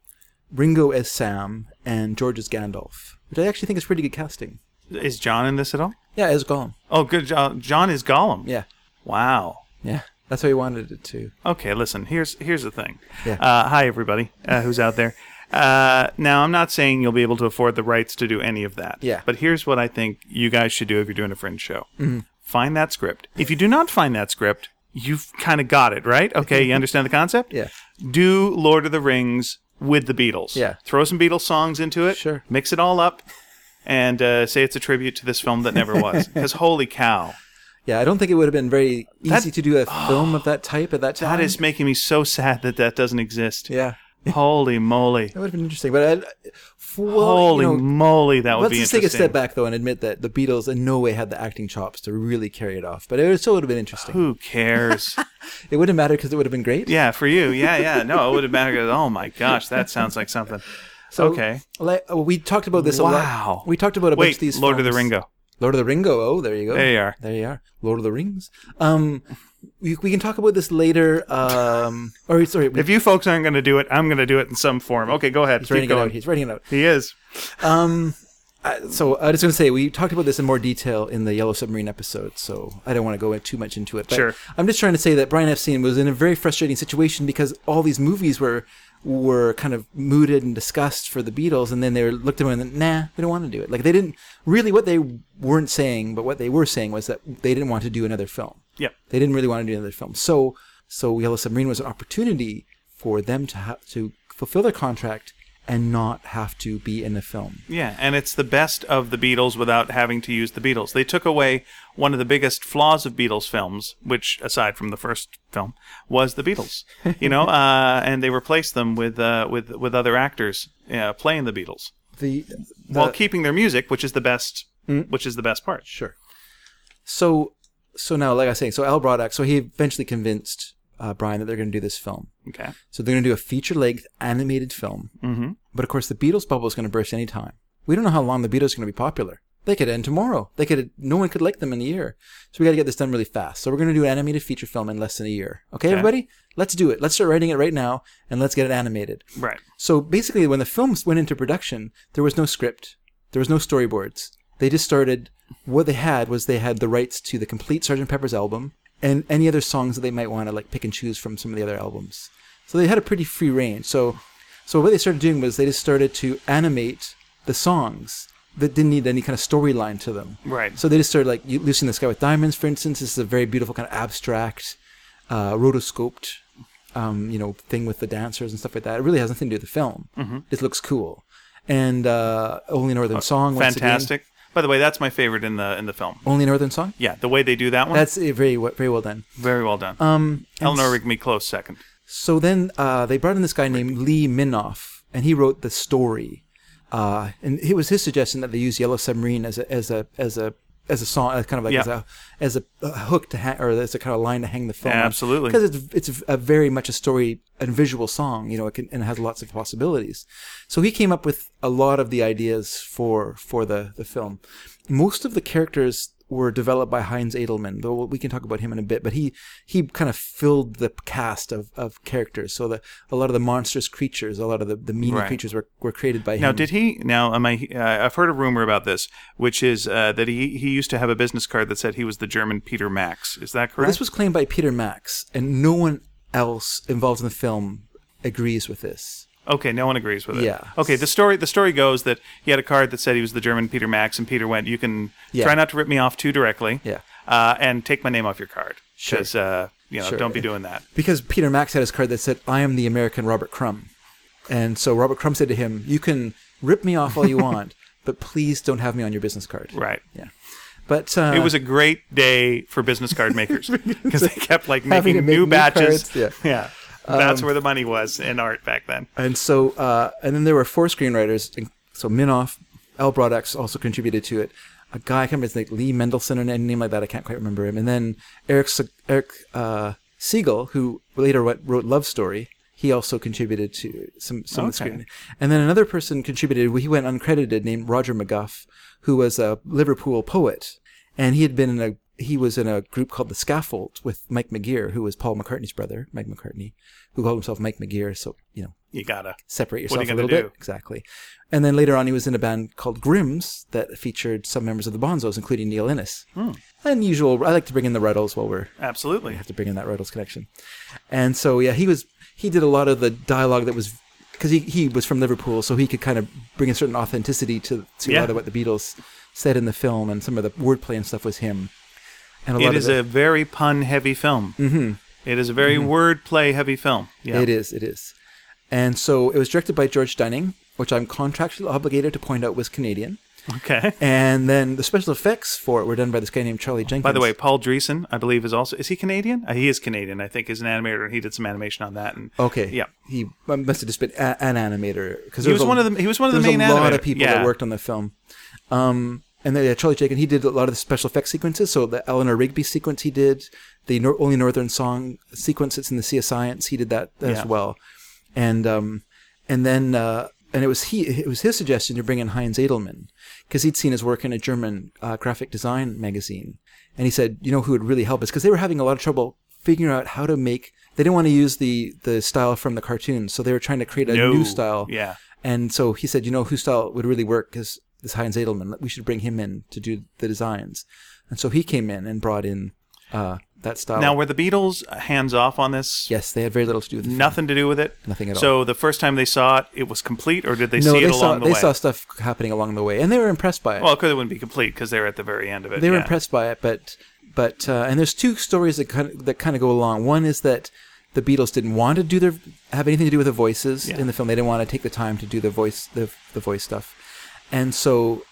Ringo as Sam, and George as Gandalf, which I actually think is pretty good casting. Is John in this at all? Yeah, as Gollum. Oh, good. Jo- John is Gollum. Yeah, Wow. yeah, that's how he wanted it to. Okay, listen. Here's here's the thing. Yeah. Uh, hi, everybody uh, who's out there. Uh, now, I'm not saying you'll be able to afford the rights to do any of that. Yeah. Mm-hmm. But here's what I think you guys should do if you're doing a fringe show: find that script. If you do not find that script, you've kind of got it right. Okay, you understand the concept. Yeah. Do Lord of the Rings with the Beatles. Yeah. Throw some Beatles songs into it. Sure. Mix it all up. And uh, say it's a tribute to this film that never was. Because holy cow, Yeah, I don't think it would have been very easy to do a film of that type at that time. that is making me so sad that that doesn't exist. yeah, Holy moly. it would have been interesting. But I, for, well, Holy you know, moly, that would let's be just interesting. take a step back though and admit that the Beatles in no way had the acting chops to really carry it off. But it still would have been interesting. Who cares? It wouldn't matter because it would have been great. yeah, for you. Yeah, yeah. No, it would have mattered. Oh my gosh, that sounds like something. So, okay. Like, oh, we talked about this a lot. Wow. We talked about a bunch Wait, of these. Lord of the films. Ringo. Lord of the Ringo. Oh, there you go. There you are. There you are. Lord of the Rings. Um, we, we can talk about this later. Um, or sorry, we- If you folks aren't going to do it, I'm going to do it in some form. Okay, go ahead. he's writing Keep it out. going. He's writing it out. He is. Um, I, so I was going to say we talked about this in more detail in the Yellow Submarine episode, so I don't want to go in too much into it. But Sure. I'm just trying to say that Brian Epstein was in a very frustrating situation because all these movies were were kind of mooted and discussed for the Beatles, and then they were looked at them and nah, we don't want to do it. Like they didn't really what they weren't saying, but what they were saying was that they didn't want to do another film. Yep. They didn't really want to do another film. So, so Yellow Submarine was an opportunity for them to ha- to fulfill their contract and not have to be in the film. Yeah, and it's the best of the Beatles without having to use the Beatles. They took away one of the biggest flaws of Beatles films, which, aside from the first film, was the Beatles. You know, uh, and they replaced them with uh, with with other actors uh, playing the Beatles The, Mm. while keeping their music, which is the best, which is the best part. sure. So, so now, like I was saying, so Al Broadek, so he eventually convinced uh, Brian that they're going to do this film. Okay. So they're going to do a feature-length animated film. Mm-hmm. But of course, the Beatles bubble is going to burst any time. We don't know how long the Beatles are going to be popular. They could end tomorrow. They could. No one could like them in a year. So we got to get this done really fast. So we're going to do an animated feature film in less than a year. Okay, everybody, let's do it. Let's start writing it right now, and let's get it animated. Right. So basically, when the films went into production, there was no script, there was no storyboards. They just started. What they had was they had the rights to the complete Sgt. Pepper's album and any other songs that they might want to like pick and choose from some of the other albums. So they had a pretty free range. So, so what they started doing was they just started to animate the songs that didn't need any kind of storyline to them. Right. So they just started like you- Lucy in the Sky with Diamonds, for instance. This is a very beautiful kind of abstract, uh, rotoscoped, um, you know, thing with the dancers and stuff like that. It really has nothing to do with the film. Mm-hmm. It looks cool. And uh, Only Northern Song. once again. Fantastic. By the way, that's my favorite in the in the film. Only Northern Song. Yeah, the way they do that one, That's uh, very we- very well done. very well done. Um, and Eleanor Rigby close second. So then uh, they brought in this guy named Lee Minoff, and he wrote the story. Uh, and it was his suggestion that they use Yellow Submarine as a as a as a as a song, uh, kind of like Yeah. as a as a, a hook to hang, or as a kind of line to hang the film. Yeah, absolutely. because it's it's a very much a story and visual song. You know, it can, and it has lots of possibilities. So he came up with a lot of the ideas for for the the film. Most of the characters were developed by Heinz Edelman, though we can talk about him in a bit. But he he kind of filled the cast of, of characters. So the a lot of the monstrous creatures, a lot of the the mean Right. creatures were, were created by him. Now, did he? Now, am I? Uh, I've heard a rumor about this, which is uh, that he he used to have a business card that said he was the German Peter Max. Is that correct? This was claimed by Peter Max, and no one else involved in the film agrees with this. okay, no one agrees with it. Yeah. Okay. The story the story goes that he had a card that said he was the German Peter Max, and Peter went, "You can Yeah. try not to rip me off too directly. Yeah. Uh, and take my name off your card. Sure. Because uh, you know, Sure. don't be doing that. because Peter Max had his card that said, "I am the American Robert Crumb," and so Robert Crumb said to him, "You can rip me off all you want, but please don't have me on your business card." Right. Yeah. But uh, It was a great day for business card makers because they kept like Having to making make new new batches. cards, yeah. Um, That's where the money was in art back then. and so uh, and then there were four screenwriters. and So Minoff, L. Broadex also contributed to it. A guy I can't remember his name, Lee Mendelson or a name like that. I can't quite remember him. And then Eric Se- Eric uh, Siegel, who later wrote, wrote Love Story, he also contributed to some some of the Okay. screen. And then another person contributed. He went uncredited, named Roger McGuff, who was a Liverpool poet, and he had been in a he was in a group called the Scaffold with Mike McGear, who was Paul McCartney's brother, Mike McCartney, who called himself Mike McGear. So you know You gotta. separate What are you yourself a gonna little do? bit. Exactly. And then later on, he was in a band called Grimm's that featured some members of the Bonzos, including Neil Innes. Hmm. Unusual. I like to bring in the Ruddles while we're Absolutely. have to bring in that Ruddles connection. And so yeah, he was he did a lot of the dialogue that was because he, he was from Liverpool, so he could kind of bring a certain authenticity to to a Yeah. lot of what the Beatles said in the film, and some of the wordplay and stuff was him. And a It lot is of a very pun heavy film. Mm-hmm. is a very word play heavy film. Yeah. It is. It is. And so it was directed by George Dunning, which I'm contractually obligated to point out was Canadian. Okay. And then the special effects for it were done by this guy named Charlie Jenkins. By the way, Paul Dreesen, I believe, is also is he Canadian? Uh, he is Canadian, I think, is an animator, and he did some animation on that. And okay, yeah, he um, must have just been a, an animator because he was one of the he was one of the main a lot animator. of people Yeah. that worked on the film. Um, and then yeah, Charlie Jenkins, he did a lot of the special effects sequences. So the Eleanor Rigby sequence he did, the nor- only Northern Song sequence that's in the Sea of Science, he did that as Yeah. well. And um, and then uh, and it was he it was his suggestion to bring in Heinz Edelman because he'd seen his work in a German uh, graphic design magazine, and he said, you know, who would really help us because they were having a lot of trouble figuring out how to make. They didn't want to use the the style from the cartoons, so they were trying to create a No. new style. Yeah. And so he said, you know, whose style would really work is this Heinz Edelman. We should bring him in to do the designs. And so he came in and brought in uh, that style. Now, were the Beatles hands off on this? yes, they had very little to do with the film. Nothing to do with it. Nothing at all. So the first time they saw it, it was complete, or did they no, see they it along saw the they way? saw stuff happening along the way, and they were impressed by it. well, because it wouldn't be complete because they were at the very end of it. they were yeah. impressed by it, but but uh, and there's two stories that kind of, that kind of go along. One is that the Beatles didn't want to do their have anything to do with the voices Yeah. in the film. They didn't want to take the time to do the voice the the voice stuff, and so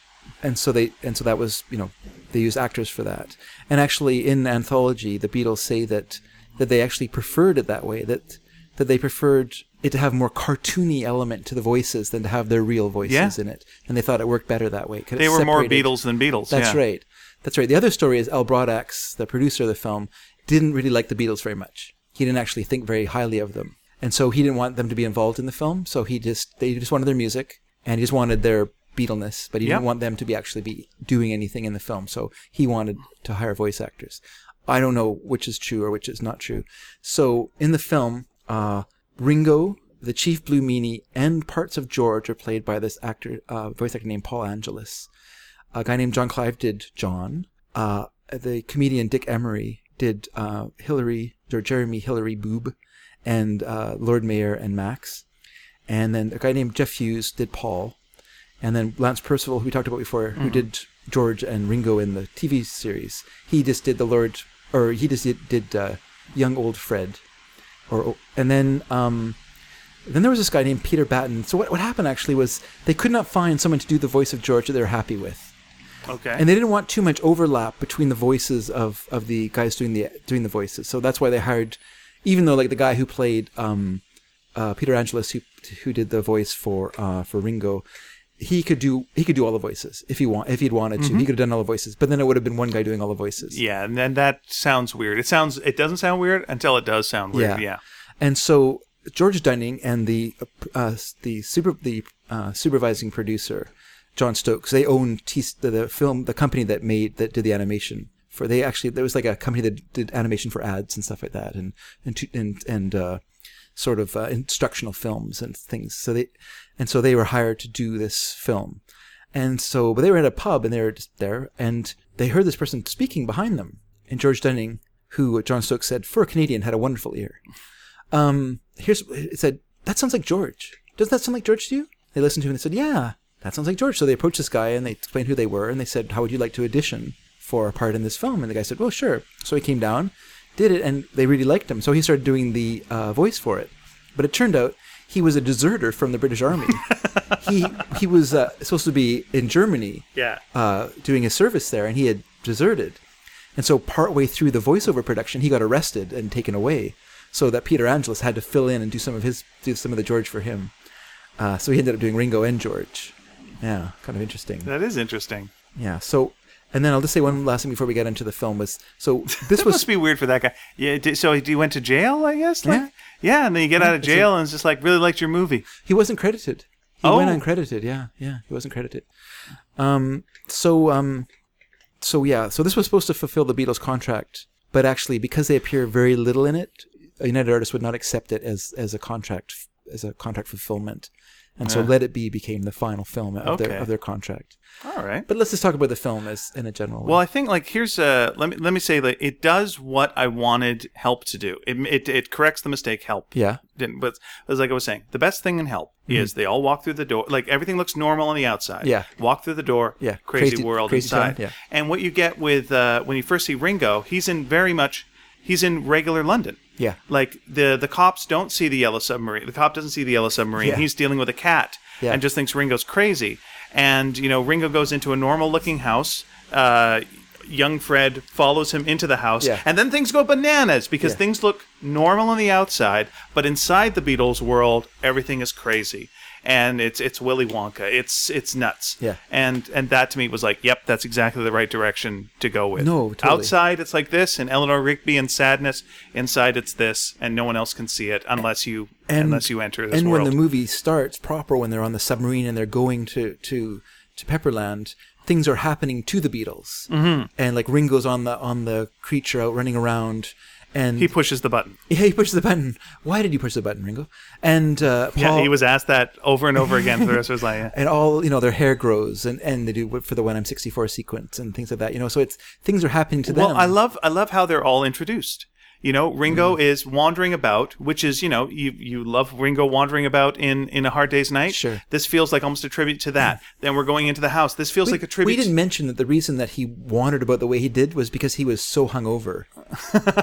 and so they and so that was you know they used actors for that. And actually, in anthology, the Beatles say that that they actually preferred it that way. That that they preferred it to have more cartoony element to the voices than to have their real voices Yeah. in it, and they thought it worked better that way. 'cause it They were more separated- Beatles than Beatles. that's yeah. right. That's right. The other story is Al Broadax, the producer of the film, didn't really like the Beatles very much. He didn't actually think very highly of them, and so he didn't want them to be involved in the film. So he just they just wanted their music, and he just wanted their Beatleness, but he Yeah. didn't want them to be actually be doing anything in the film. So he wanted to hire voice actors. I don't know which is true or which is not true. So in the film, uh, Ringo, the chief Blue Meanie, and parts of George are played by this actor, uh, voice actor named Paul Angelis a guy named John Clive did John. Uh, the comedian Dick Emery did uh, Hillary or Jeremy Hillary Boob, and uh, Lord Mayor and Max. And then a guy named Jeff Hughes did Paul, and then Lance Percival, who we talked about before, who did George and Ringo in the TV series. He just did the Lord, or he just did, did uh, young old Fred, or and then. Um, then there was this guy named Peter Batten. So what, what happened actually was they could not find someone to do the voice of George that they were happy with Okay. and they didn't want too much overlap between the voices of of the guys doing the doing the voices. So that's why they hired, even though like the guy who played um, uh, Peter Angelus, who who did the voice for uh, for Ringo, he could do he could do all the voices if he want if he'd wanted to. He could have done all the voices, but then it would have been one guy doing all the voices. yeah, and then that sounds weird. It sounds it doesn't sound weird until it does sound weird. Yeah. And so George Dunning and the uh, the super the uh, supervising producer John Stokes they owned T- the, the film the company that made that did the animation for they actually there was like a company that did animation for ads and stuff like that and and tu- and and uh, sort of uh, instructional films and things so they and so they were hired to do this film and so but they were at a pub and they were just there and they heard this person speaking behind them and George Dunning who John Stokes said for a Canadian had a wonderful ear um, here's it said that sounds like George. Doesn't that sound like George to you? They listened to him and they said, yeah, that sounds like George. So they approached this guy and they explained who they were and they said, how would you like to audition for a part in this film? And the guy said, well, sure. So he came down, did it, and they really liked him. So he started doing the uh, voice for it. But it turned out he was a deserter from the British Army. he he was uh, supposed to be in Germany Yeah. uh, doing his service there, and he had deserted. And so, partway through the voiceover production, he got arrested and taken away. So that Peter Angelus had to fill in and do some of his do some of the George for him. Uh, so he ended up doing Ringo and George. Yeah, kind of interesting. That is interesting. Yeah. So, and then I'll just say one last thing before we get into the film was so this It was must be weird for that guy. Yeah. Did, so he went to jail, I guess. Like, Yeah. Yeah, and then you get out of jail, and it's just like really liked your movie. He wasn't credited. He Oh. went uncredited. Yeah, yeah. He wasn't credited. Um. So um. So yeah. So this was supposed to fulfill the Beatles' contract, but actually, because they appear very little in it, United Artists would not accept it as as a contract as a contract fulfillment, and so Let It Be became the final film of Ah. Okay. their of their contract. All right. But let's just talk about the film as in a general. way. Well, I think like here's uh let me let me say that it does what I wanted help to do. It it, it corrects the mistake help yeah. didn't. But as like I was saying, the best thing in help is they all walk through the door. Like everything looks normal on the outside. Mm-hmm. Yeah. Walk through the door. Yeah. Crazy, Crazy- world crazy town, inside. yeah. And what you get with uh, when you first see Ringo, he's in very much he's in regular London. Yeah. Like the the cops don't see the yellow submarine. The cop doesn't see the yellow submarine. Yeah. He's dealing with a cat Yeah. and just thinks Ringo's crazy. And you know, Ringo goes into a normal looking house. Uh, young Fred follows him into the house, Yeah. and then things go bananas because things look normal on the outside, but inside the Beatles world, everything is crazy. and it's it's Willy Wonka. It's it's nuts. Yeah. And and that to me was like, yep, that's exactly the right direction to go with. No, totally. Outside it's like this, and Eleanor Rigby and sadness. Inside it's this, and no one else can see it unless you And- unless you enter this and world. when the movie starts proper, when they're on the submarine and they're going to to to Pepperland, things are happening to the Beatles, mm-hmm. and like Ringo's on the on the creature out running around, and he pushes the button. yeah, he pushes the button. Why did you push the button, Ringo? And uh, Paul, Yeah, he was asked that over and over again for the rest of his life. Yeah. and all you know, their hair grows, and and they do what for the when I'm 64 sequence and things like that. You know, so it's things are happening to Well, them. I love I love how they're all introduced. You know, Ringo Mm. is wandering about, which is you know you you love Ringo wandering about in in a hard day's night. Sure. Mm. This feels like almost a tribute to that. then we're going into the house. This feels like a tribute. We didn't mention that the reason that he wandered about the way he did was because he was so hungover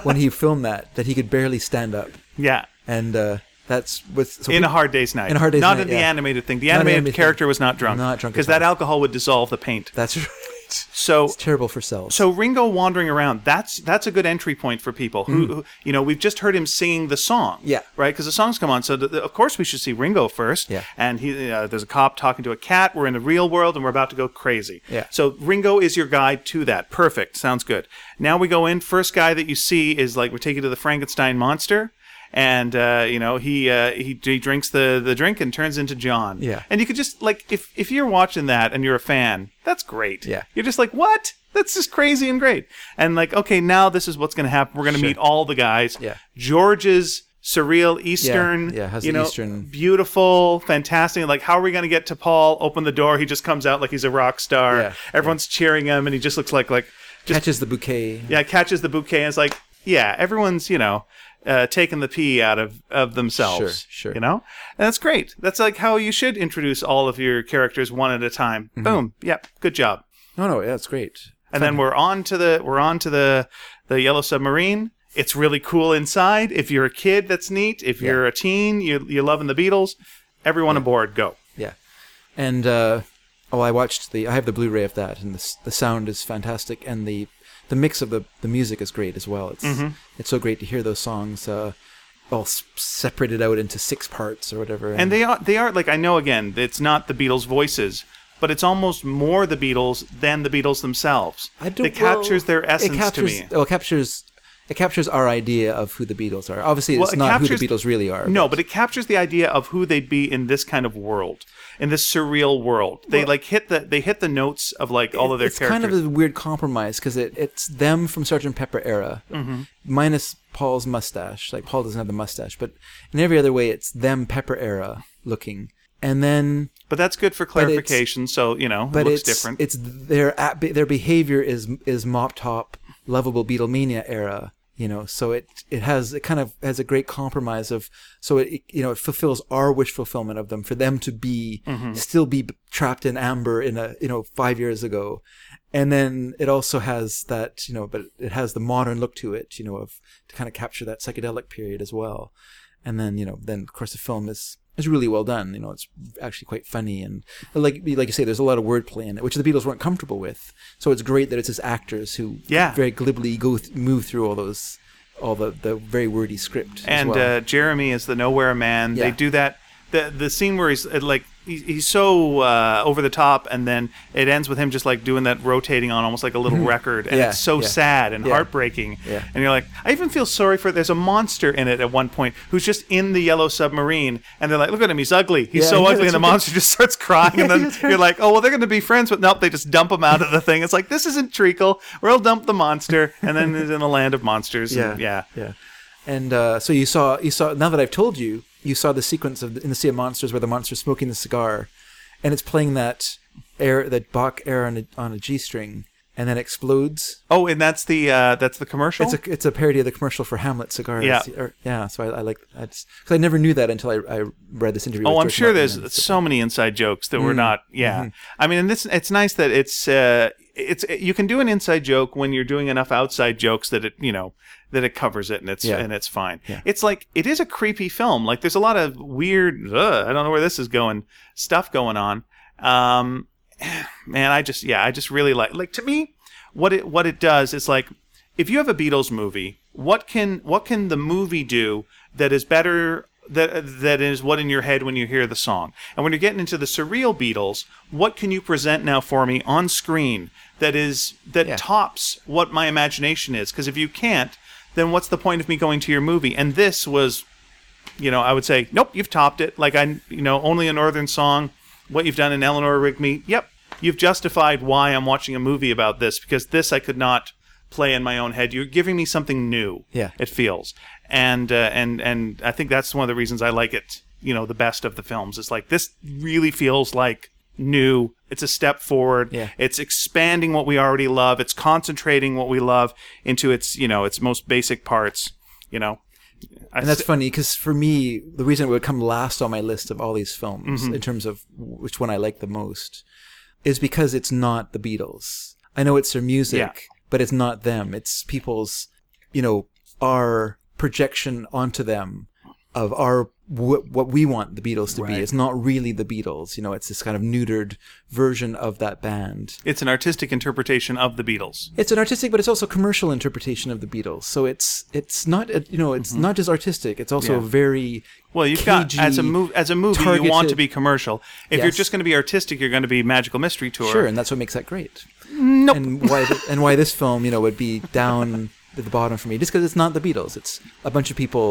when he filmed that that he could barely stand up, yeah. and uh, that's with so In we- a hard day's night. In a hard day's not night, in the yeah. animated thing. The Not animated animated thing. character was not drunk. Not drunk at because that alcohol would dissolve the paint. that's right. So It's terrible for cells. So Ringo wandering around, that's that's a good entry point for people who, who you know, we've just heard him singing the song. Mm. Yeah. Right? Because the song's come on. So, th- th- of course, we should see Ringo first. Yeah. And he, uh, there's a cop talking to a cat. We're in the real world and we're about to go crazy. Yeah. So Ringo is your guide to that. Perfect. Sounds good. Now we go in. First guy that you see is like, we're taking to the Frankenstein monster. And uh, you know he, uh, he he drinks the the drink and turns into John. Yeah. And you could just like if if you're watching that and you're a fan, that's great. Yeah. You're just like, what? That's just crazy and great. And like, okay, now this is what's going to happen. We're going to meet all the guys. Yeah. George's surreal Eastern, yeah, has you the know, Eastern- beautiful, fantastic. Like, how are we going to get to Paul? Open the door. He just comes out like he's a rock star. Yeah. Everyone's cheering him, and he just looks like like just catches the bouquet. yeah catches the bouquet and is like, yeah, everyone's you know. Uh, taking the pee out of, of themselves, Sure, sure. You know, and that's great. That's like how you should introduce all of your characters one at a time. Mm-hmm. Boom. Yep. Good job No, no, yeah, it's great. and then we're on to the we're on to the the yellow submarine it's really cool inside if you're a kid that's neat if you're a teen you, you're loving the beatles everyone aboard go Yeah, and uh, oh, I watched the. I have the Blu-ray of that, and the s- the sound is fantastic, and the the mix of the the music is great as well. It's Mm-hmm. it's so great to hear those songs uh, all s- separated out into six parts or whatever. and they are they are like i know again it's not the beatles voices but it's almost more the beatles than the beatles themselves I don't, it captures well, their essence it captures, to me Well, it captures it captures our idea of who the Beatles are. Obviously, Well, it's it not who the captures- Beatles really are. No, but it captures the idea of who they'd be in this kind of world, in this surreal world. They like hit the they hit the notes of like all of their it's characters. kind of a weird compromise because it, it's them from Sergeant Pepper era, Mm-hmm. minus Paul's mustache. Like Paul doesn't have the mustache, but in every other way, it's them Pepper era looking. And then, But that's good for it's- clarification. So you know, it but looks it's different. it's their at, their behavior is is mop top, lovable Beatlemania era. You know, so it it has it kind of has a great compromise of so it you know it fulfills our wish fulfillment of them for them to be Mm-hmm. still be trapped in amber in a you know five years ago, and then it also has that you know but it has the modern look to it you know of to kind of capture that psychedelic period as well, and then you know then of course the film is is really well done you know it's actually quite funny and like like you say there's a lot of wordplay in it which the Beatles weren't comfortable with so it's great that it's just actors who Yeah. very glibly go th- move through all those all the the very wordy script and as well. uh, Jeremy is the nowhere man. They Yeah. do that. The the scene where he's uh, like he, he's so uh, over the top, and then it ends with him just like doing that rotating on almost like a little record, and Yeah, it's so yeah. sad and Yeah. heartbreaking. Yeah. And you're like, I even feel sorry for. There's a monster in it at one point who's just in the yellow submarine, and they're like, look at him, he's ugly. He's Yeah, so yeah, ugly, and the that's right. monster just starts crying, and Yeah, then that's right. you're like, oh well, they're going to be friends, but nope, they just dump him out of the thing. It's like this isn't treacle. We'll dump the monster, and then he's in the land of monsters. and- yeah. yeah and uh, so you saw you saw now that I've told you you saw the sequence of the, in the Sea of Monsters where the monster's smoking the cigar, and it's playing that air that Bach air on a, on a G string and then explodes Oh, and that's the uh, that's the commercial. It's a it's a parody of the commercial for Hamlet cigars. Yeah. Or- yeah. So I, I like I just because I never knew that until I, I read this interview. oh, with I'm George sure Martin there's and it's- so many inside jokes that we're Mm-hmm. not. Yeah, I mean, and this it's nice that it's uh, it's you can do an inside joke when you're doing enough outside jokes that it you know that it covers it and it's Yeah. and it's fine. Yeah. It's like it is a creepy film. Like there's a lot of weird. Uh, I don't know where this is going. Stuff going on. Um, man, I just yeah, I just really like like to me what it what it does is like if you have a Beatles movie, what can what can the movie do that is better that that is what in your head when you hear the song. And when you're getting into the surreal Beatles, what can you present now for me on screen that is that Yeah. tops what my imagination is? Because if you can't, then what's the point of me going to your movie? And this was, you know, I would say, nope, you've topped it. Like I, you know, only a northern song. What you've done in Eleanor rigged me. Yep, you've justified why I'm watching a movie about this because this I could not play in my own head. You're giving me something new Yeah. it feels and uh, and and i think that's one of the reasons i like it you know the best of the films it's like this really feels like new it's a step forward Yeah. it's expanding what we already love it's concentrating what we love into its you know its most basic parts you know I And that's s- funny because for me, the reason it would come last on my list of all these films Mm-hmm. in terms of which one I like the most is because it's not the Beatles. I know it's their music, Yeah. but it's not them. It's people's, you know, our projection onto them of our what, what we want the Beatles to be. Right. It's not really the Beatles. You know, it's this kind of neutered version of that band. it's an artistic interpretation of the beatles It's an artistic, but it's also commercial interpretation of the Beatles. So it's it's not uh, you know it's not just artistic. It's also Mm-hmm. Yeah. very well you've cagey, got as a move as a movie you want to targeted- be commercial if you're Yes. just going to be artistic you're going to be magical mystery tour Sure, and that's what makes that great. Nope. And why th- and why this film you know would be down at the bottom for me just because it's not the Beatles. It's a bunch of people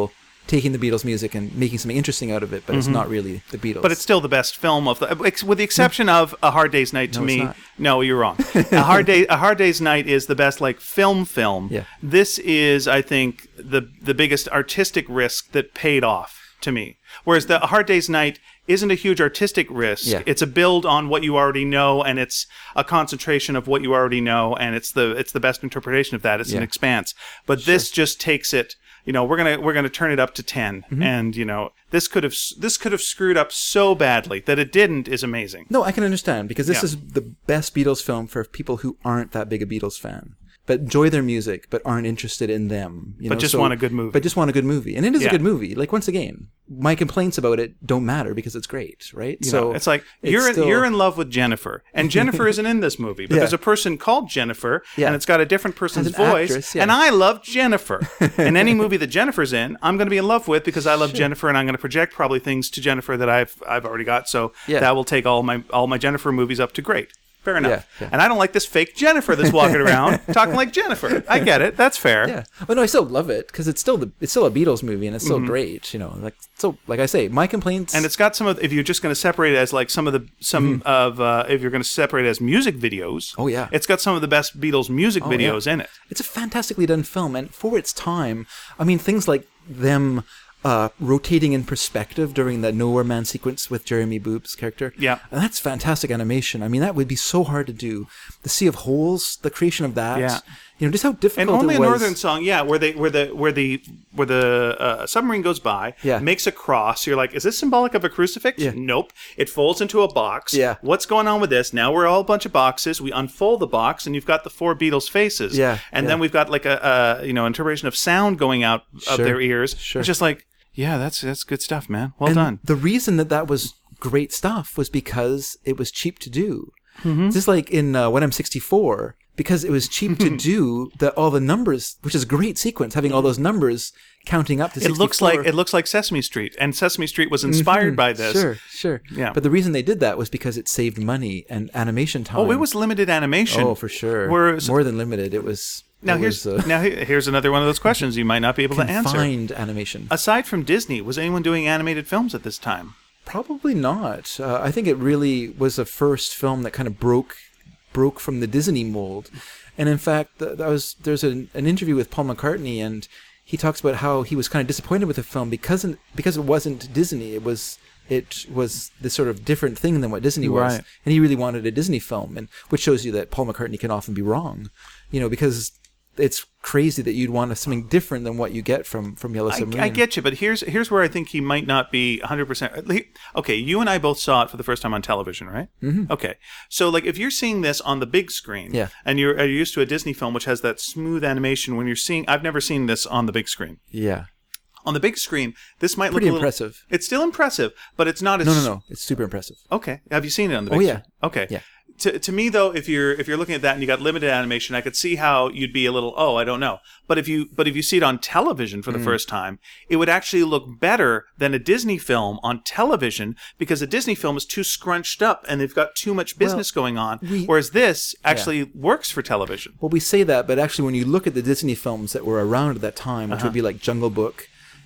taking the Beatles music and making something interesting out of it, but it's not really the Beatles. Mm-hmm. But it's still the best film of the, ex- with the exception of A Hard Day's Night. To No, it's me, not. no, you're wrong. A Hard Day, A Hard Day's Night is the best like film film. Yeah. This is, I think, the the biggest artistic risk that paid off to me. Whereas the A Hard Day's Night isn't a huge artistic risk. Yeah. It's a build on what you already know, and it's a concentration of what you already know, and it's the it's the best interpretation of that. It's an Yeah. expanse. But this just takes it you know we're gonna we're gonna turn it up to 10 and you know this could have this could have screwed up so badly that it didn't is amazing no, I can understand because this Yeah. is the best Beatles film for people who aren't that big a Beatles fan. But enjoy their music, but aren't interested in them. You But know? just so- want a good movie. But just want a good movie, and it is Yeah. a good movie. Like once again, my complaints about it don't matter because it's great, right? You so know, it's like you're in, still- you're in love with Jennifer, and Jennifer isn't in this movie, but Yeah. there's a person called Jennifer, Yeah. and it's got a different person's an voice, actress, yeah. and I love Jennifer. and any movie that Jennifer's in, I'm going to be in love with because I love Jennifer, and I'm going to project probably things to Jennifer that I've I've already got. So Yeah. that will take all my all my Jennifer movies up to great. Fair enough. Yeah, yeah. And I don't like this fake Jennifer that's walking around talking like Jennifer. I get it. That's fair. Yeah. But no, I still love it because it's still the it's still a Beatles movie and it's still great. You know, like so, like I say, my complaints Mm-hmm. and it's got some of if you're just going to separate it as like some of the some of uh, if you're going to separate it as music videos Mm-hmm. Oh, yeah. Oh, it's got some of the best beatles music videos in it it's a fantastically done film and for its time, I mean things like them. Uh, rotating in perspective during the Nowhere Man sequence with Jeremy Boop's character. Yeah. And that's fantastic animation. I mean, that would be so hard to do. The Sea of Holes, the creation of that. Yeah. You know, just how difficult and only a it was. northern song yeah where they where the where the where the uh, submarine goes by Yeah. makes a cross you're like is this symbolic of a crucifix Yeah. nope it folds into a box Yeah. what's going on with this now we're all a bunch of boxes we unfold the box and you've got the four beatles faces Yeah, and yeah. then we've got like a, a you know interpretation of sound going out of Sure, their ears sure. it's just like yeah that's that's good stuff man well done The reason that that was great stuff was because it was cheap to do. Mm-hmm. Just like in uh, When I'm 64, because it was cheap Mm-hmm. to do the, all the numbers, which is a great sequence, having all those numbers counting up to It 64. looks like it looks like Sesame Street, and Sesame Street was inspired by this. Mm-hmm. Sure, sure. Yeah. But the reason they did that was because it saved money and animation time. Oh, it was limited animation. Oh, for sure. Whereas, More than limited. It was. now it here's was, uh, now he- here's another one of those questions you might not be able to answer. confined animation. Aside from Disney, was anyone doing animated films at this time? Probably not. Uh, I think it really was the first film that kind of broke broke from the Disney mold. And in fact, th- that was there's an, an interview with Paul McCartney, and he talks about how he was kind of disappointed with the film because it- because it wasn't Disney. It was it was this sort of different thing than what Disney was, Right. and he really wanted a Disney film, and which shows you that Paul McCartney can often be wrong, you know, because it's crazy that you'd want something different than what you get from from Yellow I, Submarine. I get you, but here's here's where I think he might not be 100. percent Okay, you and I both saw it for the first time on television, right? Mm-hmm. Okay, so like if you're seeing this on the big screen, Yeah. and you're, are used to a Disney film which has that smooth animation when you're seeing, I've never seen this on the big screen. yeah. On the big screen, this might Pretty look a little- impressive. It's still impressive, but it's not as No, no, no. It's super impressive. Okay. Have you seen it on the Oh, big yeah. screen? Okay. Yeah. to, to me though if you're if you're looking at that and you got limited animation i could see how you'd be a little oh i don't know but if you but if you see it on television for the Mm. first time it would actually look better than a disney film on television because a disney film is too scrunched up and they've got too much business going on whereas this actually works for television Well, we say that, but actually, when you look at the Disney films that were around at that time, which would be like Jungle Book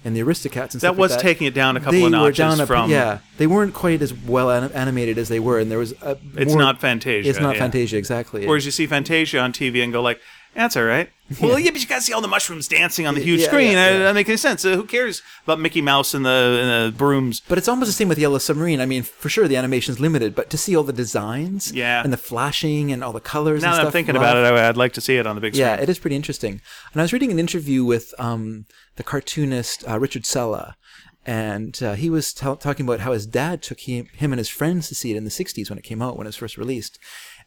and the Aristocats and Uh-huh. that stuff was like that, taking it down a couple they of were notches down a, from yeah. They weren't quite as well anim- animated as they were, and there was a it's more- not fantasia It's not yeah. Fantasia exactly. Whereas you see Fantasia on TV and go like, "That's all right." Well, yeah, but you gotta see all the mushrooms dancing on the huge yeah, screen. yeah, That- yeah. That makes any sense. Uh, who cares about Mickey Mouse and the, and the brooms? But it's almost the same with Yellow Submarine. I mean, for sure the animation's limited, but to see all the designs Yeah. and the flashing and all the colors Now and that stuff. I'm thinking live- about it, I, I'd like to see it on the big screen. Yeah, it is pretty interesting. And I was reading an interview with um, the cartoonist uh, Richard Sella, and uh, he was tell talking about how his dad took he- him and his friends to see it in the 60s when it came out, when it was first released.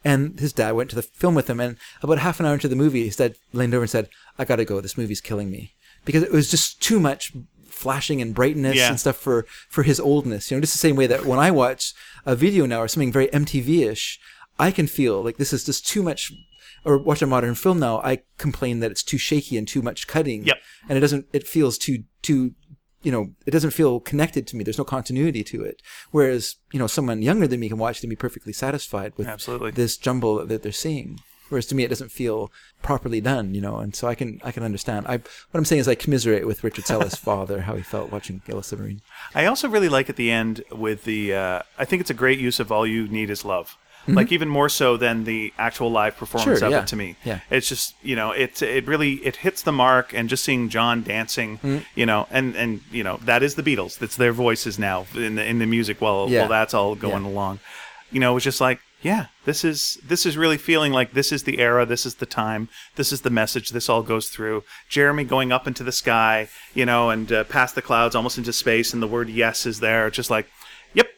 And his dad went to the film with him, and about half an hour into the movie, his dad leaned over and said, I gotta go, this movie's killing me. Because it was just too much flashing and brightness Yeah. and stuff for, for his oldness. You know, just the same way that when I watch a video now or something very MTV ish, I can feel like this is just too much or watch a modern film now, I complain that it's too shaky and too much cutting. Yep. And it doesn't, it feels too, too, you know, it doesn't feel connected to me. There's no continuity to it. Whereas, you know, someone younger than me can watch it and be perfectly satisfied with Absolutely. this jumble that they're seeing. Whereas to me, it doesn't feel properly done, you know, and so I can, I can understand. I, what I'm saying is I commiserate with Richard Sellis' father, how he felt watching Yellow Submarine. I also really like at the end with the. Uh, I think it's a great use of all you need is love. Like even more so than the actual live performance Mm-hmm. Sure, of yeah. it to me. Yeah. It's just you know it it really it hits the mark and just seeing John dancing Hmm. you know and and you know that is the Beatles that's their voices now in the in the music while Yeah. while that's all going Yeah. along. You know it was just like yeah this is this is really feeling like this is the era this is the time this is the message this all goes through jeremy going up into the sky you know and uh, past the clouds almost into space and the word yes is there It's just like yep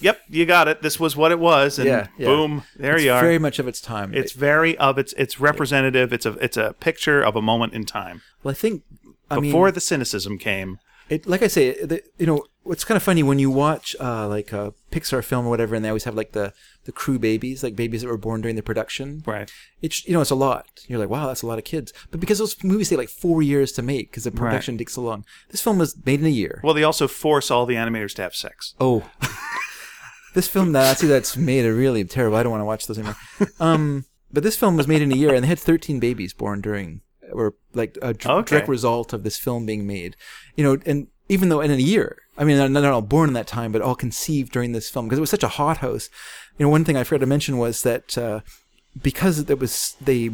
yep you got it this was what it was and Yeah, yeah. boom there it's you are Very much of its time. it's very of its it's representative it's a it's a picture of a moment in time well, I think, I mean, before the cynicism came it like I say, the, you know, it's kind of funny when you watch uh, like a Pixar film or whatever, and they always have like the the crew babies, like babies that were born during the production. right It's you know, it's a lot. You're like, wow, that's a lot of kids. But because those movies take like four years to make, because the production takes so long, this film was made in a year. well they also force all the animators to have sex Oh. this film that I see that's made are really terrible. I don't want to watch those anymore. Um, but this film was made in a year, and they had 13 babies born during, or like a dr- Okay. direct result of this film being made. You know, and even though in a year, I mean, they're not all born in that time, but all conceived during this film because it was such a hothouse. You know, one thing I forgot to mention was that uh, because there was they, you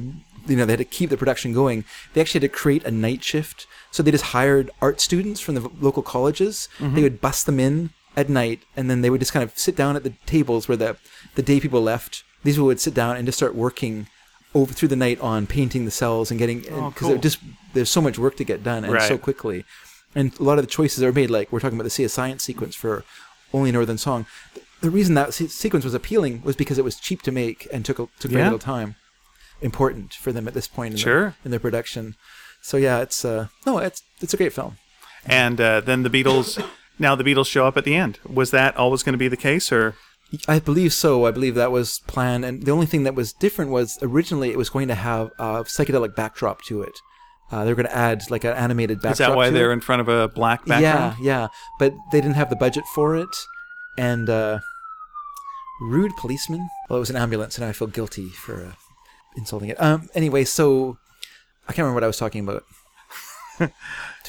know, they had to keep the production going. They actually had to create a night shift, so they just hired art students from the v- local colleges. They would bust them in at night, and then they would just kind of sit down at the tables where the the day people left. These people would sit down and just start working over through the night on painting the cells and getting because Oh, cool. just there's so much work to get done and Right. so quickly, and a lot of the choices are made. Like we're talking about the Sea of Science sequence for Only Northern Song. The reason that se- sequence was appealing was because it was cheap to make and took a, took very Yeah. little time important for them at this point in, the- Sure. in their production. So yeah, it's uh, no, it's it's a great film. and uh, then the beatles now the beatles show up at the end was that always going to be the case or I believe so. I believe that was planned, and the only thing that was different was originally it was going to have a psychedelic backdrop to it. Uh, they were going to add like an animated backdrop. is that why to they're it. in front of a black background Yeah, yeah, but they didn't have the budget for it, and uh, rude policeman. Well, it was an ambulance, and I feel guilty for uh, insulting it. Um, anyway, so I can't remember what I was talking about.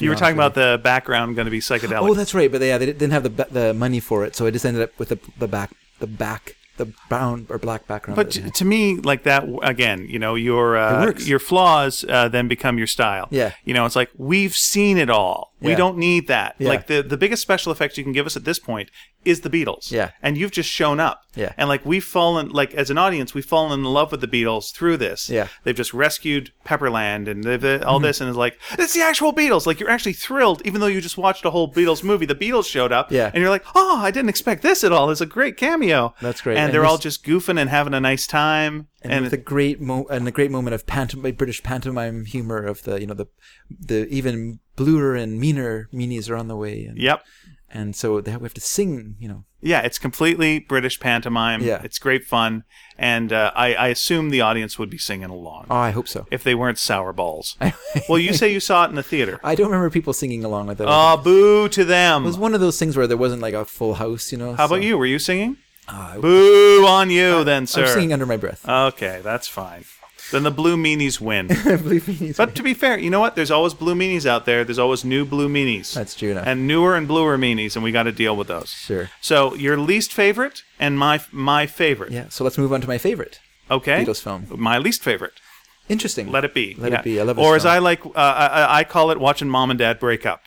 you were talking about the background going to be psychedelic Oh, that's right. But yeah, they didn't have the ba- the money for it, so it just ended up with the the back the back the brown or black background. But that it t- had. to me, like that w- again, you know, your It uh, works. your flaws uh, then become your style. Yeah. you know, it's like we've seen it all. We Yeah. don't need that. Yeah. Like the the biggest special effect you can give us at this point is the Beatles. Yeah. and you've just shown up. Yeah. and like we've fallen, like as an audience, we've fallen in love with the Beatles through this. Yeah. Mm-hmm. they've just rescued Pepperland and they've, uh, all this, and it's like it's the actual Beatles. Like you're actually thrilled, even though you just watched a whole Beatles movie. The Beatles showed up. Yeah. and you're like, oh, I didn't expect this at all. It's a great cameo. That's great. And, And they're this- all just goofing and having a nice time. and, And, with the great mo- and the great moment of pantom- British pantomime humor of the you know the the even bluer and meaner meanies are on the way. And, yep, and so they have, we have to sing, you know. Yeah, it's completely British pantomime. Yeah. It's great fun. And uh, I, I assume the audience would be singing along Oh, I hope so. if they weren't sour balls. well, you say you saw it in the theater. I don't remember people singing along with it. Ah, boo to it was them. one of those things where there wasn't like a full house, you know. How about you? Were you singing? Ah, I- Boo on you then, I'm sir. Uh, singing under my breath. Okay, that's fine. Then the blue meanies win. I believe me. he's- But to be fair, you know what? There's always blue meanies out there. There's always new blue meanies. That's true enough. And newer and bluer meanies, and we got to deal with those. Sure. So your least favorite and my my favorite. yeah. So let's move on to my favorite Okay. Beatles film. My least favorite. Interesting. Let it be. Let Yeah. it be. I love. this Or as film. I like, uh, I, I- I call it watching mom and dad break up.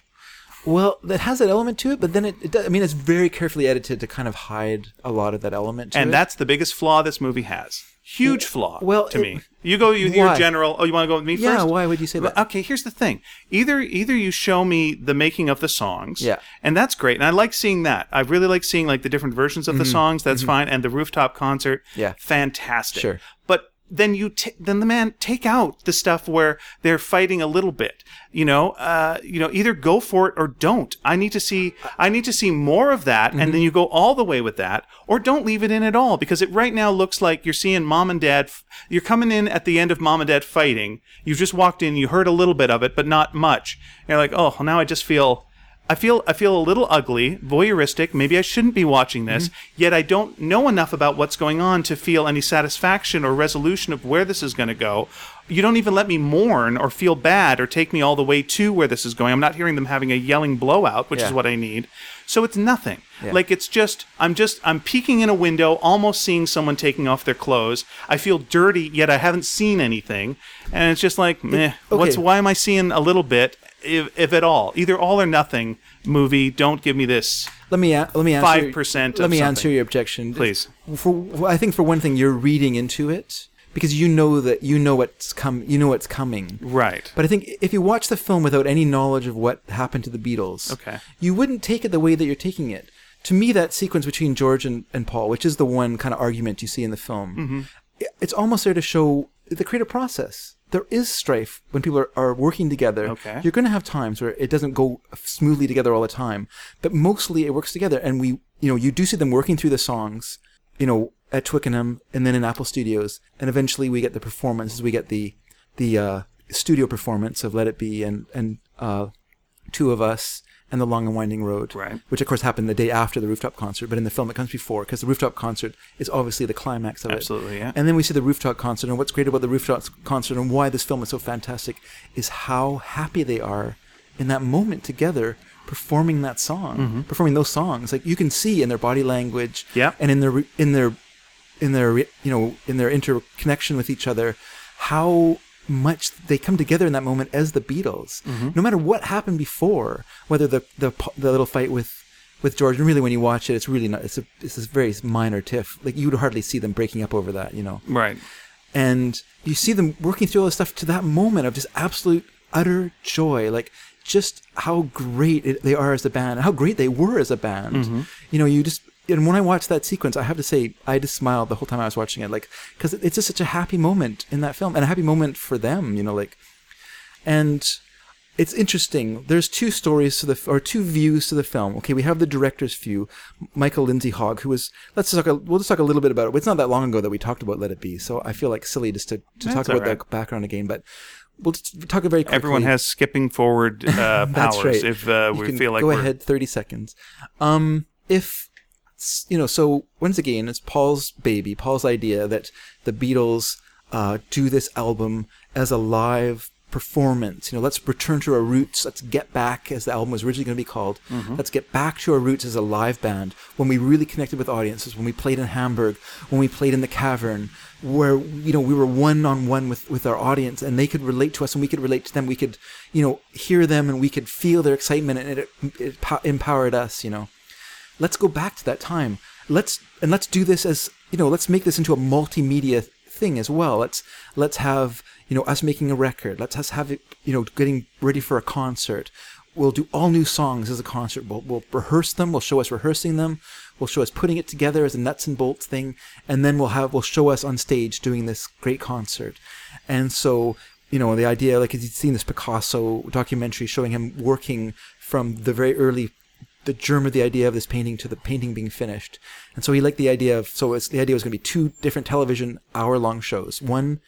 Well, that has that element to it, but then it, it does, I mean, it's very carefully edited to kind of hide a lot of that element. To and it. that's the biggest flaw this movie has. Huge flaw. well, to it- me, you go. You, you're Why? general. Oh, you want to go with me Yeah, first? why would you say Well, that? Okay, here's the thing. Either either you show me the making of the songs, Yeah. and that's great, and I like seeing that. I really like seeing like the different versions of the songs. That's fine, and the rooftop concert, Mm-hmm. Yeah. fantastic. Sure. But then you t- then the man take out the stuff where they're fighting a little bit. You know, uh, you know, either go for it or don't. I need to see I need to see more of that, and then you go all the way with that, or don't leave it in at all because it right now looks like you're seeing mom and dad. F- you're coming in at the end of mom and dad fighting. You just walked in, you heard a little bit of it, but not much. You're like, oh, now I just feel. I feel I feel a little ugly, voyeuristic. Maybe I shouldn't be watching this. Yet I don't know enough about what's going on to feel any satisfaction or resolution of where this is going to go. You don't even let me mourn or feel bad or take me all the way to where this is going. I'm not hearing them having a yelling blowout, which is Yeah. what I need. So it's nothing. Like it's just I'm just I'm peeking in a window, almost seeing someone taking off their clothes. I feel dirty, yet I haven't seen anything, and it's just like, meh. What's okay. why am I seeing a little bit, if, if at all? Either all or nothing movie. Don't give me this. let me a- let me 5% answer of Let me something. answer your objection, Please. For I think for one thing, you're reading into it because you know that you know what's come you know what's coming. Right. But I think if you watch the film without any knowledge of what happened to the Beatles, Okay. you wouldn't take it the way that you're taking it. To me, that sequence between George and, and Paul, which is the one kind of argument you see in the film, Mm-hmm. i- it's almost there to show the creative process. There is strife when people are, are working together. Okay. You're going to have times where it doesn't go smoothly together all the time, but mostly it works together. And we, you know, you do see them working through the songs, you know, at Twickenham and then in Apple Studios, and eventually we get the performances. We get the the uh, studio performance of Let It Be and and uh, Two of Us and The Long and Winding Road, Right. which of course happened the day after the rooftop concert, but in the film it comes before because the rooftop concert is obviously the climax of Absolutely, it. yeah. And then we see the rooftop concert, and what's great about the rooftop concert and why this film is so fantastic is how happy they are in that moment together performing that song, performing those songs. Like you can see in their body language, Yeah. and in their re- in their in their re- you know in their interconnection with each other, how much they come together in that moment as the Beatles. No matter what happened before, whether the the p- the little fight with with George, and really when you watch it, it's really not. It's a it's this very minor tiff. Like you would hardly see them breaking up over that, you know Right. and you see them working through all this stuff to that moment of just absolute utter joy like just how great it, they are as a band how great they were as a band you know you just and when i watched that sequence i have to say i just smiled the whole time i was watching it like because it's just such a happy moment in that film and a happy moment for them you know like and it's interesting. There's two stories to the or two views to the film. Okay, we have the director's view, Michael Lindsay Hogg, who was let's talk. A, we'll just talk a little bit about it. It's not that long ago that we talked about Let It Be, so I feel like silly just to, to talk all about the background again. But we'll just talk very quickly. Everyone has skipping forward uh, That's powers right. if uh, You we can feel like go we're ahead thirty seconds. Um, if s- you know, so once again, it's Paul's baby, Paul's idea that the Beatles uh, do this album as a live performance. You know, let's return to our roots. Let's get back, as the album was originally going to be called. Let's get back to our roots as a live band when we really connected with audiences, when we played in Hamburg, when we played in the cavern, where you know we were one on one with with our audience, and they could relate to us, and we could relate to them. We could, you know, hear them, and we could feel their excitement, and it, it po- empowered us. You know let's go back to that time let's and let's do this as you know let's make this into a multimedia thing as well let's let's have you know us making a record let's us have it you know getting ready for a concert we'll do all new songs as a concert we'll, we'll rehearse them we'll show us rehearsing them we'll show us putting it together as a nuts and bolts thing and then we'll have we'll show us on stage doing this great concert and so you know the idea like he's seen this picasso documentary showing him working from the very early the germ of the idea of this painting to the painting being finished. And so he liked the idea of so it's, the idea was going to be two different television hour long shows. One,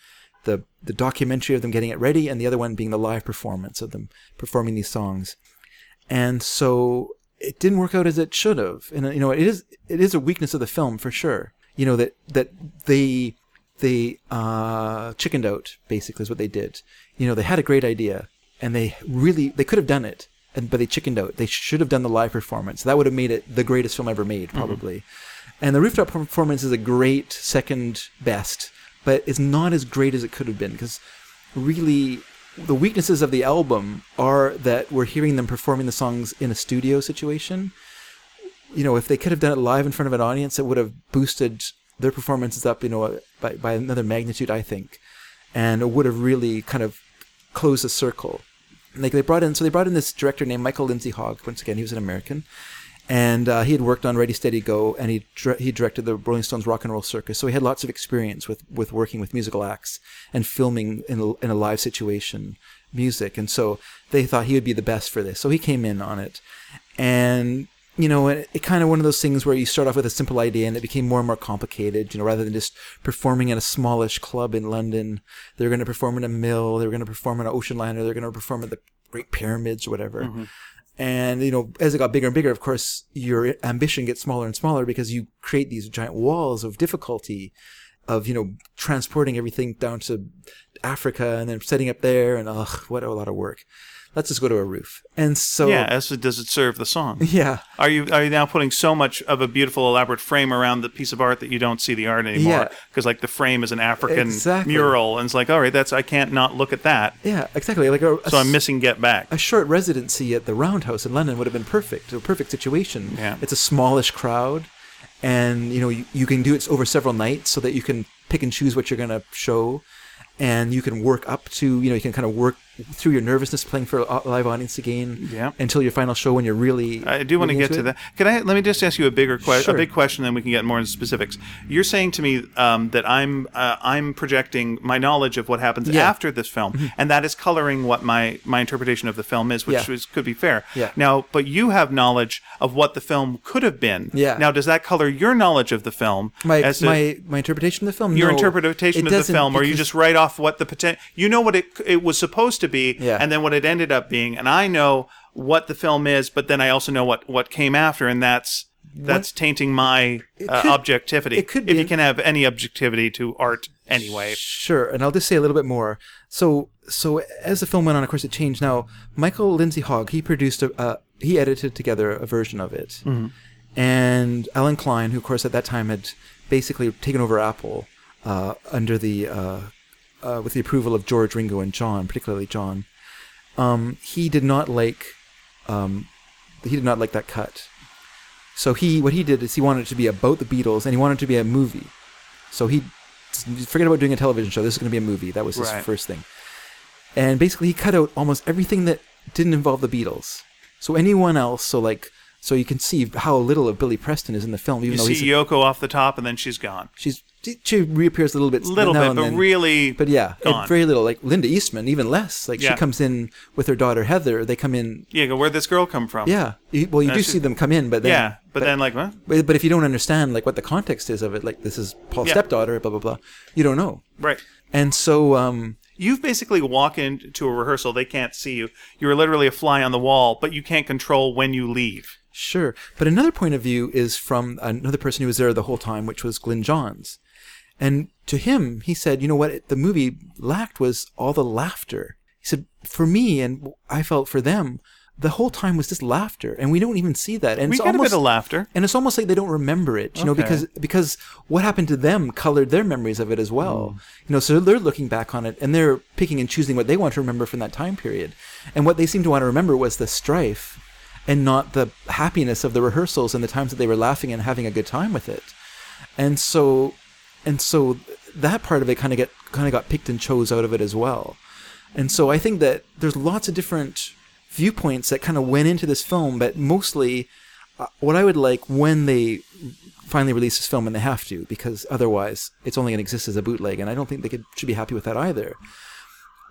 the the documentary of them getting it ready, and the other one being the live performance of them performing these songs. And so it didn't work out as it should have. And uh, you know it is it is a weakness of the film for sure. You know that that they they uh, chickened out basically is what they did. You know they had a great idea and they really they could have done it and but they chickened out. They should have done the live performance. That would have made it the greatest film ever made, probably. And the rooftop performance is a great second best, but it's not as great as it could have been because really the weaknesses of the album are that we're hearing them performing the songs in a studio situation. You know, if they could have done it live in front of an audience, it would have boosted their performances up, you know, by, by another magnitude, I think. And it would have really kind of closed the circle like they brought in so they brought in this director named Michael Lindsay Hogg once again he was an American and uh, he had worked on Ready Steady Go and he dir- he directed the Rolling Stones Rock and Roll Circus so he had lots of experience with with working with musical acts and filming in a, in a live situation music and so they thought he would be the best for this so he came in on it and you know it, it kind of one of those things where you start off with a simple idea and it became more and more complicated you know rather than just performing in a smallish club in london they were going to perform in a mill they were going to perform in an ocean liner they were going to perform at the great pyramids or whatever and you know as it got bigger and bigger of course your ambition gets smaller and smaller because you create these giant walls of difficulty of you know transporting everything down to africa and then setting up there and ugh what a lot of work let's just go to a roof and so Yeah, as it does it serve the song. Oh. yeah Are you are you now putting so much of a beautiful elaborate frame around the piece of art that you don't see the art anymore? Yeah. Because like the frame is an African Exactly. mural, and it's like, all right, that's I can't not look at that. Yeah, exactly. Like a, a So I'm s- missing Get Back. a short residency at the Roundhouse in London would have been perfect, a perfect situation. Yeah. It's a smallish crowd, and you know you, you can do it over several nights so that you can pick and choose what you're going to show, and you can work up to you know you can kind of work through your nervousness playing for a live audience again Yeah. until your final show when you're really. I do want to really get into to it. that. Can I? Let me just ask you a bigger question, Sure. a big question, then we can get more into specifics. You're saying to me um, that I'm uh, I'm projecting my knowledge of what happens Yeah. Mm-hmm. after this film, and that is coloring what my my interpretation of the film is, which Yeah. is, could be fair. Yeah. Now, but you have knowledge of what the film could have been. Yeah. Now, does that color your knowledge of the film? My as to my my interpretation of the film. your no, interpretation it of the doesn't film, or you because- just write off what the potential. You know what it it was supposed to be, Yeah. and then what it ended up being, and I know what the film is, but then I also know what what came after, and that's that's tainting my uh, could- objectivity. it could if be you an- can have any objectivity to art anyway. Sure, and I'll just say a little bit more. So, so as the film went on, of course, it changed. Now, Michael Lindsay Hogg he produced a uh, he edited together a version of it, and Alan Klein, who of course at that time had basically taken over Apple uh, under the uh, uh, with the approval of George Ringo and John, particularly John, um, he did not like um, he did not like that cut. So he what he did is he wanted it to be about the Beatles and he wanted it to be a movie. So he forget about doing a television show. This is going to be a movie. That was his Right. first thing. And basically, he cut out almost everything that didn't involve the Beatles. So anyone else, so like, so you can see how little of Billy Preston is in the film, even You though he's see Yoko off the top, and then she's gone. she's she- she reappears a little bit, A little now bit, and but then. really, But yeah, and gone. very little. Like Linda Eastman, even less. Like Yeah. she comes in with her daughter Heather. They come in. yeah, go, where'd this girl come from? Yeah. You- Well, you Uh, do she- see them come in, but then, yeah, but, then like, huh? but, but if you don't understand like what the context is of it, like this is Paul's Yeah. stepdaughter, blah blah blah, you don't know. right. And so, um, You've basically walk into a rehearsal; they can't see you. You're literally a fly on the wall, but you can't control when you leave. Sure. But another point of view is from another person who was there the whole time, which was Glyn Johns. And to him, he said, you know what it- the movie lacked was all the laughter. He said, for me, and I felt for them, the whole time was just laughter. And we don't even see that. And We it's get a almost, bit of laughter. and it's almost like they don't remember it, you know, Okay. because because what happened to them colored their memories of it as well. You know, so they're looking back on it and they're picking and choosing what they want to remember from that time period. And what they seem to want to remember was the strife and not the happiness of the rehearsals and the times that they were laughing and having a good time with it. And so and so that part of it kind of get kind of got picked and chose out of it as well. And so I think that there's lots of different viewpoints that kind of went into this film, but mostly uh, what I would like when they finally release this film, and they have to, because otherwise it's only going to exist as a bootleg, and I don't think they could, should be happy with that either.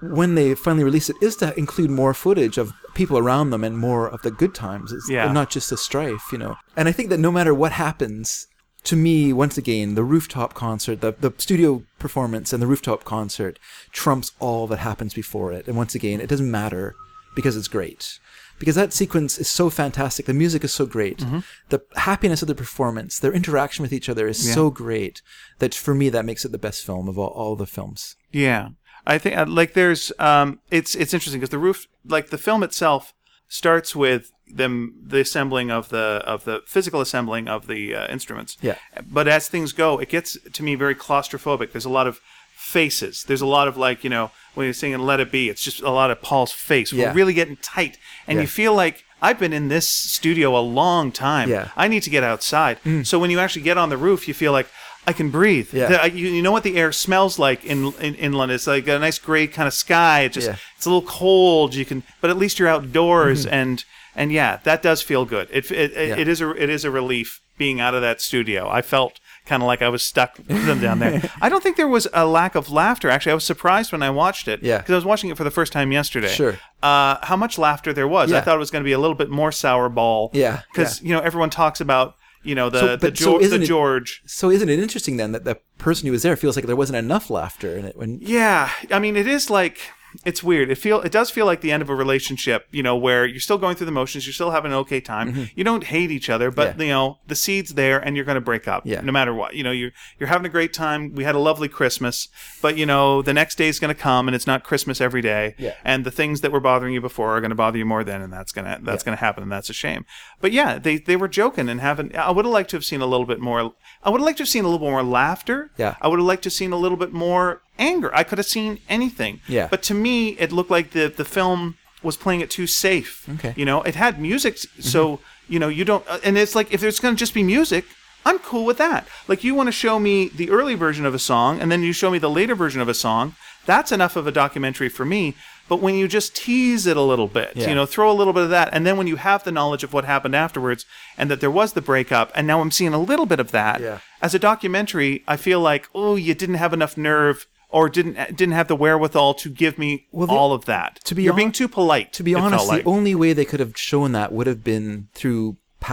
when they finally release it is to include more footage of people around them and more of the good times. It's Yeah. not just the strife, you know. And I think that no matter what happens, to me, once again, the rooftop concert, the, the studio performance and the rooftop concert trumps all that happens before it. And once again, it doesn't matter because it's great. Because that sequence is so fantastic. The music is so great. The happiness of the performance, their interaction with each other is so great that for me, that makes it the best film of all, all the films. Yeah, I think uh, like there's um, it's it's interesting because the roof, like the film itself, starts with them the assembling of the of the physical assembling of the uh, instruments. Yeah. But as things go, it gets to me very claustrophobic. There's a lot of faces. There's a lot of like you know when you're singing "Let It Be," it's just a lot of Paul's face. Yeah. We're really getting tight, and Yeah. you feel like. I've been in this studio a long time. Yeah. Mm. I need to get outside. So when you actually get on the roof, you feel like I can breathe. Yeah. The- I- you, you know what the air smells like in, in in London? It's like a nice gray kind of sky. It just Yeah. Mm-hmm. it's a little cold. You can, but at least you're outdoors and and yeah, that does feel good. It it, it, Yeah. it is a it is a relief being out of that studio. I felt kind of like I was stuck with them down there. I don't think there was a lack of laughter. Actually, I was surprised when I watched it. Yeah. because I was watching it for the first time yesterday. Sure. Uh, how much laughter there was? I Yeah. thought it was going to be a little bit more sour ball. Yeah, because you know everyone talks about you know the So- the, but so Geor- isn't the it- George. So isn't it interesting then that the person who was there feels like there wasn't enough laughter in it when Yeah, I mean, it is like it's weird. It feel it does feel like the end of a relationship, you know, where you're still going through the motions, you're still having an okay time. You don't hate each other, but Mm-hmm. Yeah. you know the seeds there, and you're going to break up, Yeah. no matter what. You know, you're you're having a great time. We had a lovely Christmas, but you know the next day is going to come, and it's not Christmas every day. Yeah. And the things that were bothering you before are going to bother you more then, and that's gonna that's gonna happen, and that's a shame. But yeah, they they were joking and having. I would have liked to have seen a little bit more. I would have liked to have seen a little more laughter. Yeah. I would have liked to have seen a little bit more anger. I could have seen anything. Yeah. But to me, it looked like the the film was playing it too safe. Okay. Mm-hmm. You know, it had music, so you know you don't. uh, And it's like if there's going to just be music. I'm cool with that. Like you want to show me the early version of a song and then you show me the later version of a song, that's enough of a documentary for me. But when you just tease it a little bit, Yeah. you know, throw a little bit of that and then when you have the knowledge of what happened afterwards and that there was the breakup and now I'm seeing a little bit of that, Yeah. as a documentary, I feel like oh, you didn't have enough nerve or didn't didn't have the wherewithal to give me Well, the- all of that. to be you're hon- being too polite. to be it felt honest, like. the only way they could have shown that would have been through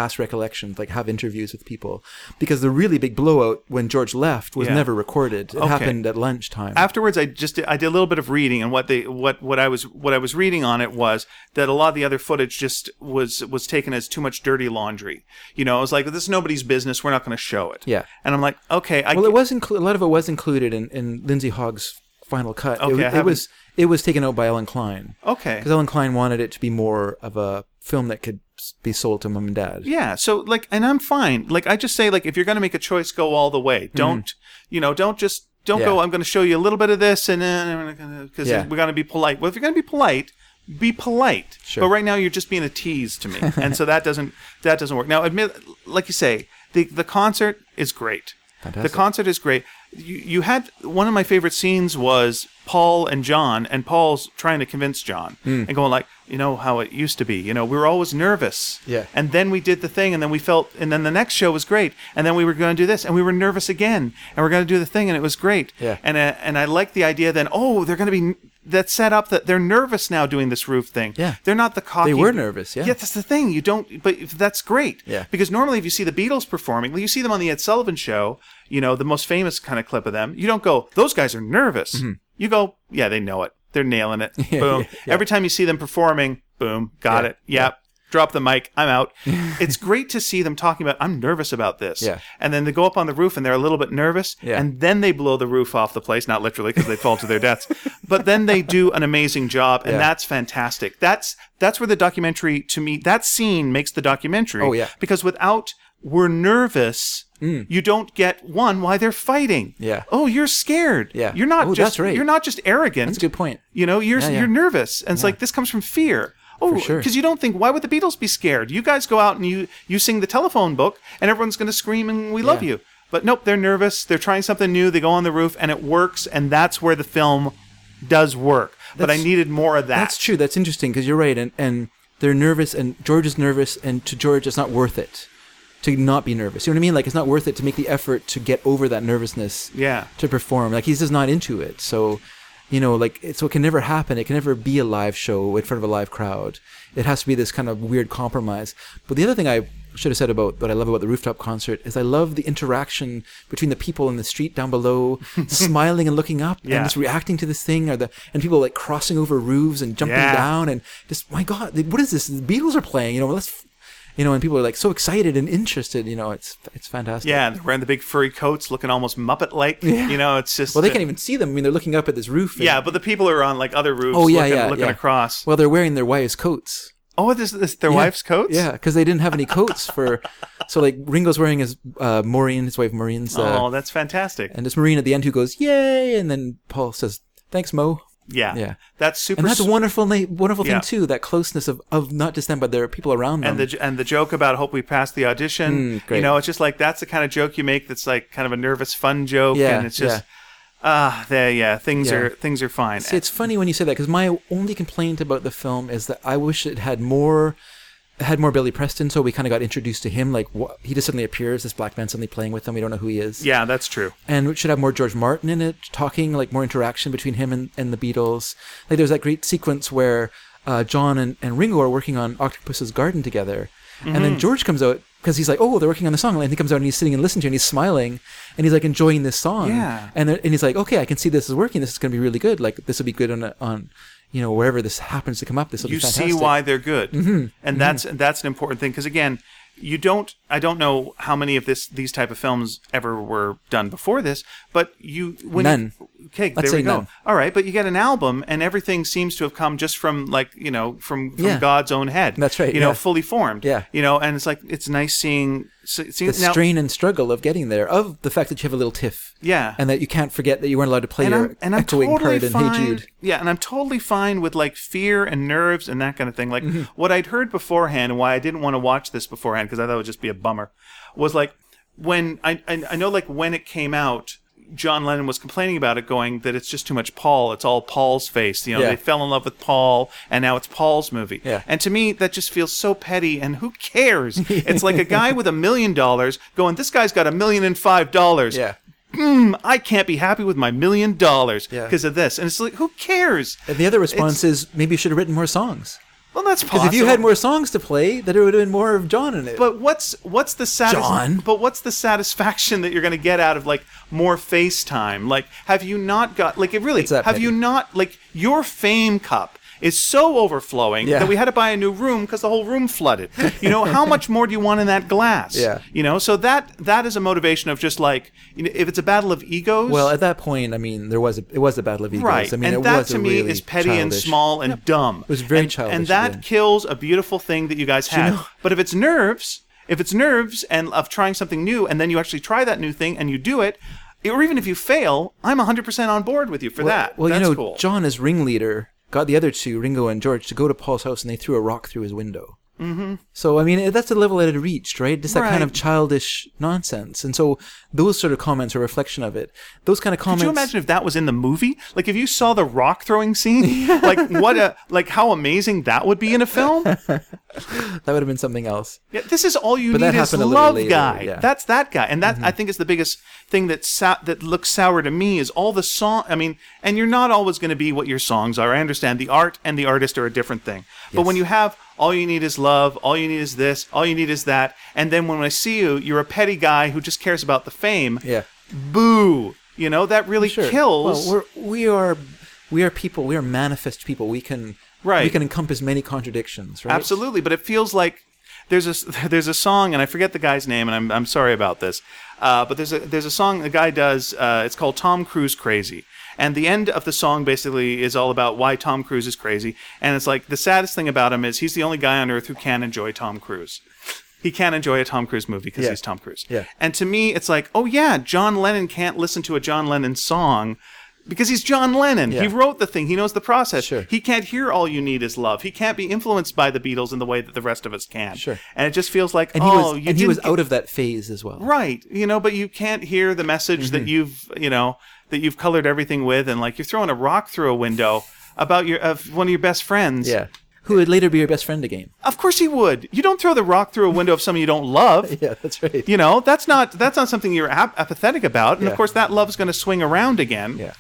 past recollections, like have interviews with people. Because the really big blowout when George left was Yeah. never recorded. It happened at lunchtime. afterwards I just did, I did a little bit of reading and what they what what I was what I was reading on it was that a lot of the other footage just was was taken as too much dirty laundry. You know, I was like this is nobody's business. We're not going to show it. Yeah. And I'm like, okay, I well, it was inclu- a lot of it was included in, in Lindsay Hogg's final cut. Okay, I it, was- haven't- it was it was taken out by Ellen Klein okay. because Ellen Klein wanted it to be more of a film that could s- be sold to mom and dad. Yeah. So like, and I'm fine. Like, I just say like, if you're gonna make a choice, go all the way. Don't, you know, don't just don't go. Mm-hmm. Yeah. I'm I'm gonna show you a little bit of this, and then because Yeah. we're gonna be polite. Well, if you're gonna be polite, be polite. Sure. But right now you're just being a tease to me, and so that doesn't that doesn't work. Now, admit, like you say, the the concert is great. The Fantastic. concert is great. You, you had one of my favorite scenes was Paul and John, and Paul's trying to convince John Hmm. and going like, you know how it used to be. You know, we were always nervous. Yeah. And then we did the thing, and then we felt, and then the next show was great, and then we were going to do this, and we were nervous again, and we're going to do the thing, and it was great. Yeah. And uh, and I like the idea. Then oh, they're going to be that set up that they're nervous now doing this roof thing. Yeah. They're not the cocky. were nervous, yeah. Yeah, that's the thing. You don't, but that's great. Yeah. Because normally, if you see the Beatles performing, well, you see them on the Ed Sullivan Show. You know, the most famous kind of clip of them. You don't go, those guys are nervous. Mm-hmm. You go, yeah, they know it. They're nailing it. boom. Every time you see them performing, boom, got Yeah. it. Yep. Drop the mic. I'm out. it's great to see them talking about. I'm nervous about this. Yeah. And then they go up on the roof and they're a little bit nervous. Yeah. And then they blow the roof off the place, not literally because they fall to their deaths, but then they do an amazing job, and Yeah. that's fantastic. That's that's where the documentary to me that scene makes the documentary. Oh, yeah. Mm. because without we're nervous. You don't get one why they're fighting. Yeah. Oh, you're scared. Yeah. You're not Oh, just that's right. you're not just arrogant. That's a good point. You know, you're Yeah, yeah. you're nervous, and it's like this comes from fear. Oh, because sure. you don't think why would the Beatles be scared? You guys go out and you you sing the telephone book, and everyone's going to scream and we love Yeah. you. But nope, they're nervous. They're trying something new. They go on the roof, and it works, and that's where the film does work. but I That's- needed more of that. That's true. That's interesting because you're right, and and they're nervous, and George is nervous, and to George, it's not worth it to not be nervous. You know what I mean? Like it's not worth it to make the effort to get over that nervousness. Yeah. To perform, like he's just not into it. So, you know, like it, so it can never happen. It can never be a live show in front of a live crowd. It has to be this kind of weird compromise. But the other thing I should have said about what I love about the rooftop concert is I love the interaction between the people in the street down below, smiling and looking up Yeah. and just reacting to this thing, or the and people like crossing over roofs and jumping Yeah. down and just my God, what is this? The Beatles are playing, you know. Let's, you know, and people are like so excited and interested. You know, it's it's fantastic. Yeah, they're wearing the big furry coats, looking almost Muppet-like. You know, it's just Well, they can't even see them. I mean, they're looking up at this roof. and- Yeah, but the people are on like other roofs. Oh yeah, looking, yeah, looking yeah. across. Well, they're wearing their wives' coats. oh, this is their wife's coats. Yeah, because they didn't have any coats for. so like Ringo's wearing his uh, Maureen, his wife Maureen's, uh, Oh, that's fantastic. and it's Maureen at the end who goes yay, and then Paul says thanks Mo, yeah. yeah. That's super. and that's a wonderful, na- wonderful Yeah. thing too. That closeness of of not just them, but there are people around them. and the and the joke about hope we passed the audition. Um, Mm, great. You know, it's just like that's the kind of joke you make that's like kind of a nervous fun joke, Yeah, and it's just ah, there, yeah, things Yeah. are things are fine. See, it's funny when you say that because my only complaint about the film is that I wish it had more it had more Billy Preston. So we kind of got introduced to him. Like wh- he just suddenly appears, this black man suddenly playing with them. We don't know who he is. yeah, that's true. and it should have more George Martin in it, talking like more interaction between him and, and the Beatles. Like there's that great sequence where uh, John and, and Ringo are working on Octopus's Garden together, and Mm-hmm. then George comes out because he's like, oh, they're working on the song, and he comes out and he's sitting and listening to, it, and he's smiling, and he's like enjoying this song, Yeah. and they're- and he's like, okay, I can see this is working. This is going to be really good. Like this will be good on a, on you know wherever this happens to come up. This will you be fantastic. Mm-hmm. see why they're good, and that's and that's an important thing because again, you don't. I don't know how many of this these type of films ever were done before this, but you when None. You, okay, I'd there we say go. none. All right, but you get an album, and everything seems to have come just from like you know from, from Yeah. God's own head. That's right, You know, yeah. fully formed. Yeah. You know, and it's like it's nice seeing se- seeing the now- strain and struggle of getting there, of the fact that you have a little tiff, Yeah. and that you can't forget that you weren't allowed to play and your I'm, and I'm echoing totally part in fine. Hey Jude. Yeah, and I'm totally fine with like fear and nerves and that kind of thing. Like Mm-hmm. what I'd heard beforehand and why I didn't want to watch this beforehand because I thought it would just be a bummer was like when I, I I know like when it came out. John Lennon was complaining about it, going that it's just too much Paul. It's all Paul's face. You know, Yeah. they fell in love with Paul, and now it's Paul's movie. Yeah. And to me, that just feels so petty. And who cares? it's like a guy with a million dollars going, "This guy's got a million and five dollars. Yeah. I can't be happy with my million dollars Yeah. because of this. And it's like, who cares? And the other response is maybe you should have written more songs. Well, that's Because possible. if you had more songs to play, then there would have been more of John in it. but what's what's the satis- John? But what's the satisfaction that you're going to get out of like more FaceTime? Like, have you not got like it really? that have petty. you not like your fame cup? Is so overflowing Yeah. that we had to buy a new room because the whole room flooded. You know how much more do you want in that glass? Yeah. You know, so that that is a motivation of just like you know, if it's a battle of egos. well, at that point, I mean, there was a, it was a battle of egos. Right. I mean, and it that was to a me really is petty and childish- small and dumb. It was very and, childish And at that the end. kills a beautiful thing that you guys have. but if it's nerves, if it's nerves and of trying something new and then you actually try that new thing and you do it, or even if you fail, I'm 100% on board with you for that. Well, That's you know, cool. John as ringleader got the other two, Ringo and George, to go to Paul's house, and they threw a rock through his window. Mm-hmm. So I mean, that's the level that it reached, right? Just that kind Right. of childish nonsense. And so those sort of comments are a reflection of it. Those kind of comments. Could you imagine if that was in the movie? Like if you saw the rock throwing scene, like what a like how amazing that would be in a film. that would have been something else? Yeah, this is all you But that need is happened a little love later, guy. yeah. Mm-hmm. That's that guy, and that I think is the biggest thing that sou- that looks sour to me is all the song. I mean, and you're not always going to be what your songs are. I understand the art and the artist are a different thing, but when you have all you need is love, all you need is this, all you need is that, and then when I see you, you're a petty guy who just cares about the fame. Yeah. Boo! You know that really Sure. kills. Well, we're, we are we are people. We are manifest people. We can Right. We can encompass many contradictions. Right. Absolutely, but it feels like there's a there's a song, and I forget the guy's name, and I'm, I'm sorry about this. Uh, but there's a there's a song the guy does. Uh, it's called Tom Cruise Crazy, and the end of the song basically is all about why Tom Cruise is crazy. And it's like the saddest thing about him is he's the only guy on earth who can enjoy Tom Cruise. He can't enjoy a Tom Cruise movie because Yeah. he's Tom Cruise. Yeah. And to me, it's like, oh yeah, John Lennon can't listen to a John Lennon song because he's John Lennon. He Yeah. wrote the thing. He knows the process. Sure. He can't hear all you need is love. He can't be influenced by the Beatles in the way that the rest of us can. Sure. And it just feels like, And he oh, was you and he didn't was get- out of that phase as well. right, you know, but you can't hear the message Mm-hmm. that you've, you know, that you've colored everything with, and like you're throwing a rock through a window about your of one of your best friends. Yeah. Who would later be your best friend again? Of course he would. You don't throw the rock through a window of someone you don't love. Yeah, that's right. You know, that's not that's not something you're ap- apathetic about. And of Yeah. course, that love's going to swing around again. Yeah.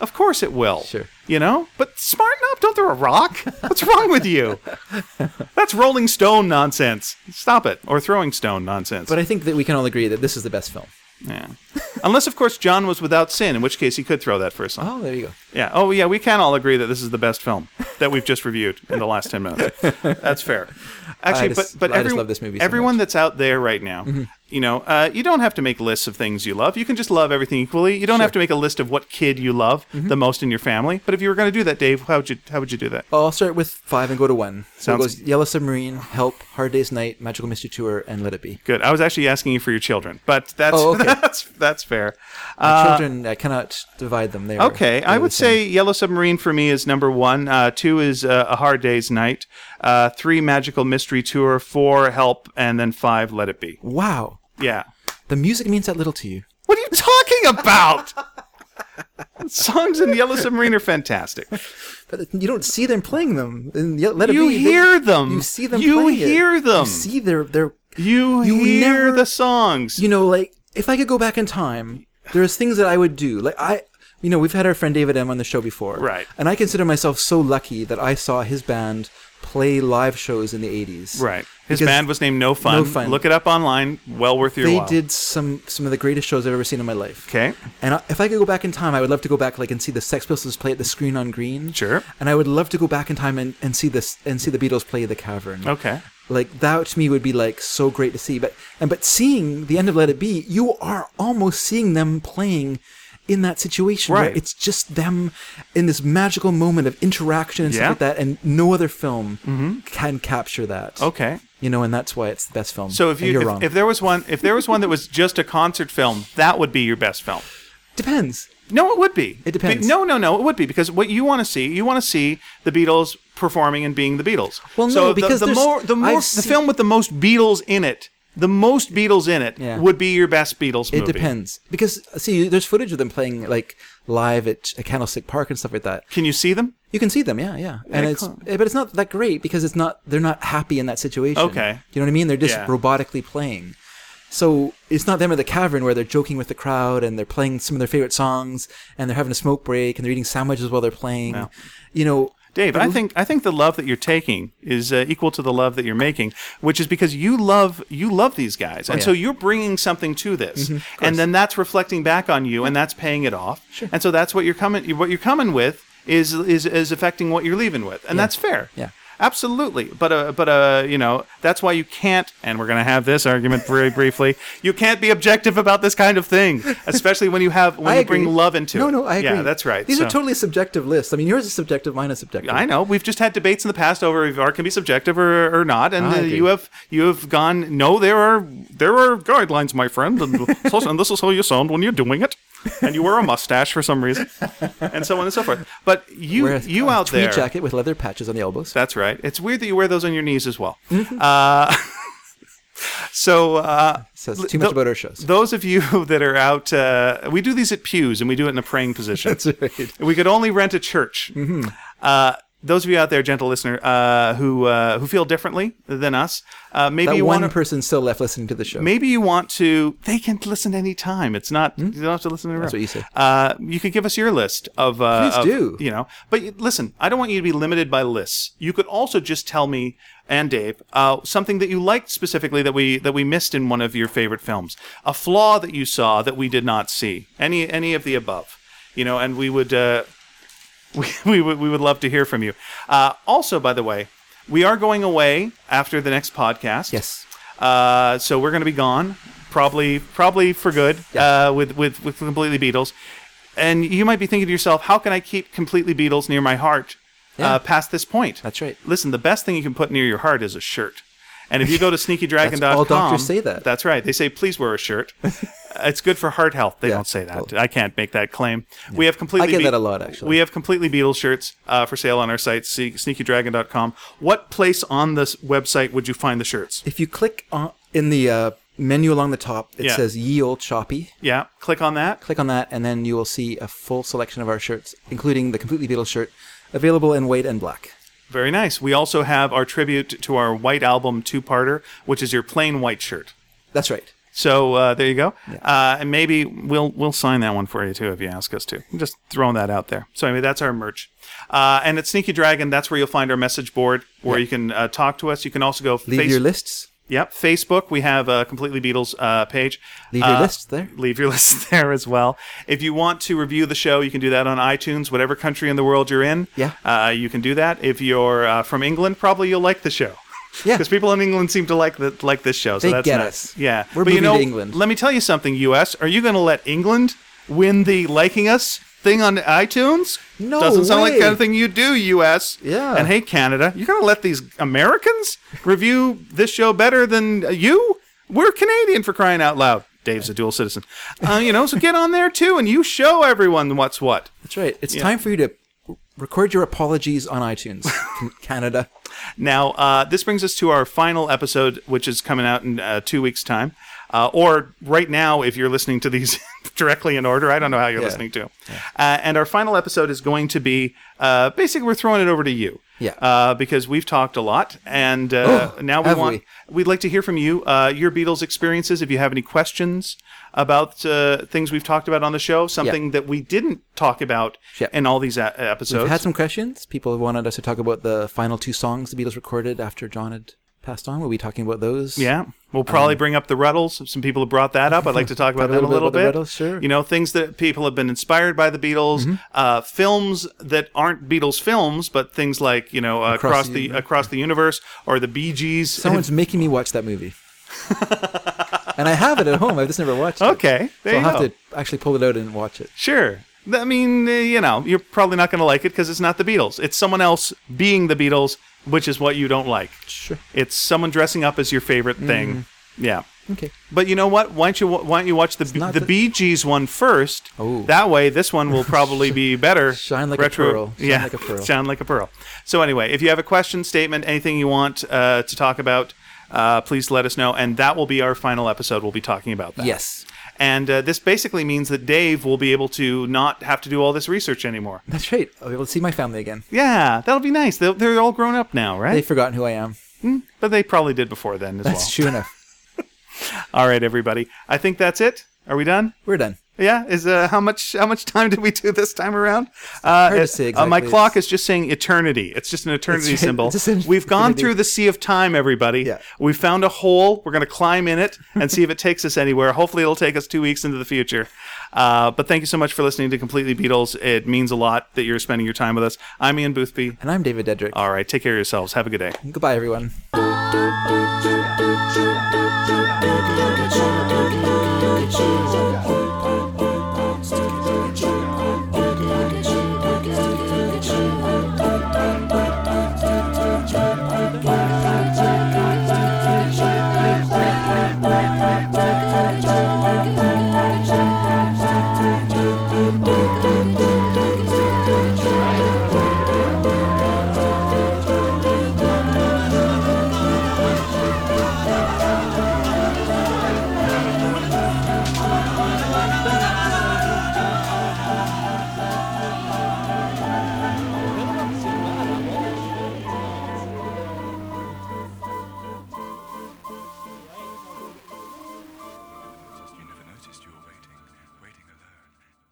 Of course it will. Sure. You know? But smarten up. Don't throw a rock. What's wrong with you? That's Rolling Stone nonsense. Stop it. Or Throwing Stone nonsense. But I think that we can all agree that this is the best film. yeah. Unless, of course, John was without sin, in which case he could throw that first line. Oh, there you go. Yeah. Oh, yeah. We can all agree that this is the best film that we've just reviewed in the last ten minutes. That's fair. Actually, I just- but but I just every- love this movie so Mm-hmm. everyone that's out there right now, you know, uh, you don't have to make lists of things you love. You can just love everything equally. You don't have to make a list of what kid you love Mm-hmm. the most in your family. But if you were going to do that, Dave, how would you how would you do that? Well, I'll start with five and go to one. So it Sounds- goes Yellow Submarine, Help, Hard Day's Night, Magical Mystery Tour, and Let It Be. Good. I was actually asking you for your children, but that's Oh, okay. that's that's fair. My Uh, children, I cannot divide them. They are- Okay, they're I the would same. say Yellow Submarine for me is number one. Uh, two is uh, A Hard Day's Night. Uh, three, Magical Mystery Tour. Four, Help, and then five, Let It Be. Wow, Yeah. the music means that little to you. What are you talking about? Songs in Yellow Submarine are fantastic. But you don't see them playing them. And Ye- Let It You Be, they- hear them. You see them. You playing it. hear them. You see their their. You, You hear never- the songs. You know, like if I could go back in time, there's things that I would do. Like I, you know, we've had our friend David M on the show before, Right. And I consider myself so lucky that I saw his band play live shows in the '80s, right. His Because band was named No Fun. No Fun. Look it up online. Well worth your They while. did some some of the greatest shows I've ever seen in my life. Okay. And I, if I could go back in time, I would love to go back like and see the Sex Pistols play at the Screen on Green. Sure. And I would love to go back in time and, and see this and see the Beatles play the Cavern. Okay. Like that to me would be like so great to see. But and but seeing the end of Let It Be, you are almost seeing them playing in that situation where Right. it's just them in this magical moment of interaction and Yeah. Mm-hmm. stuff like that, and no other film can capture that. Okay. You know, and that's why it's the best film. So if And you you're if, wrong, if there was one if there was one that was just a concert film, that would be your best film. depends. No, it would be. It depends. Be- no, no, no, it would be because what you want to see, you want to see the Beatles performing and being the Beatles. Well, so no, because the, the there's- more the more I've the seen- film with the most Beatles in it, the most Beatles in it Yeah. would be your best Beatles It movie. depends because see, there's footage of them playing like live at a Candlestick Park and stuff like that. Can you see them? You can see them, yeah, yeah, and Yeah, it's cool. eh, but it's not that great because it's not they're not happy in that situation. Okay. you know what I mean? They're just Yeah. robotically playing. So it's not them at the cavern where they're joking with the crowd and they're playing some of their favorite songs and they're having a smoke break and they're eating sandwiches while they're playing. You know, Dave, Mm-hmm. I think I think the love that you're taking is uh, equal to the love that you're making, which is because you love you love these guys, and Oh, yeah. Mm-hmm. so you're bringing something to this, and then that's reflecting back on you, and that's paying it off, sure. and so that's what you're coming what you're coming with is is is affecting what you're leaving with, and that's fair. Yeah. Absolutely, but uh, but uh, you know that's why you can't, and we're gonna have this argument very briefly. You can't be objective about this kind of thing, especially when you have when I you agree. bring love into no, it. No, I agree. Yeah, that's right. These So- are totally subjective lists. I mean, yours is subjective, mine is subjective. I know. We've just had debates in the past over if art can be subjective or, or not, and I uh, agree. you have you have gone. No, there are there are guidelines, my friend, and, so- and this is how you sound when you're doing it, and you wear a mustache for some reason, and so on and so forth. But you Wear a- you a out tweed there, jacket with leather patches on the elbows. that's right. It's weird that you wear those on your knees as well. Mm-hmm. Uh, so uh, Says L- too much tho- about our shows. Those of you that are out, uh, we do these at pews and we do it in a praying position. That's right. We could only rent a church. Uh, those of you out there, gentle listener, uh, who uh, who feel differently than us, uh, maybe that you one want to. person still left listening to the show. Hmm? Maybe you want to. They can listen anytime. It's not. You don't have to listen to. That's what you said. Uh, you could give us your list of. Uh, Please of- do. You know, but you- listen, I don't want you to be limited by lists. You could also just tell me and Dave uh, something that you liked specifically that we that we missed in one of your favorite films, a flaw that you saw that we did not see. Any any of the above, you know, and we would. Uh, we, we, would, we would love to hear from you. Uh, also, by the way, we are going away after the next podcast. Yes. Uh, so we're going to be gone, probably probably for good, Yeah. uh, with, with, with completely Beatles. And you might be thinking to yourself, how can I keep completely Beatles near my heart Yeah. uh, past this point? That's right. Listen, the best thing you can put near your heart is a shirt. And if you go to sneakydragon.com, That's all doctors say that. That's right. They say, please wear a shirt. it's good for heart health. They Yeah. don't say that. I can't make that claim. We have completely. get Be- that a lot, actually. We we have completely Beatles shirts uh, for sale on our site, see- sneakydragon.com. What place on this website would you find the shirts? If you click on in the uh, menu along the top, it Yeah. says "Ye Old Choppy." Yeah, click on that. Click on that, and then you will see a full selection of our shirts, including the completely Beatles shirt, available in white and black. Very nice. We also have our tribute to our White Album two parter, which is your plain white shirt. That's right. So uh, there you go. Uh, and maybe we'll we'll sign that one for you too if you ask us to. I'm just throwing that out there. So anyway, that's our merch. Uh, and at Sneaky Dragon, that's where you'll find our message board where you can uh, talk to us. You can also go Leave face- your lists. Yep, Facebook. We have a completely Beatles uh, page. Leave your Uh, lists there. Leave your list there as well. If you want to review the show, you can do that on iTunes, whatever country in the world you're in. Yeah. uh, you can do that. If you're uh, from England, probably you'll like the show. Yeah. because people in England seem to like the, like this show. So They that's get nice. us. Yeah, We're but you moving know, to England. Let me tell you something, U.S. Are you going to let England win the liking us thing on iTunes? No doesn't sound like way. the kind of thing you do, U.S. Yeah. and hey, Canada, you're going to let these Americans review this show better than uh, you? We're Canadian for crying out loud. Dave's a dual citizen. Uh, you know, so get on there too and you show everyone what's what. That's right. It's time for you to record your apologies on iTunes, Can- Canada. Now, uh, this brings us to our final episode, which is coming out in uh, two weeks' time. Uh, or right now, if you're listening to these directly in order, I don't know how you're listening to. Uh, and our final episode is going to be uh, basically we're throwing it over to you, Yeah. Uh, because we've talked a lot, and uh, Oh, now we have want we? we'd like to hear from you, uh, your Beatles experiences. If you have any questions about uh, things we've talked about on the show, something that we didn't talk about Yeah. in all these a- episodes, We've had some questions. People have wanted us to talk about the final two songs the Beatles recorded after John had passed on. We'll be talking about those. Yeah, we'll probably bring up the Ruddles. Some people have brought that up. I'd like to talk about Talk that Um, a a little little bit about bit. the Ruddles, sure. Mm-hmm. You know, things that people have been inspired by the Beatles, uh, films that aren't Beatles films, but things like you know uh, across, Across the the, Universe. across the universe or the Bee Gees. Someone's making me watch that movie. and I have it at home. I've just never watched it. okay, there So I'll you have go. to actually pull it out and watch it. Sure. I mean, uh, you know, you're probably not going to like it because it's not the Beatles. It's someone else being the Beatles, which is what you don't like. Sure. Mm. It's someone dressing up as your favorite thing. Yeah. Okay. But you know what? Why don't you why don't you watch the not the the- Bee Gees one first? Oh. That way, this one will probably be better. Shine like a pearl. Shine yeah, like a pearl. shine like a pearl. So anyway, if you have a question, statement, anything you want uh, to talk about, uh, please let us know, and that will be our final episode. We'll be talking about that. Yes. And uh, this basically means that Dave will be able to not have to do all this research anymore. That's right. I'll be able to see my family again. Yeah, that'll be nice. They're, they're all grown up now, right? They've forgotten who I am. but they probably did before then as That's well. true enough. All right, everybody. I think that's it. Are we done? We're done. Yeah, is uh, how much how much time did we do this time around? Uh, to say uh, my exactly. clock is just saying eternity. It's just an eternity right. symbol. It's just an We've gone eternity. through the sea of time, everybody. Yeah. We found a hole. We're going to climb in it and see if it takes us anywhere. Hopefully, it'll take us two weeks into the future. Uh, but thank you so much for listening to Completely Beatles. It means a lot that you're spending your time with us. I'm Ian Boothby. And I'm David Dedrick. Uh, All right, take care of yourselves. Have a good day. Goodbye, everyone. do do